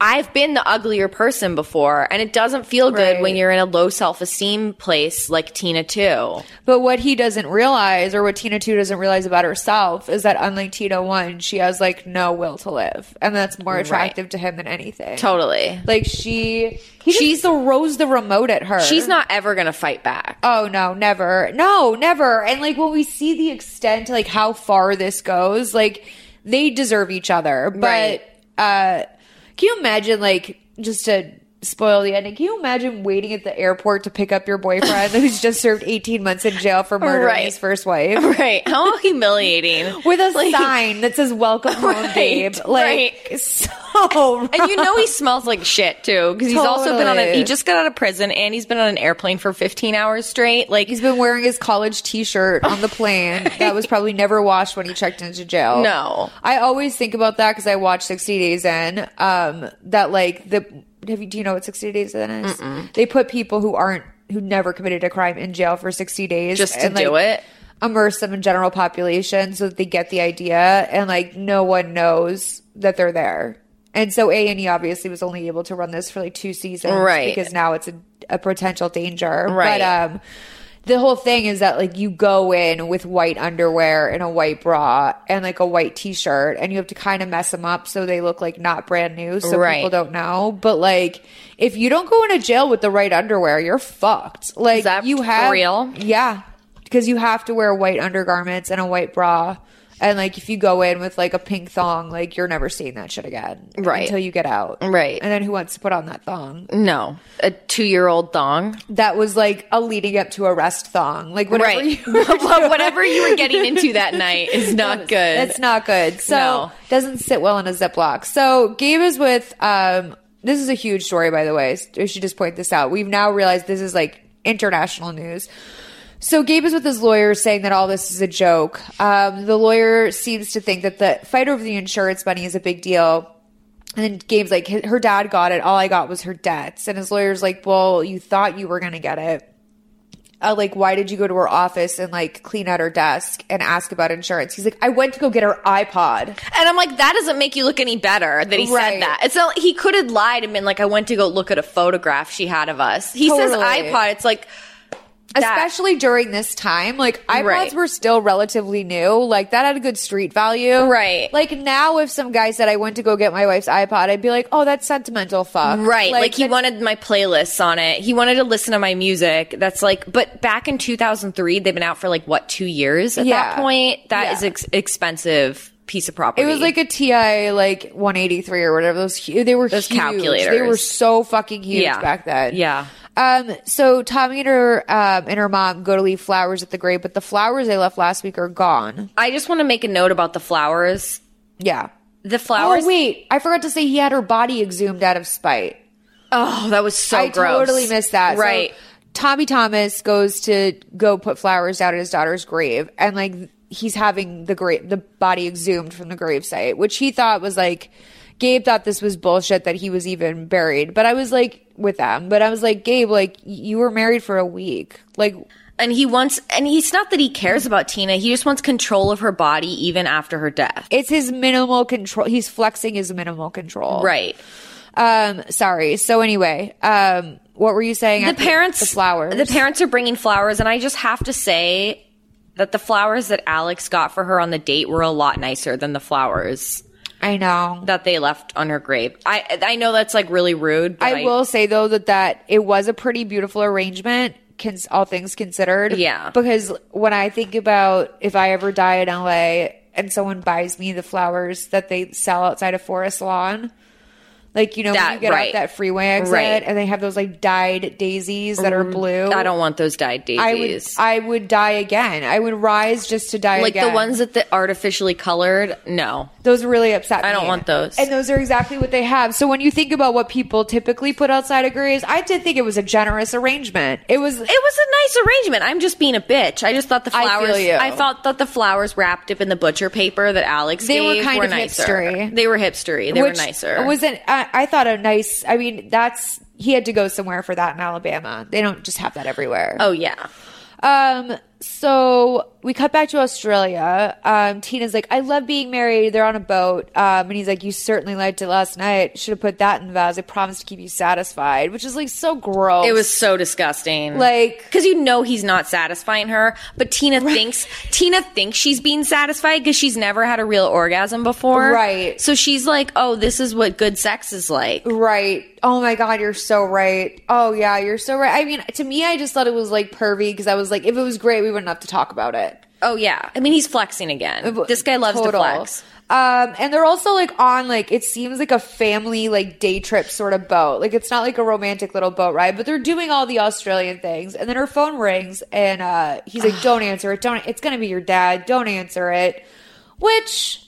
[SPEAKER 4] I've been the uglier person before, and it doesn't feel good when you're in a low self esteem place like Tina too.
[SPEAKER 1] but what he doesn't realize or what tina 2 doesn't realize about herself is that unlike tina 1 she has like no will to live and that's more
[SPEAKER 4] Right.
[SPEAKER 1] attractive to him than anything
[SPEAKER 4] Totally.
[SPEAKER 1] like she he she's the rose the remote at her
[SPEAKER 4] She's not ever gonna fight back.
[SPEAKER 1] Oh no, never. No, never. And like when we see the extent like how far this goes, like they deserve each other. But uh can you imagine like just a spoil the ending. Can you imagine waiting at the airport to pick up your boyfriend who's just served 18 months in jail for murdering
[SPEAKER 4] Right.
[SPEAKER 1] his first wife?
[SPEAKER 4] Right. How humiliating.
[SPEAKER 1] With a sign that says "Welcome home, babe." Like so,
[SPEAKER 4] and you know he smells like shit too because he's also been on. A,
[SPEAKER 1] Totally.
[SPEAKER 4] he just got out of prison and he's been on an airplane for 15 hours straight. Like
[SPEAKER 1] he's been wearing his college T-shirt on the plane that was probably never washed when he checked into jail.
[SPEAKER 4] No.
[SPEAKER 1] I always think about that because I watched 60 Days In. Um, that like the have you do you know what 60 Days In is?
[SPEAKER 4] Mm-mm.
[SPEAKER 1] They put people who aren't who never committed a crime in jail for 60 days
[SPEAKER 4] Just to do it?
[SPEAKER 1] immerse them in general population so that they get the idea and like no one knows that they're there. And so A and E obviously was only able to run this for like two seasons,
[SPEAKER 4] Right.
[SPEAKER 1] Because now it's a, a potential danger,
[SPEAKER 4] Right.
[SPEAKER 1] But um, the whole thing is that like you go in with white underwear and a white bra and like a white t-shirt and you have to kind of mess them up so they look like not brand new so
[SPEAKER 4] Right.
[SPEAKER 1] people don't know but like if you don't go into jail with the right underwear you're fucked like you have
[SPEAKER 4] real?
[SPEAKER 1] yeah because you have to wear white undergarments and a white bra and like if you go in with like a pink thong like you're never seeing that shit again
[SPEAKER 4] Right.
[SPEAKER 1] until you get out
[SPEAKER 4] Right.
[SPEAKER 1] and then who wants to put on that thong
[SPEAKER 4] no, a two-year-old thong.
[SPEAKER 1] that was like a leading up to arrest thong like whatever
[SPEAKER 4] Right.
[SPEAKER 1] you were doing.
[SPEAKER 4] Whatever you were getting into that night is not good.
[SPEAKER 1] That's not good. So
[SPEAKER 4] No.
[SPEAKER 1] doesn't sit well in a ziploc. So Gabe is with um this is a huge story by the way. I should just point this out. We've now realized this is like international news. So Gabe is with his lawyer saying that all this is a joke. Um, the lawyer seems to think that the fight over the insurance money is a big deal. And then Gabe's like, "Hi- her dad got it. All I got was her debts. And his lawyer's like, well, you thought you were going to get it uh, like, why did you go to her office and like clean out her desk and ask about insurance? He's like, I went to go get her iPod.
[SPEAKER 4] And I'm like, that doesn't make you look any better that he
[SPEAKER 1] Right.
[SPEAKER 4] said that. It's not, he could have lied and been like, I went to go look at a photograph she had of us. He says
[SPEAKER 1] Totally.
[SPEAKER 4] iPod. It's like,
[SPEAKER 1] Especially during this time, like iPods
[SPEAKER 4] Right.
[SPEAKER 1] were still relatively new. Like that had a good street value. Right. Like now, if some guy said, I went to go get my wife's iPod, I'd be like, oh, that's sentimental fuck.
[SPEAKER 4] right. Like, he wanted my playlists on it. He wanted to listen to my music. That's like, but back in 2003, they've been out for like, what, two years at
[SPEAKER 1] Yeah.
[SPEAKER 4] that point?
[SPEAKER 1] Yeah.
[SPEAKER 4] That is ex- expensive piece of property.
[SPEAKER 1] It was like a TI like 183 or whatever. Those hu- they were
[SPEAKER 4] Those
[SPEAKER 1] huge. They
[SPEAKER 4] calculators.
[SPEAKER 1] were so fucking huge
[SPEAKER 4] Yeah.
[SPEAKER 1] back then.
[SPEAKER 4] Yeah.
[SPEAKER 1] Um. So Tommy and her um, and her mom go to leave flowers at the grave, but the flowers they left last week are gone.
[SPEAKER 4] I just want to make a note about the flowers.
[SPEAKER 1] Yeah.
[SPEAKER 4] The flowers.
[SPEAKER 1] Oh wait, I forgot to say he had her body exhumed out of spite.
[SPEAKER 4] Oh, that was so
[SPEAKER 1] I
[SPEAKER 4] gross.
[SPEAKER 1] totally missed that. So
[SPEAKER 4] Right.
[SPEAKER 1] Tommy Thomas goes to go put flowers down at his daughter's grave, and like he's having the grave, the body exhumed from the gravesite, which he thought was like Gabe thought this was bullshit that he was even buried. But I was like with them, but I was like Gabe, like you were married for a week, like.
[SPEAKER 4] And he wants, and he's not that he cares about Tina. He just wants control of her body even after her death.
[SPEAKER 1] It's his minimal control. He's flexing his minimal control.
[SPEAKER 4] Right.
[SPEAKER 1] Um, sorry. So anyway, um, what were you saying?
[SPEAKER 4] The
[SPEAKER 1] after
[SPEAKER 4] parents,
[SPEAKER 1] the flowers.
[SPEAKER 4] The parents are bringing flowers, and I just have to say that the flowers that Alex got for her on the date were a lot nicer than the flowers
[SPEAKER 1] I know
[SPEAKER 4] that they left on her grave. I I know that's like really rude. But
[SPEAKER 1] I, will say though that that it was a pretty beautiful arrangement. Cons- all things considered,
[SPEAKER 4] Yeah.
[SPEAKER 1] Because when I think about if I ever die in LA and someone buys me the flowers that they sell outside of Forest Lawn, like you know when
[SPEAKER 4] That-
[SPEAKER 1] you get
[SPEAKER 4] right.
[SPEAKER 1] out that freeway exit
[SPEAKER 4] Right.
[SPEAKER 1] and they have those like dyed daisies that are
[SPEAKER 4] Mm,
[SPEAKER 1] blue.
[SPEAKER 4] I don't want those dyed
[SPEAKER 1] I would,
[SPEAKER 4] daisies.
[SPEAKER 1] I would die again. I would rise just to die
[SPEAKER 4] like
[SPEAKER 1] again.
[SPEAKER 4] the ones that the artificially colored. No,
[SPEAKER 1] Those really upset me.
[SPEAKER 4] I don't want those.
[SPEAKER 1] And those are exactly what they have. So when you think about what people typically put outside of graves, I did think it was a generous arrangement. It was
[SPEAKER 4] It was a nice arrangement. I'm just being a bitch. I just thought the
[SPEAKER 1] I feel
[SPEAKER 4] flowers.
[SPEAKER 1] you.
[SPEAKER 4] thought that the flowers wrapped up in the butcher paper that Alex
[SPEAKER 1] They were
[SPEAKER 4] gave
[SPEAKER 1] kind of
[SPEAKER 4] nicer.
[SPEAKER 1] hipstery.
[SPEAKER 4] They were hipstery. They were
[SPEAKER 1] which
[SPEAKER 4] nicer.
[SPEAKER 1] Was an I, I thought a nice. I mean, that's he had to go somewhere for that in Alabama. They don't just have that everywhere.
[SPEAKER 4] Oh yeah.
[SPEAKER 1] Um, so we cut back to Australia. Um, Tina's like, I love being married. They're on a boat. Um, and he's like, You certainly liked it last night. Should have put that in the vows. I promised to keep you satisfied, which is like so gross.
[SPEAKER 4] It was so disgusting.
[SPEAKER 1] Like-
[SPEAKER 4] cuz you know he's not satisfying her, but Tina thinks Tina thinks she's being satisfied cuz she's never had a real orgasm before.
[SPEAKER 1] Right.
[SPEAKER 4] So she's like, "Oh, this is what good sex is like."
[SPEAKER 1] Right. Oh my God, you're so right. Oh yeah, you're so right. I mean, to me, I just thought it was like pervy because I was like, if it was great, we wouldn't have to talk about it.
[SPEAKER 4] Oh yeah. I mean, he's flexing again. This guy loves
[SPEAKER 1] Total.
[SPEAKER 4] to flex.
[SPEAKER 1] Um, and they're also like on like it seems like a family like day trip sort of boat. Like it's not like a romantic little boat ride, but they're doing all the Australian things. And then her phone rings, and uh, he's like, "Don't answer it. Don't. It's gonna be your dad. Don't answer it." Which,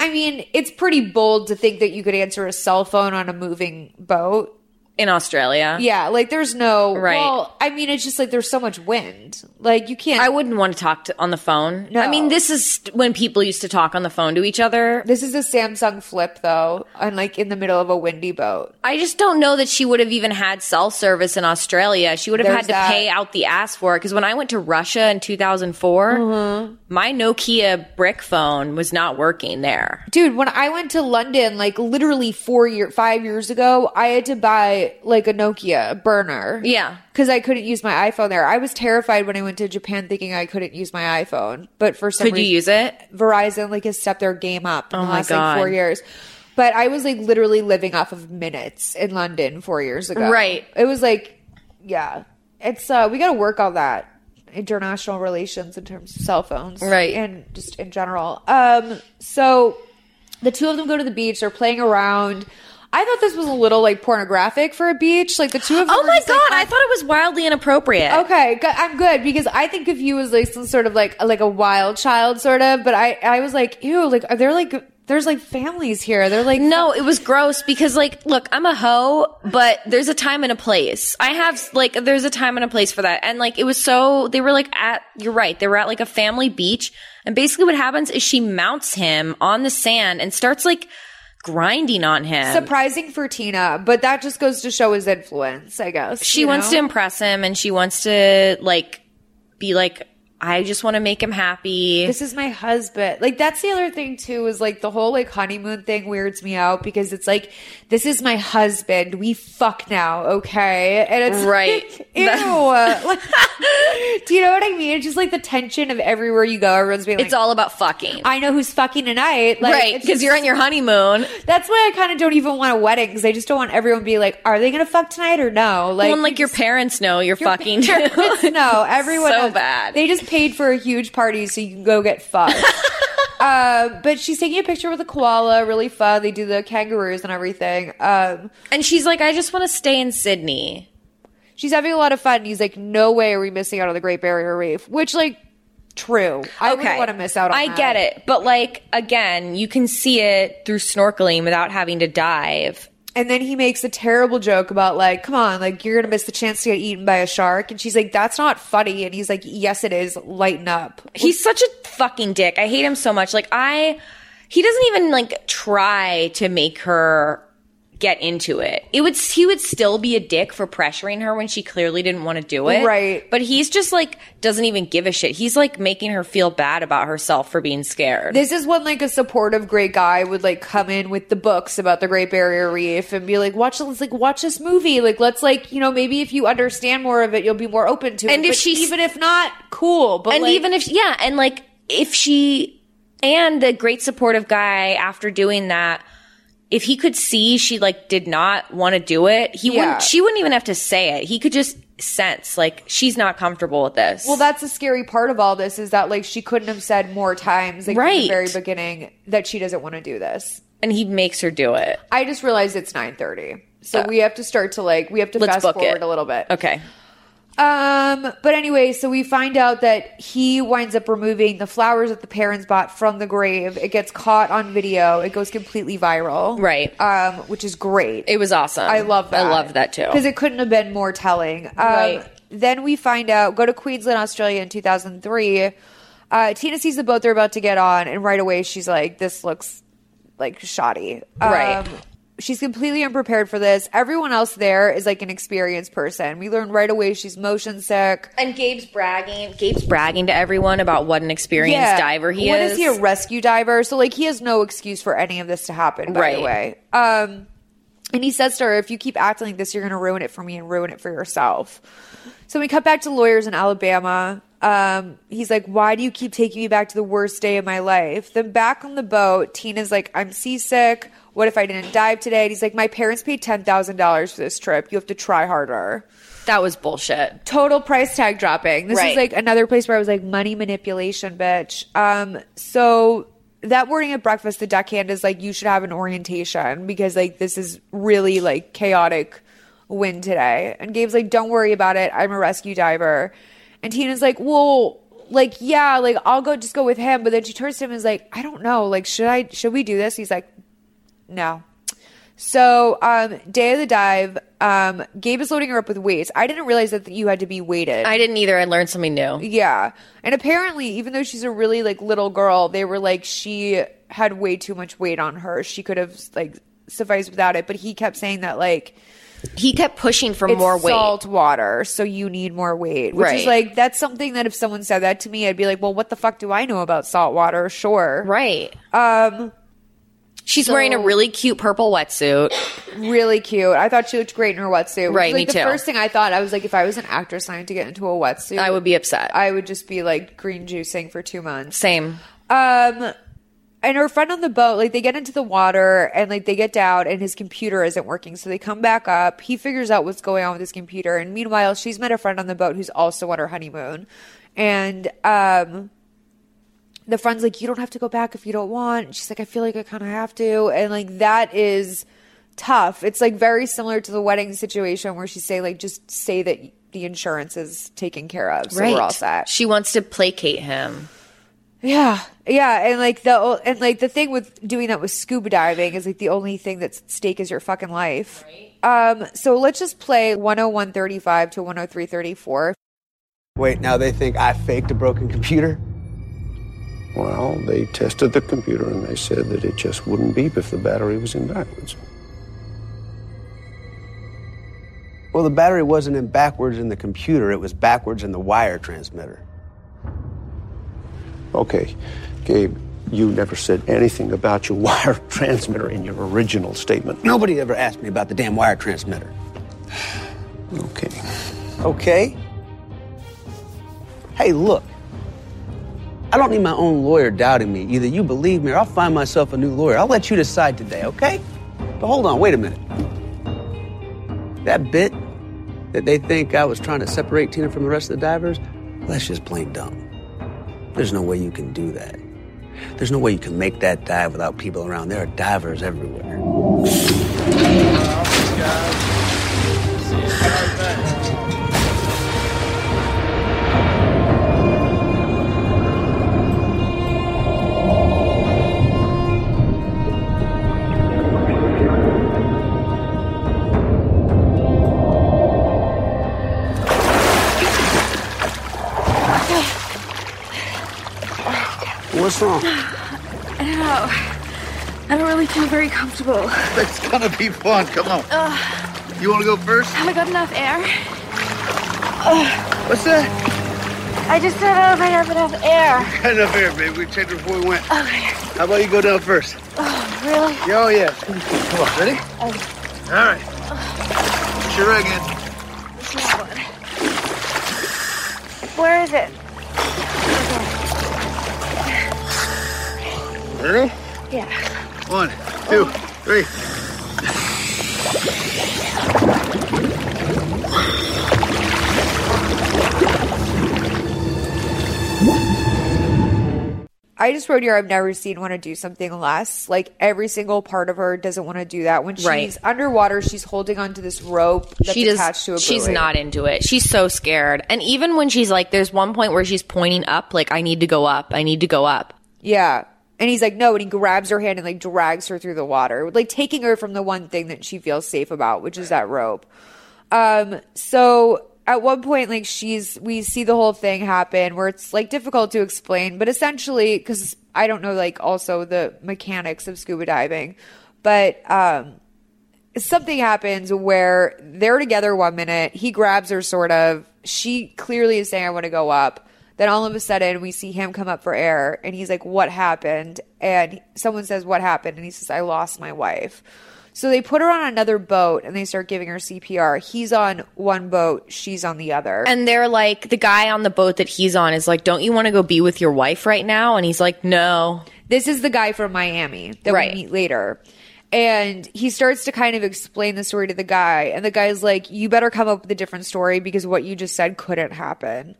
[SPEAKER 1] I mean, it's pretty bold to think that you could answer a cell phone on a moving boat
[SPEAKER 4] in Australia.
[SPEAKER 1] Yeah, like there's no
[SPEAKER 4] Right.
[SPEAKER 1] Well, I mean, it's just like there's so much wind. Like you can't.
[SPEAKER 4] I wouldn't want to talk to, on the phone.
[SPEAKER 1] No.
[SPEAKER 4] I mean, this is when people used to talk on the phone to each other.
[SPEAKER 1] This is a Samsung flip though, and like in the middle of a windy boat.
[SPEAKER 4] I just don't know that she would have even had cell service in Australia. She would have
[SPEAKER 1] There's
[SPEAKER 4] had to
[SPEAKER 1] that.
[SPEAKER 4] pay out the ass for it. Because when I went to Russia in 2004,
[SPEAKER 1] Mm-hmm.
[SPEAKER 4] my Nokia brick phone was not working there.
[SPEAKER 1] Dude, when I went to London, like literally four year, five years ago, I had to buy like a Nokia burner.
[SPEAKER 4] Yeah.
[SPEAKER 1] because I couldn't use my iPhone there. I was terrified when I went to Japan, thinking I couldn't use my iPhone. But for some
[SPEAKER 4] Could you
[SPEAKER 1] reason,
[SPEAKER 4] use it?
[SPEAKER 1] Verizon like has stepped their game up in
[SPEAKER 4] Oh
[SPEAKER 1] the
[SPEAKER 4] my
[SPEAKER 1] last like four
[SPEAKER 4] God.
[SPEAKER 1] years. But I was like literally living off of minutes in London four years ago.
[SPEAKER 4] Right.
[SPEAKER 1] It was like, yeah, it's uh, we got to work on that international relations in terms of cell phones,
[SPEAKER 4] Right.
[SPEAKER 1] and just in general. Um, so the two of them go to the beach. They're playing around. I thought this was a little like pornographic for a beach. Like the two of them.
[SPEAKER 4] Oh
[SPEAKER 1] were
[SPEAKER 4] my
[SPEAKER 1] just, like,
[SPEAKER 4] God, I thought it was wildly inappropriate.
[SPEAKER 1] Okay, go- I'm good because I think of you as like some sort of like like a wild child sort of, but I I was like ew, like are there like there's like families here? They're like
[SPEAKER 4] No, it was gross because, like, look, I'm a hoe, but there's a time and a place. I have, like, there's a time and a place for that. And, like, it was so, they were, like, at, you're right, they were at, like, a family beach. And basically what happens is she mounts him on the sand and starts, like, grinding on him.
[SPEAKER 1] surprising for Tina, but that just goes to show his influence, I guess.
[SPEAKER 4] she
[SPEAKER 1] you
[SPEAKER 4] wants to
[SPEAKER 1] know?
[SPEAKER 4] impress him and she wants to, like, be like, I just want to make him happy.
[SPEAKER 1] This is my husband. Like that's the other thing too is like the whole like honeymoon thing weirds me out because it's like this is my husband. We fuck now, okay? And it's
[SPEAKER 4] Right.
[SPEAKER 1] Like, ew. Like, do you know what I mean? It's just like the tension of everywhere you go, everyone's being. Like,
[SPEAKER 4] it's all about fucking.
[SPEAKER 1] I know who's fucking tonight, like,
[SPEAKER 4] right,
[SPEAKER 1] it's
[SPEAKER 4] because you're on your honeymoon.
[SPEAKER 1] That's why I kind of don't even want a wedding because I just don't want everyone to be like, are they gonna fuck tonight or no?
[SPEAKER 4] Like,
[SPEAKER 1] Like,
[SPEAKER 4] well, and, like your parents know you're fucking.
[SPEAKER 1] parents know. Everyone
[SPEAKER 4] so
[SPEAKER 1] knows.
[SPEAKER 4] bad.
[SPEAKER 1] They just paid for a huge party so you can go get fucked. uh, but she's taking a picture with a koala, really fun. They do the kangaroos and everything. Um,
[SPEAKER 4] and she's like, I just want to stay in Sydney.
[SPEAKER 1] She's having a lot of fun. He's like, no way are we missing out on the Great Barrier Reef, which like, true. I wouldn't want to miss out on.
[SPEAKER 4] I
[SPEAKER 1] that.
[SPEAKER 4] get it, but like again, you can see it through snorkeling without having to dive.
[SPEAKER 1] And then he makes a terrible joke about like, come on, like you're gonna miss the chance to get eaten by a shark. And she's like, that's not funny. And he's like, yes, it is. Lighten up.
[SPEAKER 4] He's such a fucking dick. I hate him so much. Like I, he doesn't even like try to make her get into it. It would he would still be a dick for pressuring her when she clearly didn't want to do it.
[SPEAKER 1] Right.
[SPEAKER 4] But he's just like doesn't even give a shit. He's like making her feel bad about herself for being scared.
[SPEAKER 1] This is when like a supportive great guy would like come in with the books about the Great Barrier Reef and be like, watch let's like watch this movie. Like let's like, you know, maybe if you understand more of it, you'll be more open to it.
[SPEAKER 4] And if
[SPEAKER 1] But
[SPEAKER 4] she-
[SPEAKER 1] even if not, cool. But
[SPEAKER 4] and
[SPEAKER 1] like-
[SPEAKER 4] even if yeah and like if she and the great supportive guy after doing that if he could see she like did not want to do it he
[SPEAKER 1] Yeah.
[SPEAKER 4] wouldn't she wouldn't even have to say it he could just sense like she's not comfortable with this
[SPEAKER 1] Well, that's the scary part of all this is that like she couldn't have said more times like from the
[SPEAKER 4] Right.
[SPEAKER 1] very beginning that she doesn't want to do this.
[SPEAKER 4] and he makes her do it Uh,
[SPEAKER 1] I just realized it's 9:30. So we have to start to like we have to
[SPEAKER 4] Let's
[SPEAKER 1] fast
[SPEAKER 4] book
[SPEAKER 1] forward
[SPEAKER 4] it.
[SPEAKER 1] a little bit.
[SPEAKER 4] okay
[SPEAKER 1] Um, but anyway, so we find out that he winds up removing the flowers that the parents bought from the grave. It gets caught on video. It goes completely viral.
[SPEAKER 4] Right.
[SPEAKER 1] Um, which is great.
[SPEAKER 4] it was awesome
[SPEAKER 1] I love that.
[SPEAKER 4] i love that too
[SPEAKER 1] Because it couldn't have been more telling. Um,
[SPEAKER 4] Right.
[SPEAKER 1] Then we find out, go to Queensland, Australia in 2003. Uh, Tina sees the boat they're about to get on, and right away she's like, this looks like shoddy. Um,
[SPEAKER 4] Right.
[SPEAKER 1] She's completely unprepared for this. Everyone else there is like an experienced person. We learn right away she's motion sick.
[SPEAKER 4] and gabe's bragging gabe's bragging to everyone about what an experienced diver he
[SPEAKER 1] What
[SPEAKER 4] is
[SPEAKER 1] is he a rescue diver? So like he has no excuse for any of this to happen. By the
[SPEAKER 4] Right.
[SPEAKER 1] way, um, and he says to her, "If you keep acting like this, you're going to ruin it for me and ruin it for yourself." So we cut back to lawyers in Alabama. Um, he's like, "Why do you keep taking me back to the worst day of my life?" Then back on the boat, Tina's like, "I'm seasick. What if I didn't dive today?" And he's like, "My parents paid ten thousand dollars for this trip. You have to try harder."
[SPEAKER 4] That was bullshit.
[SPEAKER 1] total price tag dropping. This
[SPEAKER 4] Right.
[SPEAKER 1] is like another place where I was like money manipulation, bitch. Um, so that wording at breakfast, the deckhand is like you should have an orientation because like this is really like chaotic win today. And Gabe's like, don't worry about it. I'm a rescue diver. And Tina's like, well, like yeah, like I'll go just go with him. But then she turns to him and is like, I don't know. Like should I should we do this? He's like, no. So, um, day of the dive, um, Gabe is loading her up with weights. I didn't realize that you had to be weighted.
[SPEAKER 4] I didn't either. I learned something new.
[SPEAKER 1] Yeah. And apparently, even though she's a really like little girl, they were like she had way too much weight on her. She could have like sufficed without it, but he kept saying that like
[SPEAKER 4] he kept pushing for
[SPEAKER 1] it's
[SPEAKER 4] more weight.
[SPEAKER 1] Salt water, so you need more weight. Which
[SPEAKER 4] Right.
[SPEAKER 1] is like that's something that if someone said that to me, I'd be like, Well, what the fuck do I know about salt water? Sure.
[SPEAKER 4] Right.
[SPEAKER 1] Um
[SPEAKER 4] She's wearing a really cute purple wetsuit.
[SPEAKER 1] really cute. I thought she looked great in her wetsuit. which
[SPEAKER 4] Right,
[SPEAKER 1] is,
[SPEAKER 4] me
[SPEAKER 1] like, the
[SPEAKER 4] too.
[SPEAKER 1] First thing I thought, I was like, if I was an actor signed to get into a wetsuit, I would
[SPEAKER 4] be upset.
[SPEAKER 1] I would just be like green juicing for two months.
[SPEAKER 4] Same.
[SPEAKER 1] Um, and her friend on the boat, like they get into the water and like they get down, and his computer isn't working, so they come back up. He figures out what's going on with his computer, and meanwhile, she's met a friend on the boat who's also on her honeymoon, and um the friend's like, you don't have to go back if you don't want. She's like, I feel like I kind of have to. And like, that is tough. It's like very similar to the wedding situation where she's saying, like, just say that the insurance is taken care of. So we're all set.
[SPEAKER 4] She wants to placate him.
[SPEAKER 1] Yeah, yeah, and like the and like the thing with doing that with scuba diving is like the only thing that's at stake is your fucking life. Um, so let's just play 101.35 to 103.34.
[SPEAKER 2] Wait, now they think I faked a broken computer?
[SPEAKER 6] Well, they tested the computer and they said that it just wouldn't beep if the battery was in backwards.
[SPEAKER 2] Well, the battery wasn't in backwards in the computer, it was backwards in the wire transmitter.
[SPEAKER 6] Okay, Gabe, you never said anything about your wire transmitter in your original statement.
[SPEAKER 2] Nobody ever asked me about the damn wire transmitter.
[SPEAKER 6] Okay.
[SPEAKER 2] Okay? Hey, look. I don't need my own lawyer doubting me. Either you believe me or I'll find myself a new lawyer. I'll let you decide today, okay? But hold on, wait a minute. That bit that they think I was trying to separate Tina from the rest of the divers, that's just plain dumb. There's no way you can do that. There's no way you can make that dive without people around. There are divers everywhere.
[SPEAKER 6] What's wrong?
[SPEAKER 5] I don't know. I don't really feel very comfortable.
[SPEAKER 21] It's gonna be fun. Come on.
[SPEAKER 5] Ugh,
[SPEAKER 21] You wanna go first?
[SPEAKER 5] have I got enough air?
[SPEAKER 21] What's that?
[SPEAKER 5] I just don't know if I have enough air.
[SPEAKER 21] Got enough air, babe. We checked before we went. How about you go down first?
[SPEAKER 5] Oh, Uh. really?
[SPEAKER 21] Oh, yeah. Come on, ready? All right. It's your again.
[SPEAKER 5] Where is it?
[SPEAKER 21] Ready?
[SPEAKER 5] Yeah.
[SPEAKER 21] One, two, three.
[SPEAKER 1] I just wrote here, I've never seen want to do something less. Like every single part of her doesn't want to do that. When she's
[SPEAKER 4] Right.
[SPEAKER 1] underwater, she's holding onto this rope that's
[SPEAKER 4] she does.
[SPEAKER 1] attached to a
[SPEAKER 4] she's
[SPEAKER 1] buoy.
[SPEAKER 4] not into it. She's so scared. And even when she's like, there's one point where she's pointing up, like, I need to go up. I need to go up.
[SPEAKER 1] Yeah. And he's like, no. And he grabs her hand and like drags her through the water, like taking her from the one thing that she feels safe about, which is that rope. Um, so at one point, like she's, we see the whole thing happen where it's like difficult to explain, but essentially, cause I don't know, like also the mechanics of scuba diving, but, um, something happens where they're together one minute. He grabs her, sort of. She clearly is saying, I want to go up. Then all of a sudden, we see him come up for air, and he's like, What happened? And someone says, What happened? And he says, I lost my wife. So they put her on another boat and they start giving her CPR. He's on one boat, she's on the other.
[SPEAKER 4] And they're like, the guy on the boat that he's on is like, don't you want to go be with your wife right now? And he's like, no.
[SPEAKER 1] This is the guy from Miami that
[SPEAKER 4] Right.
[SPEAKER 1] we meet later. And he starts to kind of explain the story to the guy. And the guy's like, You better come up with a different story because what you just said couldn't happen.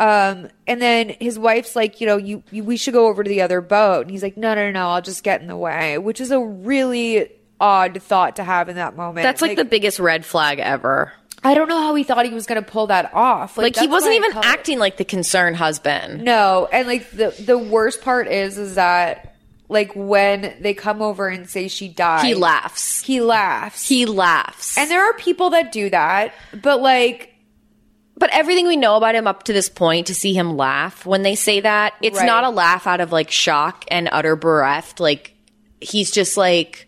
[SPEAKER 1] Um, and then his wife's like, You know, you, you we should go over to the other boat. And he's like, No, no, no, I'll just get in the way, which is a really odd thought to have in that moment.
[SPEAKER 4] That's like, the biggest red flag ever.
[SPEAKER 1] I don't know how he thought he was going to pull that off.
[SPEAKER 4] Like, he
[SPEAKER 1] that's
[SPEAKER 4] wasn't
[SPEAKER 1] why I
[SPEAKER 4] even
[SPEAKER 1] call it-
[SPEAKER 4] acting like the concerned husband.
[SPEAKER 1] No, and like the the worst part is is that like when they come over and say she died,
[SPEAKER 4] He laughs.
[SPEAKER 1] He laughs.
[SPEAKER 4] He laughs.
[SPEAKER 1] And there are people that do that, but like
[SPEAKER 4] But everything we know about him up to this point to see him laugh when they say that, it's
[SPEAKER 1] Right.
[SPEAKER 4] not a laugh out of like shock and utter bereft. Like he's just like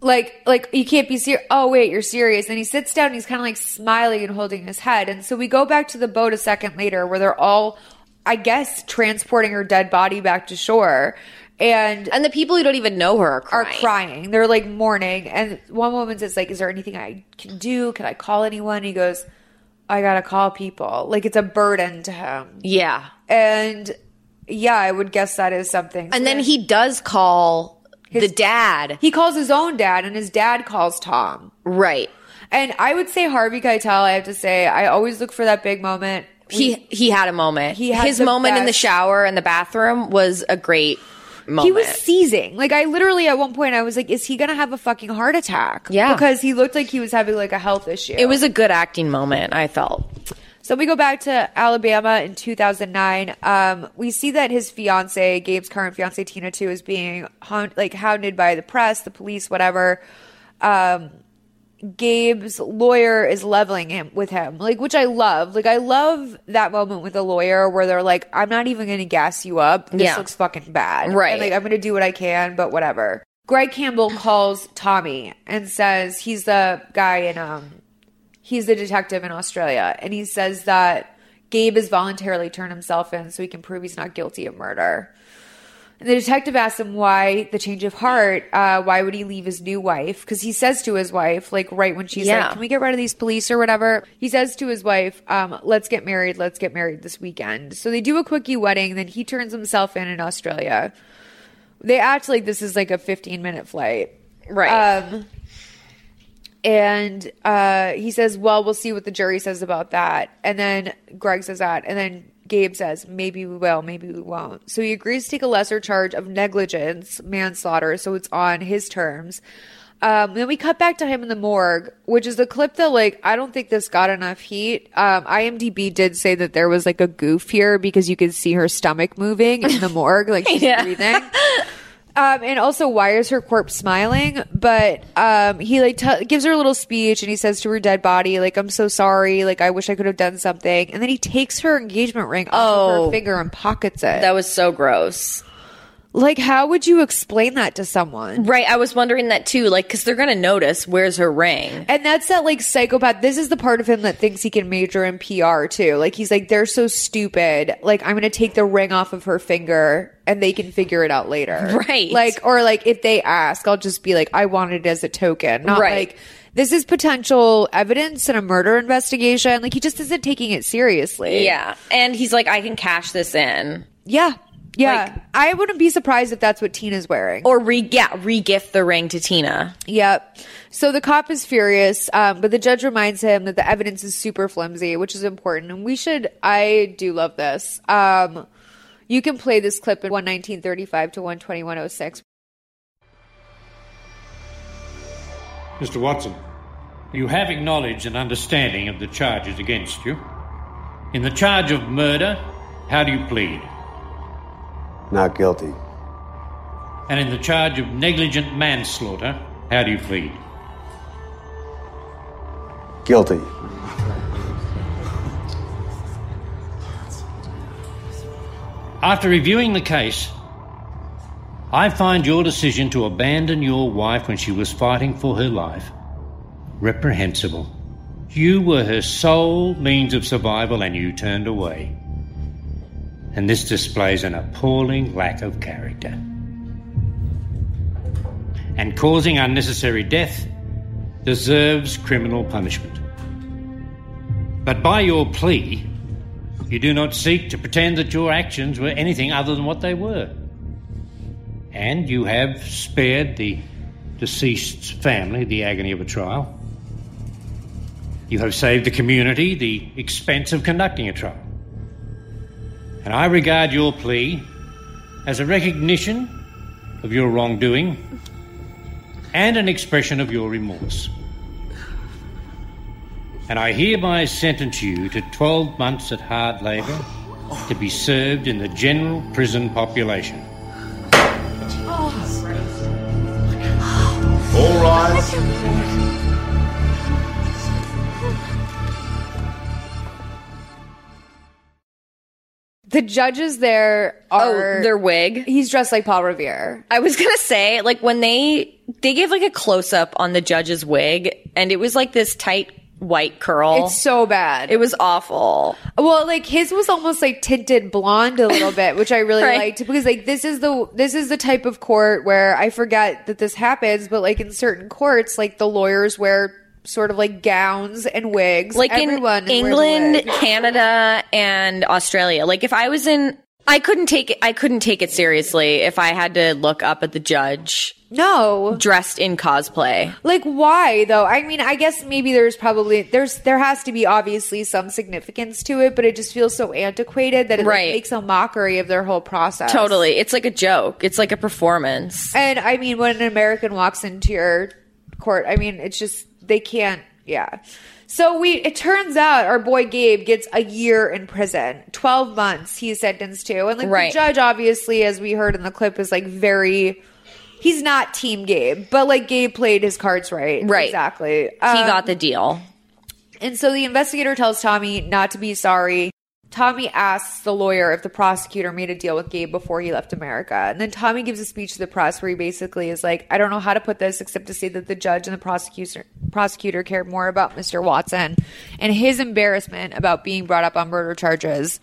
[SPEAKER 1] like like you can't be serious. Oh wait, you're serious. And he sits down. and He's kind of like smiling and holding his head. And so we go back to the boat a second later, where they're all, I guess, transporting her dead body back to shore. And
[SPEAKER 4] and the people who don't even know her are
[SPEAKER 1] crying. They're like mourning. And one woman says, like, "Is there anything I can do? Can I call anyone?" And he goes, "I gotta call people. Like it's a burden to him."
[SPEAKER 4] Yeah.
[SPEAKER 1] And yeah, I would guess that is something.
[SPEAKER 4] And then he does call the dad.
[SPEAKER 1] He calls his own dad, and his dad calls Tom.
[SPEAKER 4] Right.
[SPEAKER 1] And I would say Harvey Keitel. I have to say, I always look for that big moment.
[SPEAKER 4] He- he had a moment.
[SPEAKER 1] He had
[SPEAKER 4] His
[SPEAKER 1] the
[SPEAKER 4] moment in the
[SPEAKER 1] best-
[SPEAKER 4] shower and the bathroom was a great moment.
[SPEAKER 1] He was seizing. Like I literally at one point I was like, is he gonna have a fucking heart attack?
[SPEAKER 4] Yeah.
[SPEAKER 1] Because he looked like he was having like a health issue.
[SPEAKER 4] It was a good acting moment, I felt.
[SPEAKER 1] So we go back to Alabama in 2009. Um, we see that his fiance, Gabe's current fiance Tina too, is being hound- like hounded by the press, the police, whatever. Um, Gabe's lawyer is leveling him with him, like which I love. Like I love that moment with a lawyer where they're like, "I'm not even going to gas you up. This
[SPEAKER 4] Yeah.
[SPEAKER 1] looks fucking bad,
[SPEAKER 4] Right.
[SPEAKER 1] And, like I'm going to do what I can, but whatever." Greg Campbell calls Tommy and says he's the guy in um he's the detective in Australia, and he says that Gabe has voluntarily turned himself in so he can prove he's not guilty of murder. And the detective asks him why the change of heart. Uh, why would he leave his new wife? Because he says to his wife, like right when she's
[SPEAKER 4] Yeah.
[SPEAKER 1] like, "Can we get rid of these police or whatever?" He says to his wife, um, "Let's get married. Let's get married this weekend." So they do a quickie wedding. Then he turns himself in in Australia. They act like this is like a fifteen-minute flight,
[SPEAKER 4] Right.
[SPEAKER 1] Um, and uh, he says, "Well, we'll see what the jury says about that." And then Greg says that, and then Gabe says, "Maybe we will, maybe we won't." So he agrees to take a lesser charge of negligence, manslaughter, so it's on his terms. Um, then we cut back to him in the morgue, which is the clip that, like, I don't think this got enough heat. Um, IMDb did say that there was like a goof here because you could see her stomach moving in the morgue, like she's breathing. Um, and also, why is her corpse smiling? But um, he like t- gives her a little speech, and he says to her dead body, like, "I'm so sorry. Like, I wish I could have done something." And then he takes her engagement ring off of her finger and pockets it.
[SPEAKER 4] Oh. That was so gross.
[SPEAKER 1] Like, how would you explain that to someone?
[SPEAKER 4] Right. I was wondering that too. Like, because they're going to notice where's her ring.
[SPEAKER 1] And that's that like psychopath. This is the part of him that thinks he can major in PR too. Like he's like, they're so stupid. Like I'm gonna take the ring off of her finger and they can figure it out later.
[SPEAKER 4] Right.
[SPEAKER 1] Like or like if they ask, I'll just be like, I want it as a token. Not
[SPEAKER 4] Right.
[SPEAKER 1] like this is potential evidence in a murder investigation. Like he just isn't taking it seriously.
[SPEAKER 4] Yeah. And he's like, I can cash this in.
[SPEAKER 1] Yeah. Yeah. I wouldn't be surprised if that's what Tina's wearing.
[SPEAKER 4] Or re yeah, re-gift the ring to Tina.
[SPEAKER 1] Yep. So the cop is furious, um, but the judge reminds him that the evidence is super flimsy, which is important. And we should, I do love this. Um, you can play this clip in 11935 to 12106.
[SPEAKER 6] Mr. Watson, you have acknowledged an understanding of the charges against you. In the charge of murder, how do you plead?
[SPEAKER 19] Not guilty.
[SPEAKER 6] And in the charge of negligent manslaughter, how do you plead?
[SPEAKER 19] Guilty.
[SPEAKER 6] After reviewing the case, I find your decision to abandon your wife when she was fighting for her life reprehensible. You were her sole means of survival and you turned away. And this displays an appalling lack of character. And causing unnecessary death deserves criminal punishment. But by your plea, you do not seek to pretend that your actions were anything other than what they were. And you have spared the deceased's family the agony of a trial. You have saved the community the expense of conducting a trial. And I regard your plea as a recognition of your wrongdoing and an expression of your remorse. And I hereby sentence you to 12 months at hard labor to be served in the general prison population.
[SPEAKER 3] All rise.
[SPEAKER 1] The judges there are
[SPEAKER 4] Oh, their wig.
[SPEAKER 1] He's dressed like Paul Revere.
[SPEAKER 4] I was gonna say, like when they they gave like a close up on the judge's wig, and it was like this tight white curl.
[SPEAKER 1] It's so bad.
[SPEAKER 4] It was awful.
[SPEAKER 1] Well, like his was almost like tinted blonde a little bit, which I really
[SPEAKER 4] Right.
[SPEAKER 1] liked because like this is the this is the type of court where I forget that this happens, but like in certain courts, like the lawyers wear sort of like gowns and wigs.
[SPEAKER 4] like in
[SPEAKER 1] Everyone wears a
[SPEAKER 4] England,
[SPEAKER 1] wig.
[SPEAKER 4] Canada, and Australia. Like if I was in, I couldn't take it. I couldn't take it seriously if I had to look up at the judge.
[SPEAKER 1] No,
[SPEAKER 4] dressed in cosplay.
[SPEAKER 1] Like why though? I mean, I guess maybe there's probably there's there has to be obviously some significance to it, but it just feels so antiquated that it like,
[SPEAKER 4] Right.
[SPEAKER 1] makes a mockery of their whole process.
[SPEAKER 4] Totally, it's like a joke. It's like a performance.
[SPEAKER 1] And I mean, when an American walks into your court, I mean, it's just they can't. Yeah. So we it turns out our boy Gabe gets a year in prison, twelve months he's sentenced to, and like
[SPEAKER 4] Right.
[SPEAKER 1] the judge obviously, as we heard in the clip, is like very. He's not Team Gabe, but like Gabe played his cards right.
[SPEAKER 4] Right.
[SPEAKER 1] Exactly. Um,
[SPEAKER 4] He got the deal.
[SPEAKER 1] And so the investigator tells Tommy not to be sorry. Tommy asks the lawyer if the prosecutor made a deal with Gabe before he left America. And then Tommy gives a speech to the press where he basically is like, I don't know how to put this except to say that the judge and the prosecutor prosecutor cared more about Mr. Watson and his embarrassment about being brought up on murder charges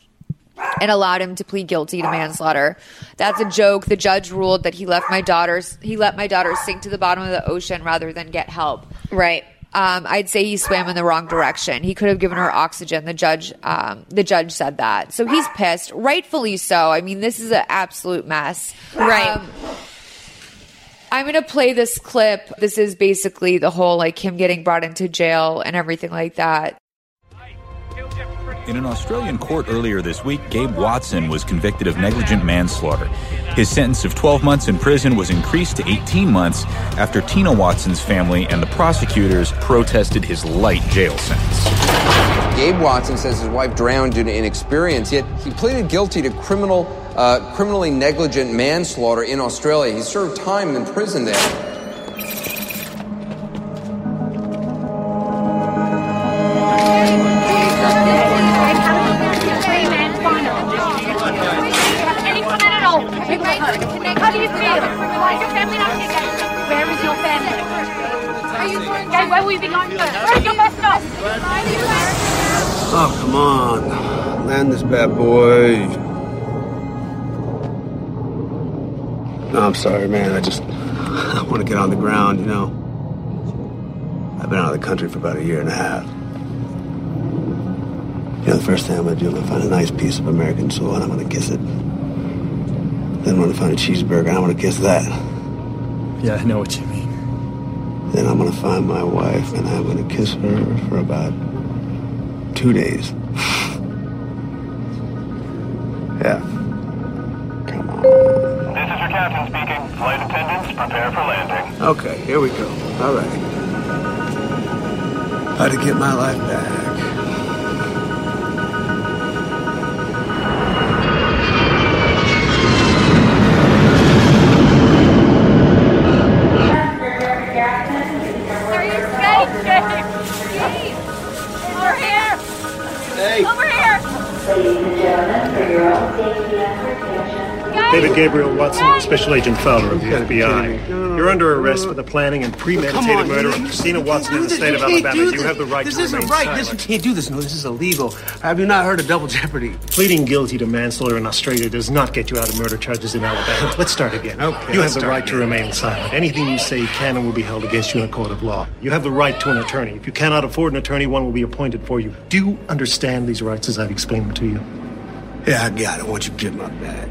[SPEAKER 1] and allowed him to plead guilty to manslaughter. That's a joke. The judge ruled that he left my daughters he let my daughter sink to the bottom of the ocean rather than get help.
[SPEAKER 4] Right.
[SPEAKER 1] Um, I'd say he swam in the wrong direction. He could have given her oxygen. The judge um, the judge said that. So he's pissed, rightfully so. I mean, this is an absolute mess.
[SPEAKER 4] Right.
[SPEAKER 1] Um, I'm going to play this clip. This is basically the whole like him getting brought into jail and everything like that.
[SPEAKER 22] In an Australian court earlier this week, Gabe Watson was convicted of negligent manslaughter. His sentence of 12 months in prison was increased to 18 months after Tina Watson's family and the prosecutors protested his light jail sentence.
[SPEAKER 23] Gabe Watson says his wife drowned due to inexperience, yet he pleaded guilty to criminal, uh, criminally negligent manslaughter in Australia. He served time in prison there.
[SPEAKER 3] How do you feel? Why is your family not here? Gabe? Where is your family? Are you going? Gabe, where will you be going first? Where's your bus stop?
[SPEAKER 19] Oh, come on. Land this bad boy. No, I'm sorry, man. I just I want to get on the ground, you know. I've been out of the country for about a year and a half. You know, the first thing I'm going to do, I'm going to find a nice piece of American soil and I'm going to kiss it. Then I'm going to find a cheeseburger and I'm going to kiss that.
[SPEAKER 24] Yeah, I know what you mean.
[SPEAKER 19] Then I'm going to find my wife and I'm going to kiss her for about two days. yeah. Okay, here we go. All right. How to get my life back.
[SPEAKER 3] Over here!
[SPEAKER 9] David Gabriel Watson, Special Agent Fowler of the FBI. You're under arrest for the planning and
[SPEAKER 14] Come on,
[SPEAKER 9] premeditated murder of
[SPEAKER 14] you-
[SPEAKER 9] Christina Watson in the
[SPEAKER 14] this.
[SPEAKER 9] state of
[SPEAKER 14] You can't
[SPEAKER 9] Alabama.
[SPEAKER 14] do
[SPEAKER 9] You
[SPEAKER 14] this.
[SPEAKER 9] have the right to
[SPEAKER 14] This
[SPEAKER 9] remain
[SPEAKER 14] isn't right. This-
[SPEAKER 9] silent.
[SPEAKER 14] you can't do this. No, this is illegal. Have you not heard of double jeopardy?
[SPEAKER 9] Pleading guilty to manslaughter in Australia does not get you out of murder charges in Alabama. Let's start again.
[SPEAKER 14] Okay,
[SPEAKER 9] you have
[SPEAKER 14] let's
[SPEAKER 9] the
[SPEAKER 14] start
[SPEAKER 9] right to remain silent. Anything you say can and will be held against you in a court of law. You have the right to an attorney. If you cannot afford an attorney, one will be appointed for you. Do you understand these rights as I've explained them to you?
[SPEAKER 19] Yeah, I got it. Won't you get my bag?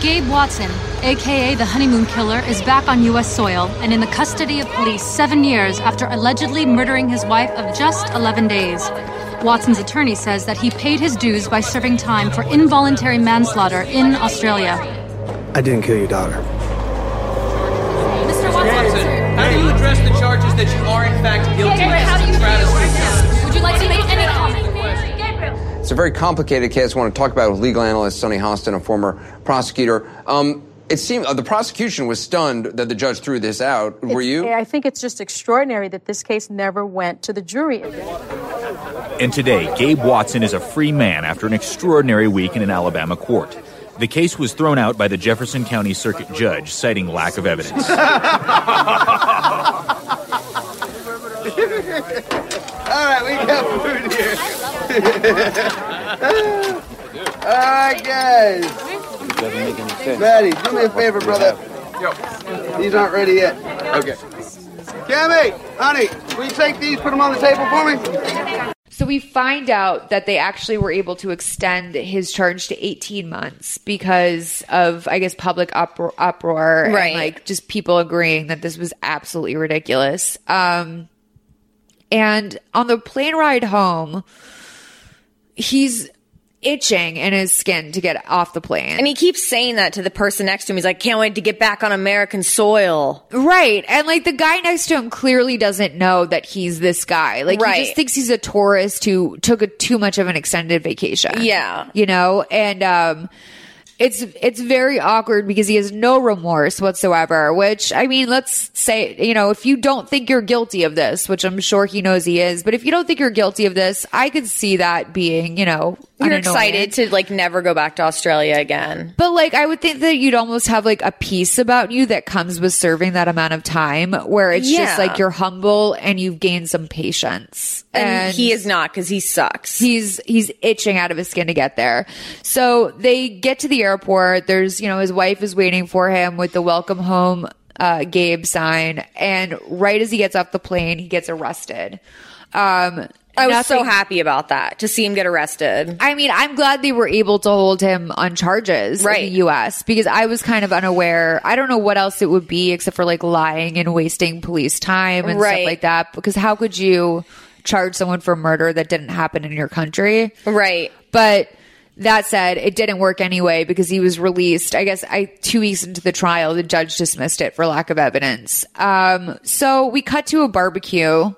[SPEAKER 16] Gabe Watson, aka the Honeymoon Killer, is back on U.S. soil and in the custody of police seven years after allegedly murdering his wife of just 11 days. Watson's attorney says that he paid his dues by serving time for involuntary manslaughter in Australia.
[SPEAKER 19] I didn't kill your daughter.
[SPEAKER 5] Mr. Watson, how do you address the charges that you are in fact guilty
[SPEAKER 7] Gabriel, how
[SPEAKER 5] of
[SPEAKER 7] do you feel right
[SPEAKER 5] travesty?
[SPEAKER 7] now? Would you like to make any comment?
[SPEAKER 23] It's a very complicated case. I want to talk about it with legal analyst Sonny Hostin, a former prosecutor. Um, it seemed uh, the prosecution was stunned that the judge threw this out. Were you?
[SPEAKER 10] I think it's just extraordinary that this case never went to the jury.
[SPEAKER 22] And today, Gabe Watson is a free man after an extraordinary week in an Alabama court. The case was thrown out by the Jefferson County Circuit Judge, citing lack of evidence.
[SPEAKER 14] All right, we got food here. All right, guys.
[SPEAKER 19] Doesn't make any sense.
[SPEAKER 14] Maddie, do me a favor, brother.
[SPEAKER 19] Yo.
[SPEAKER 14] These aren't ready yet. Okay. Cammy, honey, will you take these, put them on the table for me?
[SPEAKER 1] So we find out that they actually were able to extend his charge to 18 months because of, I guess, public upro- uproar
[SPEAKER 4] Right.
[SPEAKER 1] and like just people agreeing that this was absolutely ridiculous. Um, and on the plane ride home, he's itching in his skin to get off the plane.
[SPEAKER 4] And he keeps saying that to the person next to him. He's like, can't wait to get back on American soil.
[SPEAKER 1] Right. And like the guy next to him clearly doesn't know that he's this guy. Like he
[SPEAKER 4] Right.
[SPEAKER 1] just thinks he's a tourist who took a, too much of an extended vacation.
[SPEAKER 4] Yeah.
[SPEAKER 1] You know, and um it's it's very awkward because he has no remorse whatsoever, which I mean, let's say, you know, if you don't think you're guilty of this, which I'm sure he knows he is, but if you don't think you're guilty of this, I could see that being, you know,
[SPEAKER 4] You're
[SPEAKER 1] an
[SPEAKER 4] excited to like never go back to Australia again.
[SPEAKER 1] but like, I would think that you'd almost have like a peace about you that comes with serving that amount of time, where it's
[SPEAKER 4] Yeah.
[SPEAKER 1] just like you're humble and you've gained some patience.
[SPEAKER 4] And he is not because he sucks.
[SPEAKER 1] He's he's itching out of his skin to get there. So they get to the airport. There's you know his wife is waiting for him with the welcome home uh, Gabe sign, and right as he gets off the plane, he gets arrested. Um,
[SPEAKER 4] I was so
[SPEAKER 1] nothing-
[SPEAKER 4] happy about that to see him get arrested.
[SPEAKER 1] I mean, I'm glad they were able to hold him on charges
[SPEAKER 4] Right.
[SPEAKER 1] in the U.S. because I was kind of unaware. I don't know what else it would be except for like lying and wasting police time and
[SPEAKER 4] Right.
[SPEAKER 1] stuff like that. Because how could you charge someone for murder that didn't happen in your country?
[SPEAKER 4] Right.
[SPEAKER 1] But that said, it didn't work anyway because he was released. I guess I two weeks into the trial, the judge dismissed it for lack of evidence. Um, so we cut to a barbecue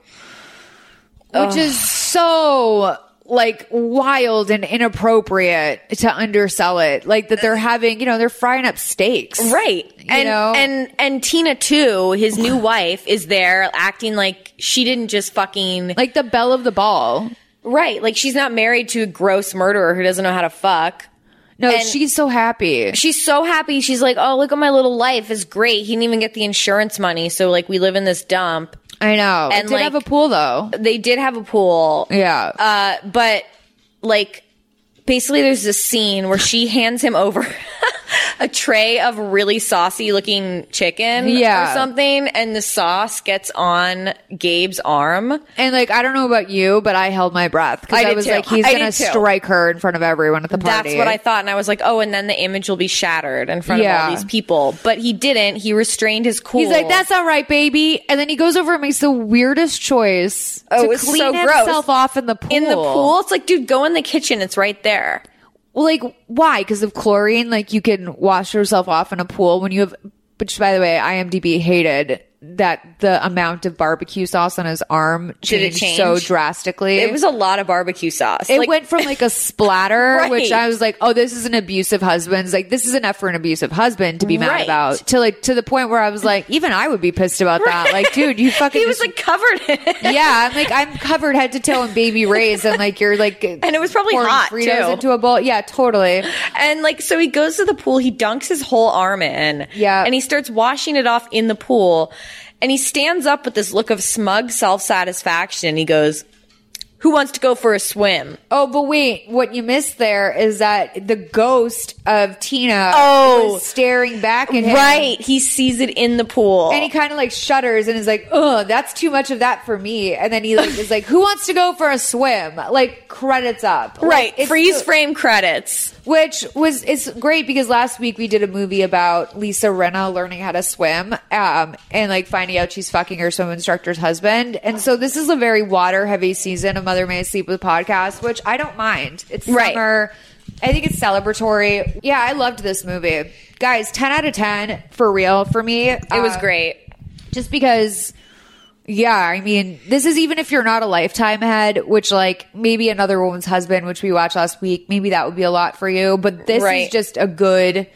[SPEAKER 1] which
[SPEAKER 4] Ugh.
[SPEAKER 1] is so like wild and inappropriate to undersell it. Like that they're having, you know, they're frying up steaks.
[SPEAKER 4] Right. and and and Tina too, his new wife, is there acting like she didn't just fucking
[SPEAKER 1] like the belle of the ball.
[SPEAKER 4] Right. Like she's not married to a gross murderer who doesn't know how to fuck.
[SPEAKER 1] No, she's so happy.
[SPEAKER 4] She's so happy. She's like, Oh, look at my little life. It's great. He didn't even get the insurance money, so like we live in this dump.
[SPEAKER 1] I know. It did have a pool though.
[SPEAKER 4] They did have a pool.
[SPEAKER 1] Yeah.
[SPEAKER 4] Uh, but like basically there's this scene where she hands him over a tray of really saucy looking chicken
[SPEAKER 1] Yeah.
[SPEAKER 4] or something and the sauce gets on Gabe's arm.
[SPEAKER 1] And like I don't know about you, but I held my breath
[SPEAKER 4] I
[SPEAKER 1] because I,
[SPEAKER 4] did
[SPEAKER 1] was
[SPEAKER 4] too.
[SPEAKER 1] like, he's
[SPEAKER 4] I
[SPEAKER 1] gonna
[SPEAKER 4] did too.
[SPEAKER 1] strike her in front of everyone at the party.
[SPEAKER 4] That's what I thought. And I was like, oh, and then the image will be shattered in front of
[SPEAKER 1] Yeah.
[SPEAKER 4] all these people. But he didn't. He restrained his cool.
[SPEAKER 1] He's like, that's all right, baby. And then he goes over and makes the weirdest choice
[SPEAKER 4] Oh, it
[SPEAKER 1] to
[SPEAKER 4] was
[SPEAKER 1] clean
[SPEAKER 4] so gross.
[SPEAKER 1] himself off in the pool.
[SPEAKER 4] in the pool. It's like, dude, go in the kitchen. It's right there.
[SPEAKER 1] Well, like why? Because of chlorine. Like you can wash yourself off in a pool when you have. Which, by the way, IMDb hated that the amount of barbecue sauce on his arm
[SPEAKER 4] Did it
[SPEAKER 1] changed so
[SPEAKER 4] change?
[SPEAKER 1] drastically.
[SPEAKER 4] It was a lot of barbecue sauce.
[SPEAKER 1] It
[SPEAKER 4] Like-
[SPEAKER 1] went from like a splatter,
[SPEAKER 4] Right.
[SPEAKER 1] which I was like, "Oh, this is an abusive husband." It's Like this is enough for an abusive husband to be mad
[SPEAKER 4] Right.
[SPEAKER 1] about. To like to the point where I was like, even I would be pissed about that. Like, dude, you fucking.
[SPEAKER 4] He was like covered in it.
[SPEAKER 1] yeah, I'm like I'm covered head to toe in baby rays, and like you're like, and
[SPEAKER 4] it was probably hot,
[SPEAKER 1] Fritos
[SPEAKER 4] too.
[SPEAKER 1] into a bowl. Yeah, totally.
[SPEAKER 4] And like, so he goes to the pool, he dunks his whole arm in. Yeah. And he starts washing it off in the pool. And he stands up with this look of smug self satisfaction. He goes, Who wants to go for a swim?
[SPEAKER 1] Oh, but wait, what you missed there is that the ghost of Tina
[SPEAKER 4] Oh.
[SPEAKER 1] was staring back at him.
[SPEAKER 4] Right. He sees it in the pool.
[SPEAKER 1] And he kind of like shudders and is like, "Ugh, that's too much of that for me." And then he like is like, "Who wants to go for a swim?" Like credits up, Like,
[SPEAKER 4] Right.
[SPEAKER 1] it's
[SPEAKER 4] Freeze
[SPEAKER 1] so-
[SPEAKER 4] frame credits.
[SPEAKER 1] which was it's great because last week we did a movie about Lisa Renna learning how to swim, um, and like finding out she's fucking her swim instructor's husband. And so this is a very water heavy season of Mother May Sleep with podcast, which I don't mind. It's
[SPEAKER 4] Right.
[SPEAKER 1] summer. I think it's celebratory. Yeah, I loved this movie, guys. Ten out of ten for real for me. It
[SPEAKER 4] was great,
[SPEAKER 1] just because. Yeah, I mean, this is even if you're not a lifetime head, which like maybe another woman's husband, which we watched last week, maybe that would be a lot for you. But this
[SPEAKER 4] Right.
[SPEAKER 1] is just a good.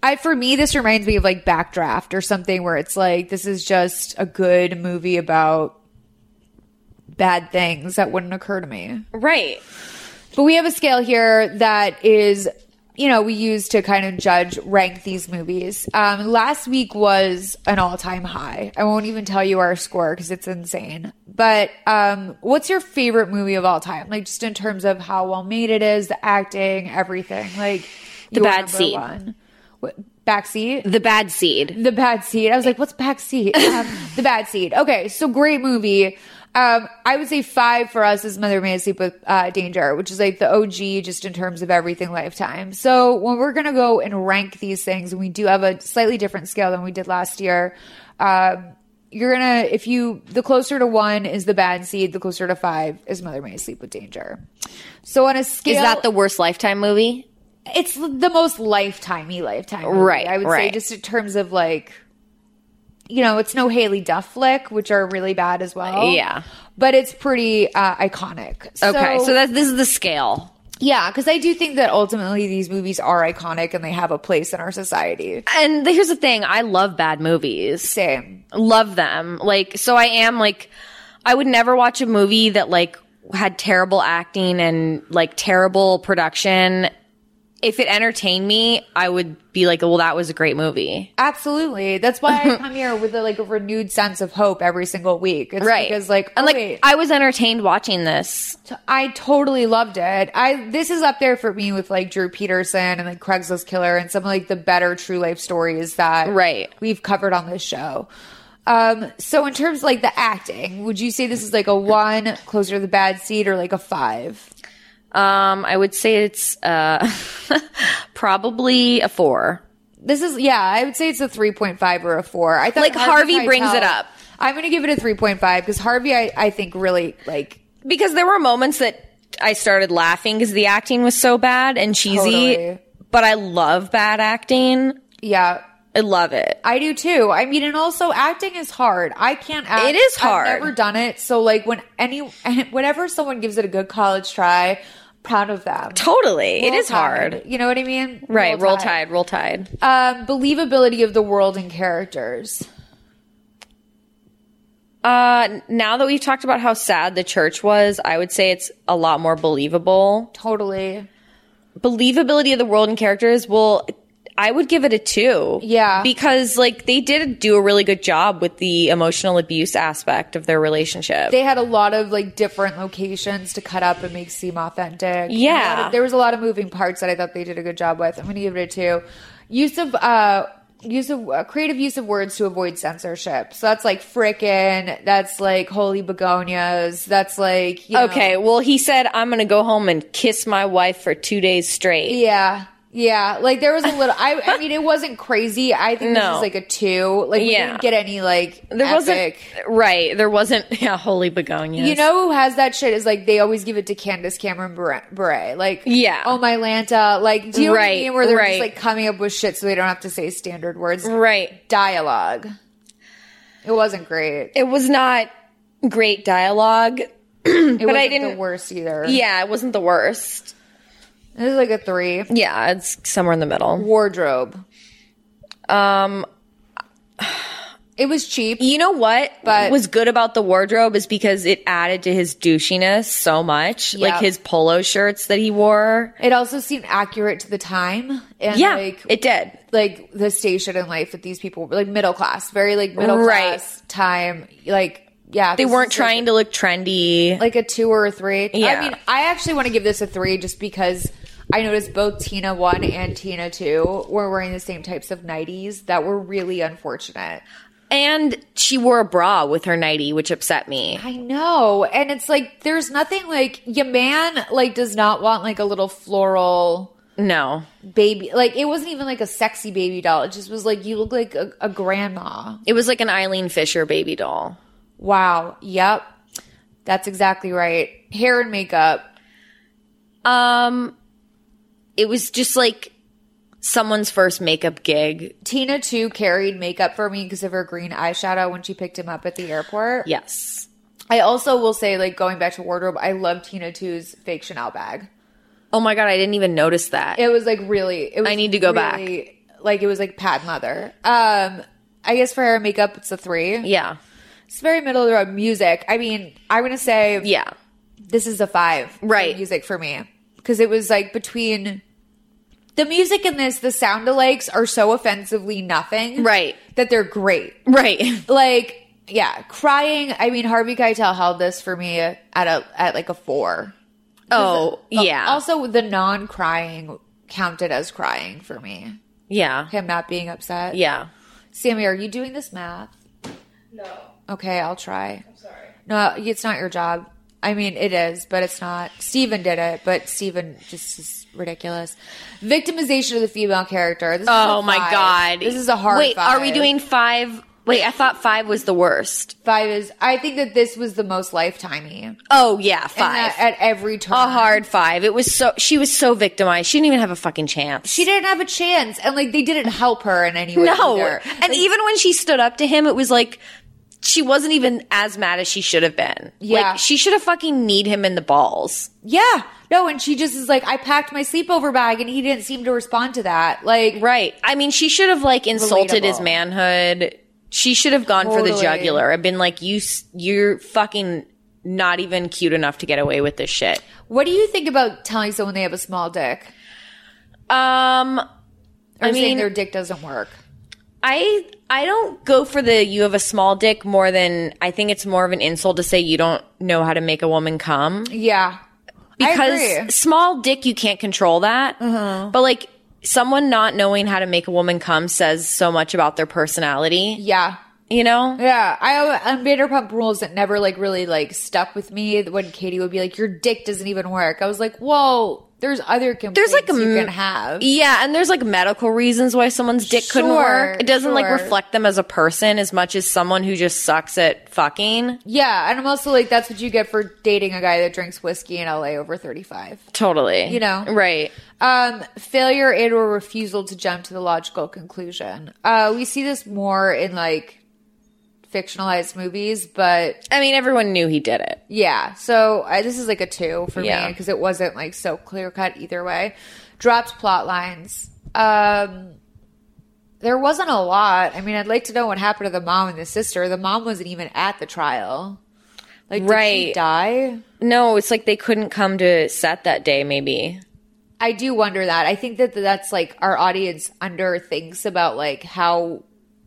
[SPEAKER 1] I for me, this reminds me of like Backdraft or something where it's like this is just a good movie about bad things that wouldn't occur to me.
[SPEAKER 4] Right.
[SPEAKER 1] But we have a scale here that is, you know, we use to kind of judge, rank these movies. Um, last week was an all time high. I won't even tell you our score because it's insane. But um, what's your favorite movie of all time? Like, just in terms of how well made it is, the acting, everything. Like,
[SPEAKER 4] The
[SPEAKER 1] your
[SPEAKER 4] bad
[SPEAKER 1] number
[SPEAKER 4] seed.
[SPEAKER 1] one. What, backseat?
[SPEAKER 4] The bad seed.
[SPEAKER 1] The bad seed. I was like, what's backseat? Um, the bad seed. Okay, so great movie. Um, I would say five for us is Mother May Sleep with uh, Danger, which is like the OG just in terms of everything lifetime. So when we're going to go and rank these things, and we do have a slightly different scale than we did last year, um, you're going to, if you, the closer to one is the bad seed, the closer to five is Mother May Sleep with Danger. So on a scale.
[SPEAKER 4] Is that the worst Lifetime movie?
[SPEAKER 1] It's the most lifetimey lifetime, movie,
[SPEAKER 4] Right,
[SPEAKER 1] I would say
[SPEAKER 4] right.
[SPEAKER 1] just in terms of like, you know, it's no Haley Duff flick, which are really bad as well.
[SPEAKER 4] Yeah.
[SPEAKER 1] but it's pretty uh, iconic.
[SPEAKER 4] okay. So that this is the scale.
[SPEAKER 1] yeah, because I do think that ultimately these movies are iconic and they have a place in our society.
[SPEAKER 4] And the- here's the thing: I love bad movies.
[SPEAKER 1] Same.
[SPEAKER 4] Love them. Like so, I am like, I would never watch a movie that like had terrible acting and like terrible production. If it entertained me, I would be like, well, that was a great movie.
[SPEAKER 1] Absolutely, that's why I come here with a, like a renewed sense of hope every single week. It's
[SPEAKER 4] Right.
[SPEAKER 1] because like
[SPEAKER 4] and
[SPEAKER 1] oh,
[SPEAKER 4] like,
[SPEAKER 1] wait.
[SPEAKER 4] I was entertained watching this.
[SPEAKER 1] I totally loved it. I this is up there for me with like Drew Peterson and like Craigslist Killer and some of like the better true life stories that
[SPEAKER 4] Right.
[SPEAKER 1] we've covered on this show. Um, so in terms of like the acting, would you say this is like a one closer to the bad seat or like a five?
[SPEAKER 4] Um, I would say it's uh, probably a four.
[SPEAKER 1] This is yeah, I would say it's a three point five or a four. I thought
[SPEAKER 4] Like, Harvey brings it up.
[SPEAKER 1] I'm gonna give it a three point five because Harvey I, I think really like
[SPEAKER 4] because there were moments that I started laughing because the acting was so bad and cheesy.
[SPEAKER 1] Totally.
[SPEAKER 4] But I love bad acting.
[SPEAKER 1] Yeah.
[SPEAKER 4] I love it.
[SPEAKER 1] I do too. I mean, and also acting is hard. I can't act.
[SPEAKER 4] It is hard.
[SPEAKER 1] I've never done it. So like when any, whenever someone gives it a good college try, proud of them.
[SPEAKER 4] Totally. It
[SPEAKER 1] Roll
[SPEAKER 4] is
[SPEAKER 1] Tide.
[SPEAKER 4] hard.
[SPEAKER 1] You know what I mean?
[SPEAKER 4] Right. Roll tide. Roll tide.
[SPEAKER 1] Um, believability of the world and characters.
[SPEAKER 4] Uh, now that we've talked about how sad the church was, I would say it's a lot more believable.
[SPEAKER 1] Totally.
[SPEAKER 4] Believability of the world and characters. Well, I would give it a two.
[SPEAKER 1] Yeah.
[SPEAKER 4] Because like they did do a really good job with the emotional abuse aspect of their relationship.
[SPEAKER 1] They had a lot of like different locations to cut up and make seem authentic.
[SPEAKER 4] Yeah.
[SPEAKER 1] A lot of- there was a lot of moving parts that I thought they did a good job with. I'm going to give it a two. Use of uh, use of uh, creative use of words to avoid censorship. So that's like frickin', that's like holy begonias, that's like you know-
[SPEAKER 4] okay. Well, he said, I'm going to go home and kiss my wife for two days straight.
[SPEAKER 1] Yeah. Yeah. Like there was a little I I mean it wasn't crazy. I think this
[SPEAKER 4] No.
[SPEAKER 1] is like a two. Like we
[SPEAKER 4] Yeah.
[SPEAKER 1] didn't get any like
[SPEAKER 4] There
[SPEAKER 1] epic-
[SPEAKER 4] wasn't, right. There wasn't, yeah, holy begonias.
[SPEAKER 1] You know who has that shit is like they always give it to Candace Cameron Bure- Bure. Like,
[SPEAKER 4] Yeah.
[SPEAKER 1] oh my Lanta. Like, do you know what I
[SPEAKER 4] Right,
[SPEAKER 1] mean? Where they're just
[SPEAKER 4] right.
[SPEAKER 1] like coming up with shit so they don't have to say standard words.
[SPEAKER 4] right.
[SPEAKER 1] Dialogue. It wasn't great.
[SPEAKER 4] It was not great dialogue,
[SPEAKER 1] It
[SPEAKER 4] but
[SPEAKER 1] wasn't
[SPEAKER 4] I didn't,
[SPEAKER 1] the worst either.
[SPEAKER 4] yeah, it wasn't the worst.
[SPEAKER 1] it was like a three.
[SPEAKER 4] Yeah, it's somewhere in the middle.
[SPEAKER 1] Wardrobe.
[SPEAKER 4] Um,
[SPEAKER 1] It was cheap.
[SPEAKER 4] you know what
[SPEAKER 1] But-
[SPEAKER 4] was good about the wardrobe is because it added to his douchiness so much,
[SPEAKER 1] Yeah.
[SPEAKER 4] like his polo shirts that he wore.
[SPEAKER 1] It also seemed accurate to the time and
[SPEAKER 4] yeah,
[SPEAKER 1] like
[SPEAKER 4] it did.
[SPEAKER 1] like the station in life that these people were like middle class, very like middle
[SPEAKER 4] Right.
[SPEAKER 1] class time, like yeah,
[SPEAKER 4] They
[SPEAKER 1] this
[SPEAKER 4] weren't
[SPEAKER 1] is,
[SPEAKER 4] trying to look trendy.
[SPEAKER 1] Like a two or a three.
[SPEAKER 4] Yeah.
[SPEAKER 1] I mean, I actually want to give this a three just because I noticed both Tina one and Tina two were wearing the same types of nighties that were really unfortunate.
[SPEAKER 4] And she wore a bra with her nightie, which upset me.
[SPEAKER 1] I know, and it's like there's nothing like your man like does not want like a little floral
[SPEAKER 4] No.
[SPEAKER 1] baby. Like it wasn't even like a sexy baby doll. It just was like you look like a, a grandma.
[SPEAKER 4] It was like an Eileen Fisher baby doll.
[SPEAKER 1] Wow. Yep. That's exactly right. Hair and makeup.
[SPEAKER 4] Um it was just like someone's first makeup gig.
[SPEAKER 1] Tina too carried makeup for me because of her green eyeshadow when she picked him up at the airport.
[SPEAKER 4] Yes.
[SPEAKER 1] I also will say, like going back to wardrobe, I love Tina two's fake Chanel bag.
[SPEAKER 4] Oh my god, I didn't even notice that.
[SPEAKER 1] It was like really. It was
[SPEAKER 4] I need to go
[SPEAKER 1] back. Like it was like patent leather. Um, I guess for hair and makeup, it's a three.
[SPEAKER 4] Yeah.
[SPEAKER 1] It's very middle of the road. Music. I mean, I'm gonna say
[SPEAKER 4] yeah.
[SPEAKER 1] This is a five. Right. Music for me because it was like between the music in this, the sound alikes are so offensively nothing.
[SPEAKER 4] Right.
[SPEAKER 1] That they're great.
[SPEAKER 4] Right.
[SPEAKER 1] Like yeah, crying. I mean, Harvey Keitel held this for me at a at like a four.
[SPEAKER 4] Oh,
[SPEAKER 1] But
[SPEAKER 4] yeah.
[SPEAKER 1] Also, the non crying counted as crying for me.
[SPEAKER 4] Yeah.
[SPEAKER 1] Him not being upset.
[SPEAKER 4] Yeah.
[SPEAKER 1] Sammy, are you doing this math? No. Okay, I'll try. I'm sorry. No, it's not your job. I mean, it is, but it's not. Steven did it, but Steven just is ridiculous. Victimization of the female character. This is
[SPEAKER 4] Oh
[SPEAKER 1] a
[SPEAKER 4] my
[SPEAKER 1] five.
[SPEAKER 4] god.
[SPEAKER 1] This is a hard
[SPEAKER 4] Wait, are we
[SPEAKER 1] five.
[SPEAKER 4] doing 5? Wait, I thought 5 was the worst.
[SPEAKER 1] Five is. I think that this was the most lifetimey.
[SPEAKER 4] Oh yeah, five
[SPEAKER 1] at every turn.
[SPEAKER 4] A hard five. It was so she was so victimized. She didn't even have a fucking chance.
[SPEAKER 1] She didn't have a chance, and like they didn't help her in any way.
[SPEAKER 4] no,
[SPEAKER 1] either.
[SPEAKER 4] and even when she stood up to him, it was like she wasn't even as mad as she should have been.
[SPEAKER 1] Yeah.
[SPEAKER 4] like, she should have fucking kneed him in the balls.
[SPEAKER 1] Yeah. No, and she just is like, I packed my sleepover bag and he didn't seem to respond to that. Like
[SPEAKER 4] Right. I mean, she should have like insulted his
[SPEAKER 1] Relatable.
[SPEAKER 4] manhood. She should have gone for the
[SPEAKER 1] Totally.
[SPEAKER 4] jugular and been like, "You, s- you're fucking not even cute enough to get away with this shit."
[SPEAKER 1] What do you think about telling someone they have a small dick?
[SPEAKER 4] Um
[SPEAKER 1] Or
[SPEAKER 4] I
[SPEAKER 1] saying
[SPEAKER 4] mean-
[SPEAKER 1] their dick doesn't work.
[SPEAKER 4] I I don't go for the you have a small dick more than I think it's more of an insult to say you don't know how to make a woman come.
[SPEAKER 1] Yeah. I agree.
[SPEAKER 4] Because Uh-huh. small dick you can't control that. But like someone not knowing how to make a woman come says so much about their personality.
[SPEAKER 1] Yeah.
[SPEAKER 4] You know?
[SPEAKER 1] Yeah. I on Vanderpump rules that never like really like stuck with me when Katie would be like, Your dick doesn't even work. I was like, Whoa, there's other complaints there's like you can have.
[SPEAKER 4] Yeah, and there's like medical reasons why someone's dick couldn't
[SPEAKER 1] Sure,
[SPEAKER 4] work. It doesn't like
[SPEAKER 1] sure.
[SPEAKER 4] reflect them as a person as much as someone who just sucks at fucking.
[SPEAKER 1] Yeah, and I'm also like, that's what you get for dating a guy that drinks whiskey in LA over 35.
[SPEAKER 4] Totally.
[SPEAKER 1] You know?
[SPEAKER 4] Right.
[SPEAKER 1] Um, failure and or refusal to jump to the logical conclusion. Uh, we see this more in like fictionalized movies, but
[SPEAKER 4] I mean, everyone knew he did it.
[SPEAKER 1] yeah. So I, this is like a two for
[SPEAKER 4] Yeah.
[SPEAKER 1] me because it wasn't like so clear cut either way. Dropped plot lines. Um, there wasn't a lot. I mean, I'd like to know what happened to the mom and the sister. The mom wasn't even at the trial. Like, did she
[SPEAKER 4] Right.
[SPEAKER 1] die?
[SPEAKER 4] No, it's like they couldn't come to set that day, maybe.
[SPEAKER 1] I do wonder that. I think that that's like our audience under thinks about like how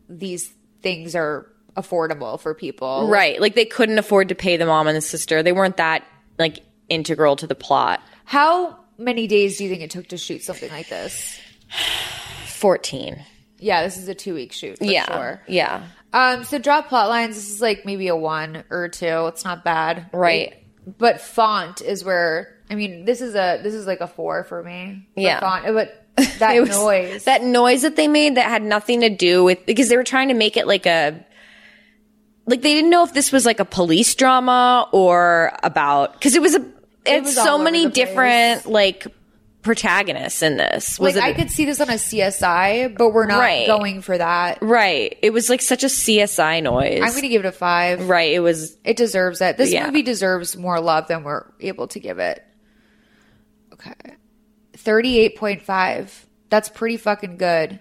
[SPEAKER 1] these things are affordable for people.
[SPEAKER 4] Right. Like they couldn't afford to pay the mom and the sister. They weren't that like integral to the plot.
[SPEAKER 1] How many days do you think it took to shoot something like this?
[SPEAKER 4] 14.
[SPEAKER 1] Yeah, this is a two week shoot for
[SPEAKER 4] yeah.
[SPEAKER 1] sure.
[SPEAKER 4] Yeah.
[SPEAKER 1] Um, so drop plot lines. This is like maybe a one or two. It's not bad,
[SPEAKER 4] Right.
[SPEAKER 1] Like, but font is where I mean, this is a this is like a four for me. For
[SPEAKER 4] Yeah.
[SPEAKER 1] font, but that
[SPEAKER 4] It was-
[SPEAKER 1] noise.
[SPEAKER 4] That noise that they made that had nothing to do with because they were trying to make it like a like they didn't know if this was like a police drama or about because it was a it's
[SPEAKER 1] was all
[SPEAKER 4] so
[SPEAKER 1] over
[SPEAKER 4] many
[SPEAKER 1] the place.
[SPEAKER 4] different like protagonists in this. Was
[SPEAKER 1] Like
[SPEAKER 4] it
[SPEAKER 1] I could see this on a CSI, but we're not
[SPEAKER 4] Right.
[SPEAKER 1] going for that.
[SPEAKER 4] Right. It was like such a CSI noise.
[SPEAKER 1] I'm going to give it a five.
[SPEAKER 4] Right. It was.
[SPEAKER 1] It deserves it. This
[SPEAKER 4] Yeah.
[SPEAKER 1] movie deserves more love than we're able to give it. Okay. 38.5. That's pretty fucking good.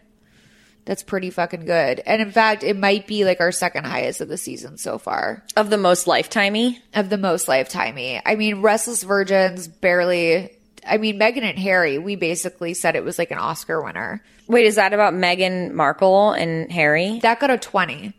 [SPEAKER 1] That's pretty fucking good. And in fact, it might be like our second highest of the season so far.
[SPEAKER 4] Of the most lifetimey.
[SPEAKER 1] Of the most lifetimey. I mean, Restless Virgins barely. I mean, Meghan and Harry, we basically said it was like an Oscar winner.
[SPEAKER 4] Wait, is that about Meghan Markle and Harry?
[SPEAKER 1] That got a 20.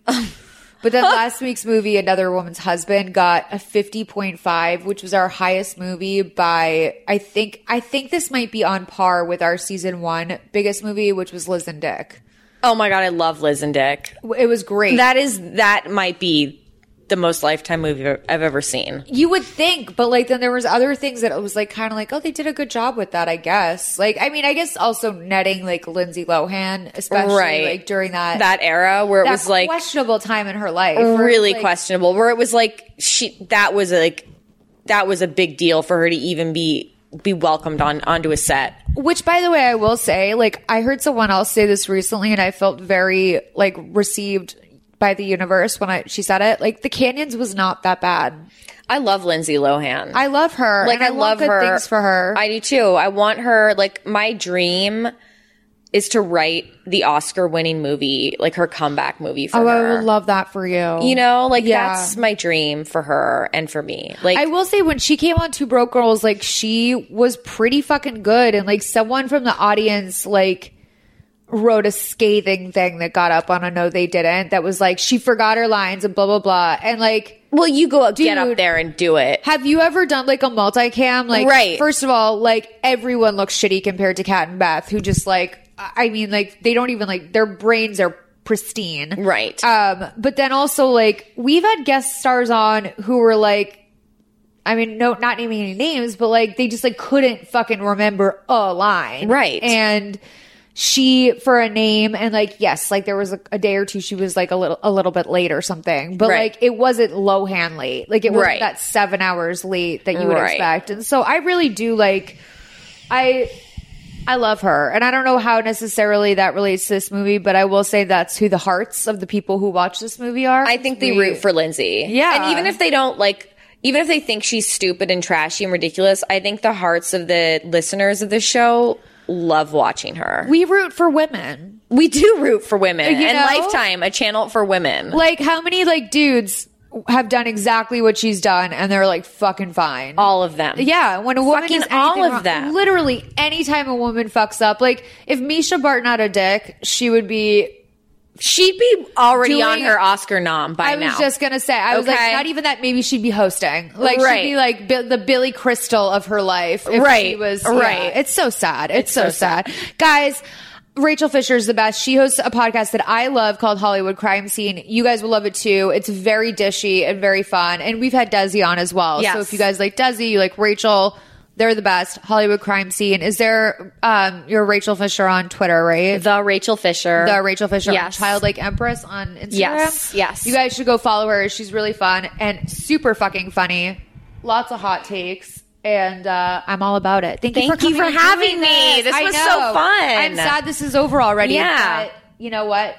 [SPEAKER 1] But then last week's movie, Another Woman's Husband, got a 50.5, which was our highest movie by I think I think this might be on par with our season one biggest movie, which was Liz and Dick.
[SPEAKER 4] Oh my god, I love Liz and Dick.
[SPEAKER 1] It was great.
[SPEAKER 4] That is that might be the most lifetime movie I've I've ever seen.
[SPEAKER 1] You would think, but like then there was other things that it was like kind of like, oh, they did a good job with that, I guess. Like, I mean, I guess also netting like Lindsay Lohan, especially
[SPEAKER 4] Right.
[SPEAKER 1] like during that
[SPEAKER 4] That era where it was like
[SPEAKER 1] questionable time in her life, where it was,
[SPEAKER 4] really
[SPEAKER 1] like,
[SPEAKER 4] questionable where it was like she that was like that was a big deal for her to even be be welcomed on onto a set.
[SPEAKER 1] Which, by the way, I will say, like, I heard someone else say this recently, and I felt very like received by the universe when I she said it. Like, the canyons was not that bad.
[SPEAKER 4] I love Lindsay Lohan.
[SPEAKER 1] I love her.
[SPEAKER 4] Like
[SPEAKER 1] and
[SPEAKER 4] I,
[SPEAKER 1] want
[SPEAKER 4] love
[SPEAKER 1] good
[SPEAKER 4] her.
[SPEAKER 1] Things for her.
[SPEAKER 4] I do too. I want her. Like my dream is to write the Oscar-winning movie, like her comeback movie for her.
[SPEAKER 1] oh, I would love that for you.
[SPEAKER 4] You know, like
[SPEAKER 1] Yeah.
[SPEAKER 4] that's my dream for her and for me. Like
[SPEAKER 1] I will say when she came on Two Broke Girls, like she was pretty fucking good, and like someone from the audience like wrote a scathing thing that got up on a no they didn't that was like she forgot her lines and blah blah blah and like
[SPEAKER 4] well you go up get up
[SPEAKER 1] Dude.
[SPEAKER 4] there and do it.
[SPEAKER 1] have you ever done like a multicam like
[SPEAKER 4] Right.
[SPEAKER 1] first of all like everyone looks shitty compared to kat and beth who just like i I mean like they don't even like their brains are pristine
[SPEAKER 4] right
[SPEAKER 1] um but then also like we've had guest stars on who were like I mean, no, not naming any names, but like they just like couldn't fucking remember a line,
[SPEAKER 4] Right.
[SPEAKER 1] And she for a name, and like yes, like there was a, a day or two she was like a little a little bit late or something, but
[SPEAKER 4] Right.
[SPEAKER 1] like it wasn't Lohan late, like it wasn't
[SPEAKER 4] Right.
[SPEAKER 1] that seven hours late that you would
[SPEAKER 4] Right.
[SPEAKER 1] expect. And so I really do like I I love her, and I don't know how necessarily that relates to this movie, but I will say that's who the hearts of the people who watch this movie are.
[SPEAKER 4] I think they
[SPEAKER 1] We-
[SPEAKER 4] root for Lindsay.
[SPEAKER 1] Yeah.
[SPEAKER 4] And even if they don't like even if they think she's stupid and trashy and ridiculous, I think the hearts of the listeners of the show love watching her.
[SPEAKER 1] we root for women.
[SPEAKER 4] We do root for women
[SPEAKER 1] You
[SPEAKER 4] and
[SPEAKER 1] know?
[SPEAKER 4] Lifetime, a channel for women.
[SPEAKER 1] Like how many like dudes have done exactly what she's done and they're like fucking fine.
[SPEAKER 4] all of them.
[SPEAKER 1] yeah, when a woman
[SPEAKER 4] Fucking
[SPEAKER 1] does anything
[SPEAKER 4] all of
[SPEAKER 1] wrong-
[SPEAKER 4] them.
[SPEAKER 1] literally anytime a woman fucks up, like if Misha Barton had a dick, she would be.
[SPEAKER 4] She'd be already
[SPEAKER 1] Doing-
[SPEAKER 4] on her Oscar nom by
[SPEAKER 1] I was
[SPEAKER 4] now.
[SPEAKER 1] just gonna say, I was
[SPEAKER 4] Okay.
[SPEAKER 1] like, not even that. Maybe she'd be hosting, like
[SPEAKER 4] Right.
[SPEAKER 1] she'd be like Bi- the Billy Crystal of her life. If she
[SPEAKER 4] Right.
[SPEAKER 1] was yeah.
[SPEAKER 4] Right.
[SPEAKER 1] It's so sad. It's, so, sad. guys. Rachel Fisher is the best. She hosts a podcast that I love called Hollywood Crime Scene. You guys will love it too. It's very dishy and very fun. And we've had Desi on as well.
[SPEAKER 4] Yes.
[SPEAKER 1] So if you guys like Desi, you like Rachel, they're the best. Hollywood Crime Scene. Is there um your Rachel Fisher on Twitter, right?
[SPEAKER 4] the Rachel Fisher.
[SPEAKER 1] the Rachel Fisher
[SPEAKER 4] Yes.
[SPEAKER 1] Childlike Empress on Instagram.
[SPEAKER 4] Yes, yes.
[SPEAKER 1] You guys should go follow her. She's really fun and super fucking funny. Lots of hot takes. And uh, I'm all about it. Thank, you for,
[SPEAKER 4] Thank you
[SPEAKER 1] coming
[SPEAKER 4] for
[SPEAKER 1] and
[SPEAKER 4] having
[SPEAKER 1] doing
[SPEAKER 4] me. This
[SPEAKER 1] I
[SPEAKER 4] was so
[SPEAKER 1] know.
[SPEAKER 4] fun.
[SPEAKER 1] I'm sad this is over already.
[SPEAKER 4] Yeah.
[SPEAKER 1] But you know what?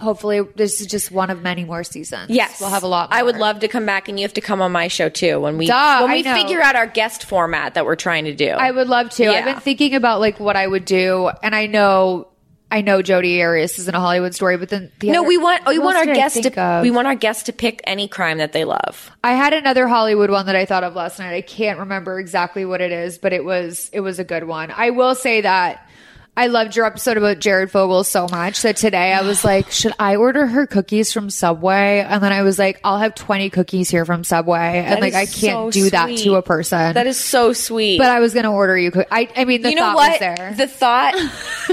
[SPEAKER 1] Hopefully, this is just one of many more seasons.
[SPEAKER 4] Yes,
[SPEAKER 1] We'll have a lot more.
[SPEAKER 4] I would love to come back, and you have to come on my show too when we
[SPEAKER 1] Duh,
[SPEAKER 4] when
[SPEAKER 1] I
[SPEAKER 4] we
[SPEAKER 1] know.
[SPEAKER 4] figure out our guest format that we're trying to do.
[SPEAKER 1] I would love to. I've
[SPEAKER 4] Yeah.
[SPEAKER 1] been thinking about like what I would do, and I know, I know Jodi Arias isn't a Hollywood story, but then the
[SPEAKER 4] no,
[SPEAKER 1] other-
[SPEAKER 4] we want we
[SPEAKER 1] What
[SPEAKER 4] want
[SPEAKER 1] else
[SPEAKER 4] our
[SPEAKER 1] did I
[SPEAKER 4] guests
[SPEAKER 1] think
[SPEAKER 4] to
[SPEAKER 1] of?
[SPEAKER 4] we want our guests to pick any crime that they love.
[SPEAKER 1] I had another Hollywood one that I thought of last night. I can't remember exactly what it is, but it was it was a good one. I will say that I loved your episode about Jared Fogle so much that today I was like, should I order her cookies from Subway? And then I was like, I'll have 20 cookies here from Subway. And
[SPEAKER 4] That
[SPEAKER 1] like
[SPEAKER 4] is
[SPEAKER 1] I can't
[SPEAKER 4] so
[SPEAKER 1] do that to
[SPEAKER 4] sweet.
[SPEAKER 1] a person.
[SPEAKER 4] That is so sweet.
[SPEAKER 1] but I was going to order you cook I I mean the
[SPEAKER 4] you know
[SPEAKER 1] thought
[SPEAKER 4] what?
[SPEAKER 1] was there.
[SPEAKER 4] The thought.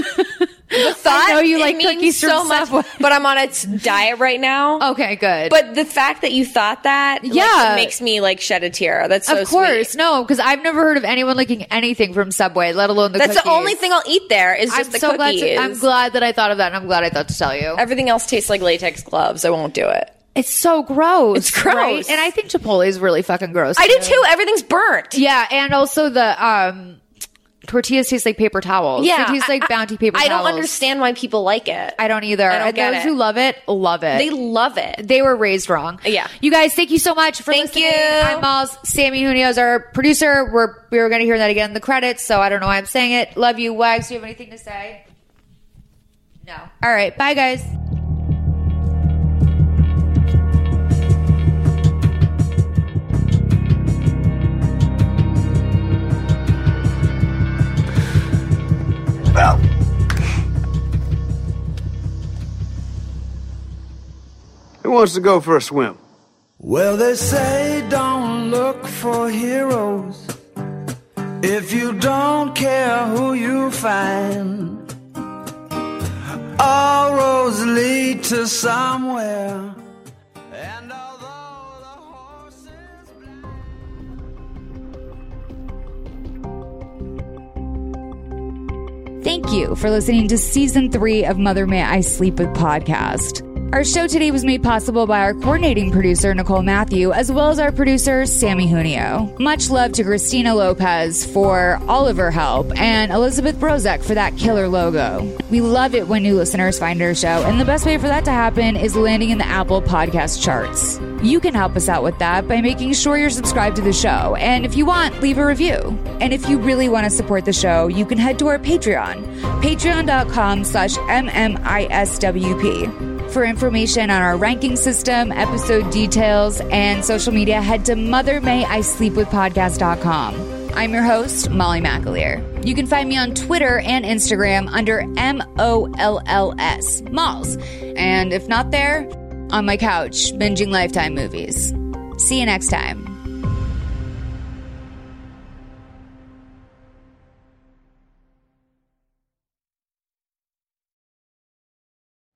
[SPEAKER 4] the thought.
[SPEAKER 1] know you
[SPEAKER 4] it
[SPEAKER 1] like
[SPEAKER 4] means
[SPEAKER 1] cookies from
[SPEAKER 4] so much,
[SPEAKER 1] Subway.
[SPEAKER 4] but I'm on a t- diet right now.
[SPEAKER 1] okay, good.
[SPEAKER 4] But the fact that you thought that, like,
[SPEAKER 1] Yeah.
[SPEAKER 4] makes me like shed a tear. That's so
[SPEAKER 1] of course,
[SPEAKER 4] sweet.
[SPEAKER 1] no, because I've never heard of anyone liking anything from Subway, let alone the
[SPEAKER 4] That's the
[SPEAKER 1] cookies.
[SPEAKER 4] only thing I'll eat there is just
[SPEAKER 1] I'm
[SPEAKER 4] the
[SPEAKER 1] so glad
[SPEAKER 4] cookies.
[SPEAKER 1] to, I'm glad that I thought of that and I'm glad I thought to tell you.
[SPEAKER 4] Everything else tastes like latex gloves. I won't do it.
[SPEAKER 1] It's so gross.
[SPEAKER 4] It's gross.
[SPEAKER 1] right? And I think Chipotle is really fucking gross.
[SPEAKER 4] I do too. Everything's burnt.
[SPEAKER 1] Yeah, and also the um tortillas taste like paper towels.
[SPEAKER 4] Yeah,
[SPEAKER 1] They taste like
[SPEAKER 4] I- I-
[SPEAKER 1] bounty paper
[SPEAKER 4] I
[SPEAKER 1] towels.
[SPEAKER 4] don't understand why people like it.
[SPEAKER 1] I don't either.
[SPEAKER 4] I don't
[SPEAKER 1] and
[SPEAKER 4] get
[SPEAKER 1] those
[SPEAKER 4] it.
[SPEAKER 1] who love it, love it.
[SPEAKER 4] They love it.
[SPEAKER 1] they were raised wrong.
[SPEAKER 4] Yeah.
[SPEAKER 1] You guys, thank you so much for
[SPEAKER 4] Thank
[SPEAKER 1] listening.
[SPEAKER 4] you.
[SPEAKER 1] I'm Miles. Sammy Junio is our producer. We're we were gonna hear that again in the credits, so I don't know why I'm saying it. Love you, Wags. Do you have anything to say? No. All right. Bye guys.
[SPEAKER 14] Well. It Who wants to go for a swim?
[SPEAKER 11] Well, they say don't look for heroes if you don't care who you find. All roads lead to somewhere.
[SPEAKER 1] Thank you for listening to season three of Mother May I Sleep With podcast. Our show today was made possible by our coordinating producer, Nicole Matthew, as well as our producer, Sammy Junio. Much love to Christina Lopez for all of her help and Elizabeth Brozek for that killer logo. We love it when new listeners find our show, and the best way for that to happen is landing in the Apple podcast charts. You can help us out with that by making sure you're subscribed to the show, and if you want, leave a review. And if you really want to support the show, you can head to our Patreon, patreon.com slash MMISWP. For information on our ranking system, episode details, and social media, head to mothermayisleepwithpodcast.com. I'm your host, Molly McAleer. You can find me on Twitter and Instagram under M O L L S, Malls. And if not there, on my couch, binging Lifetime movies. See you next time.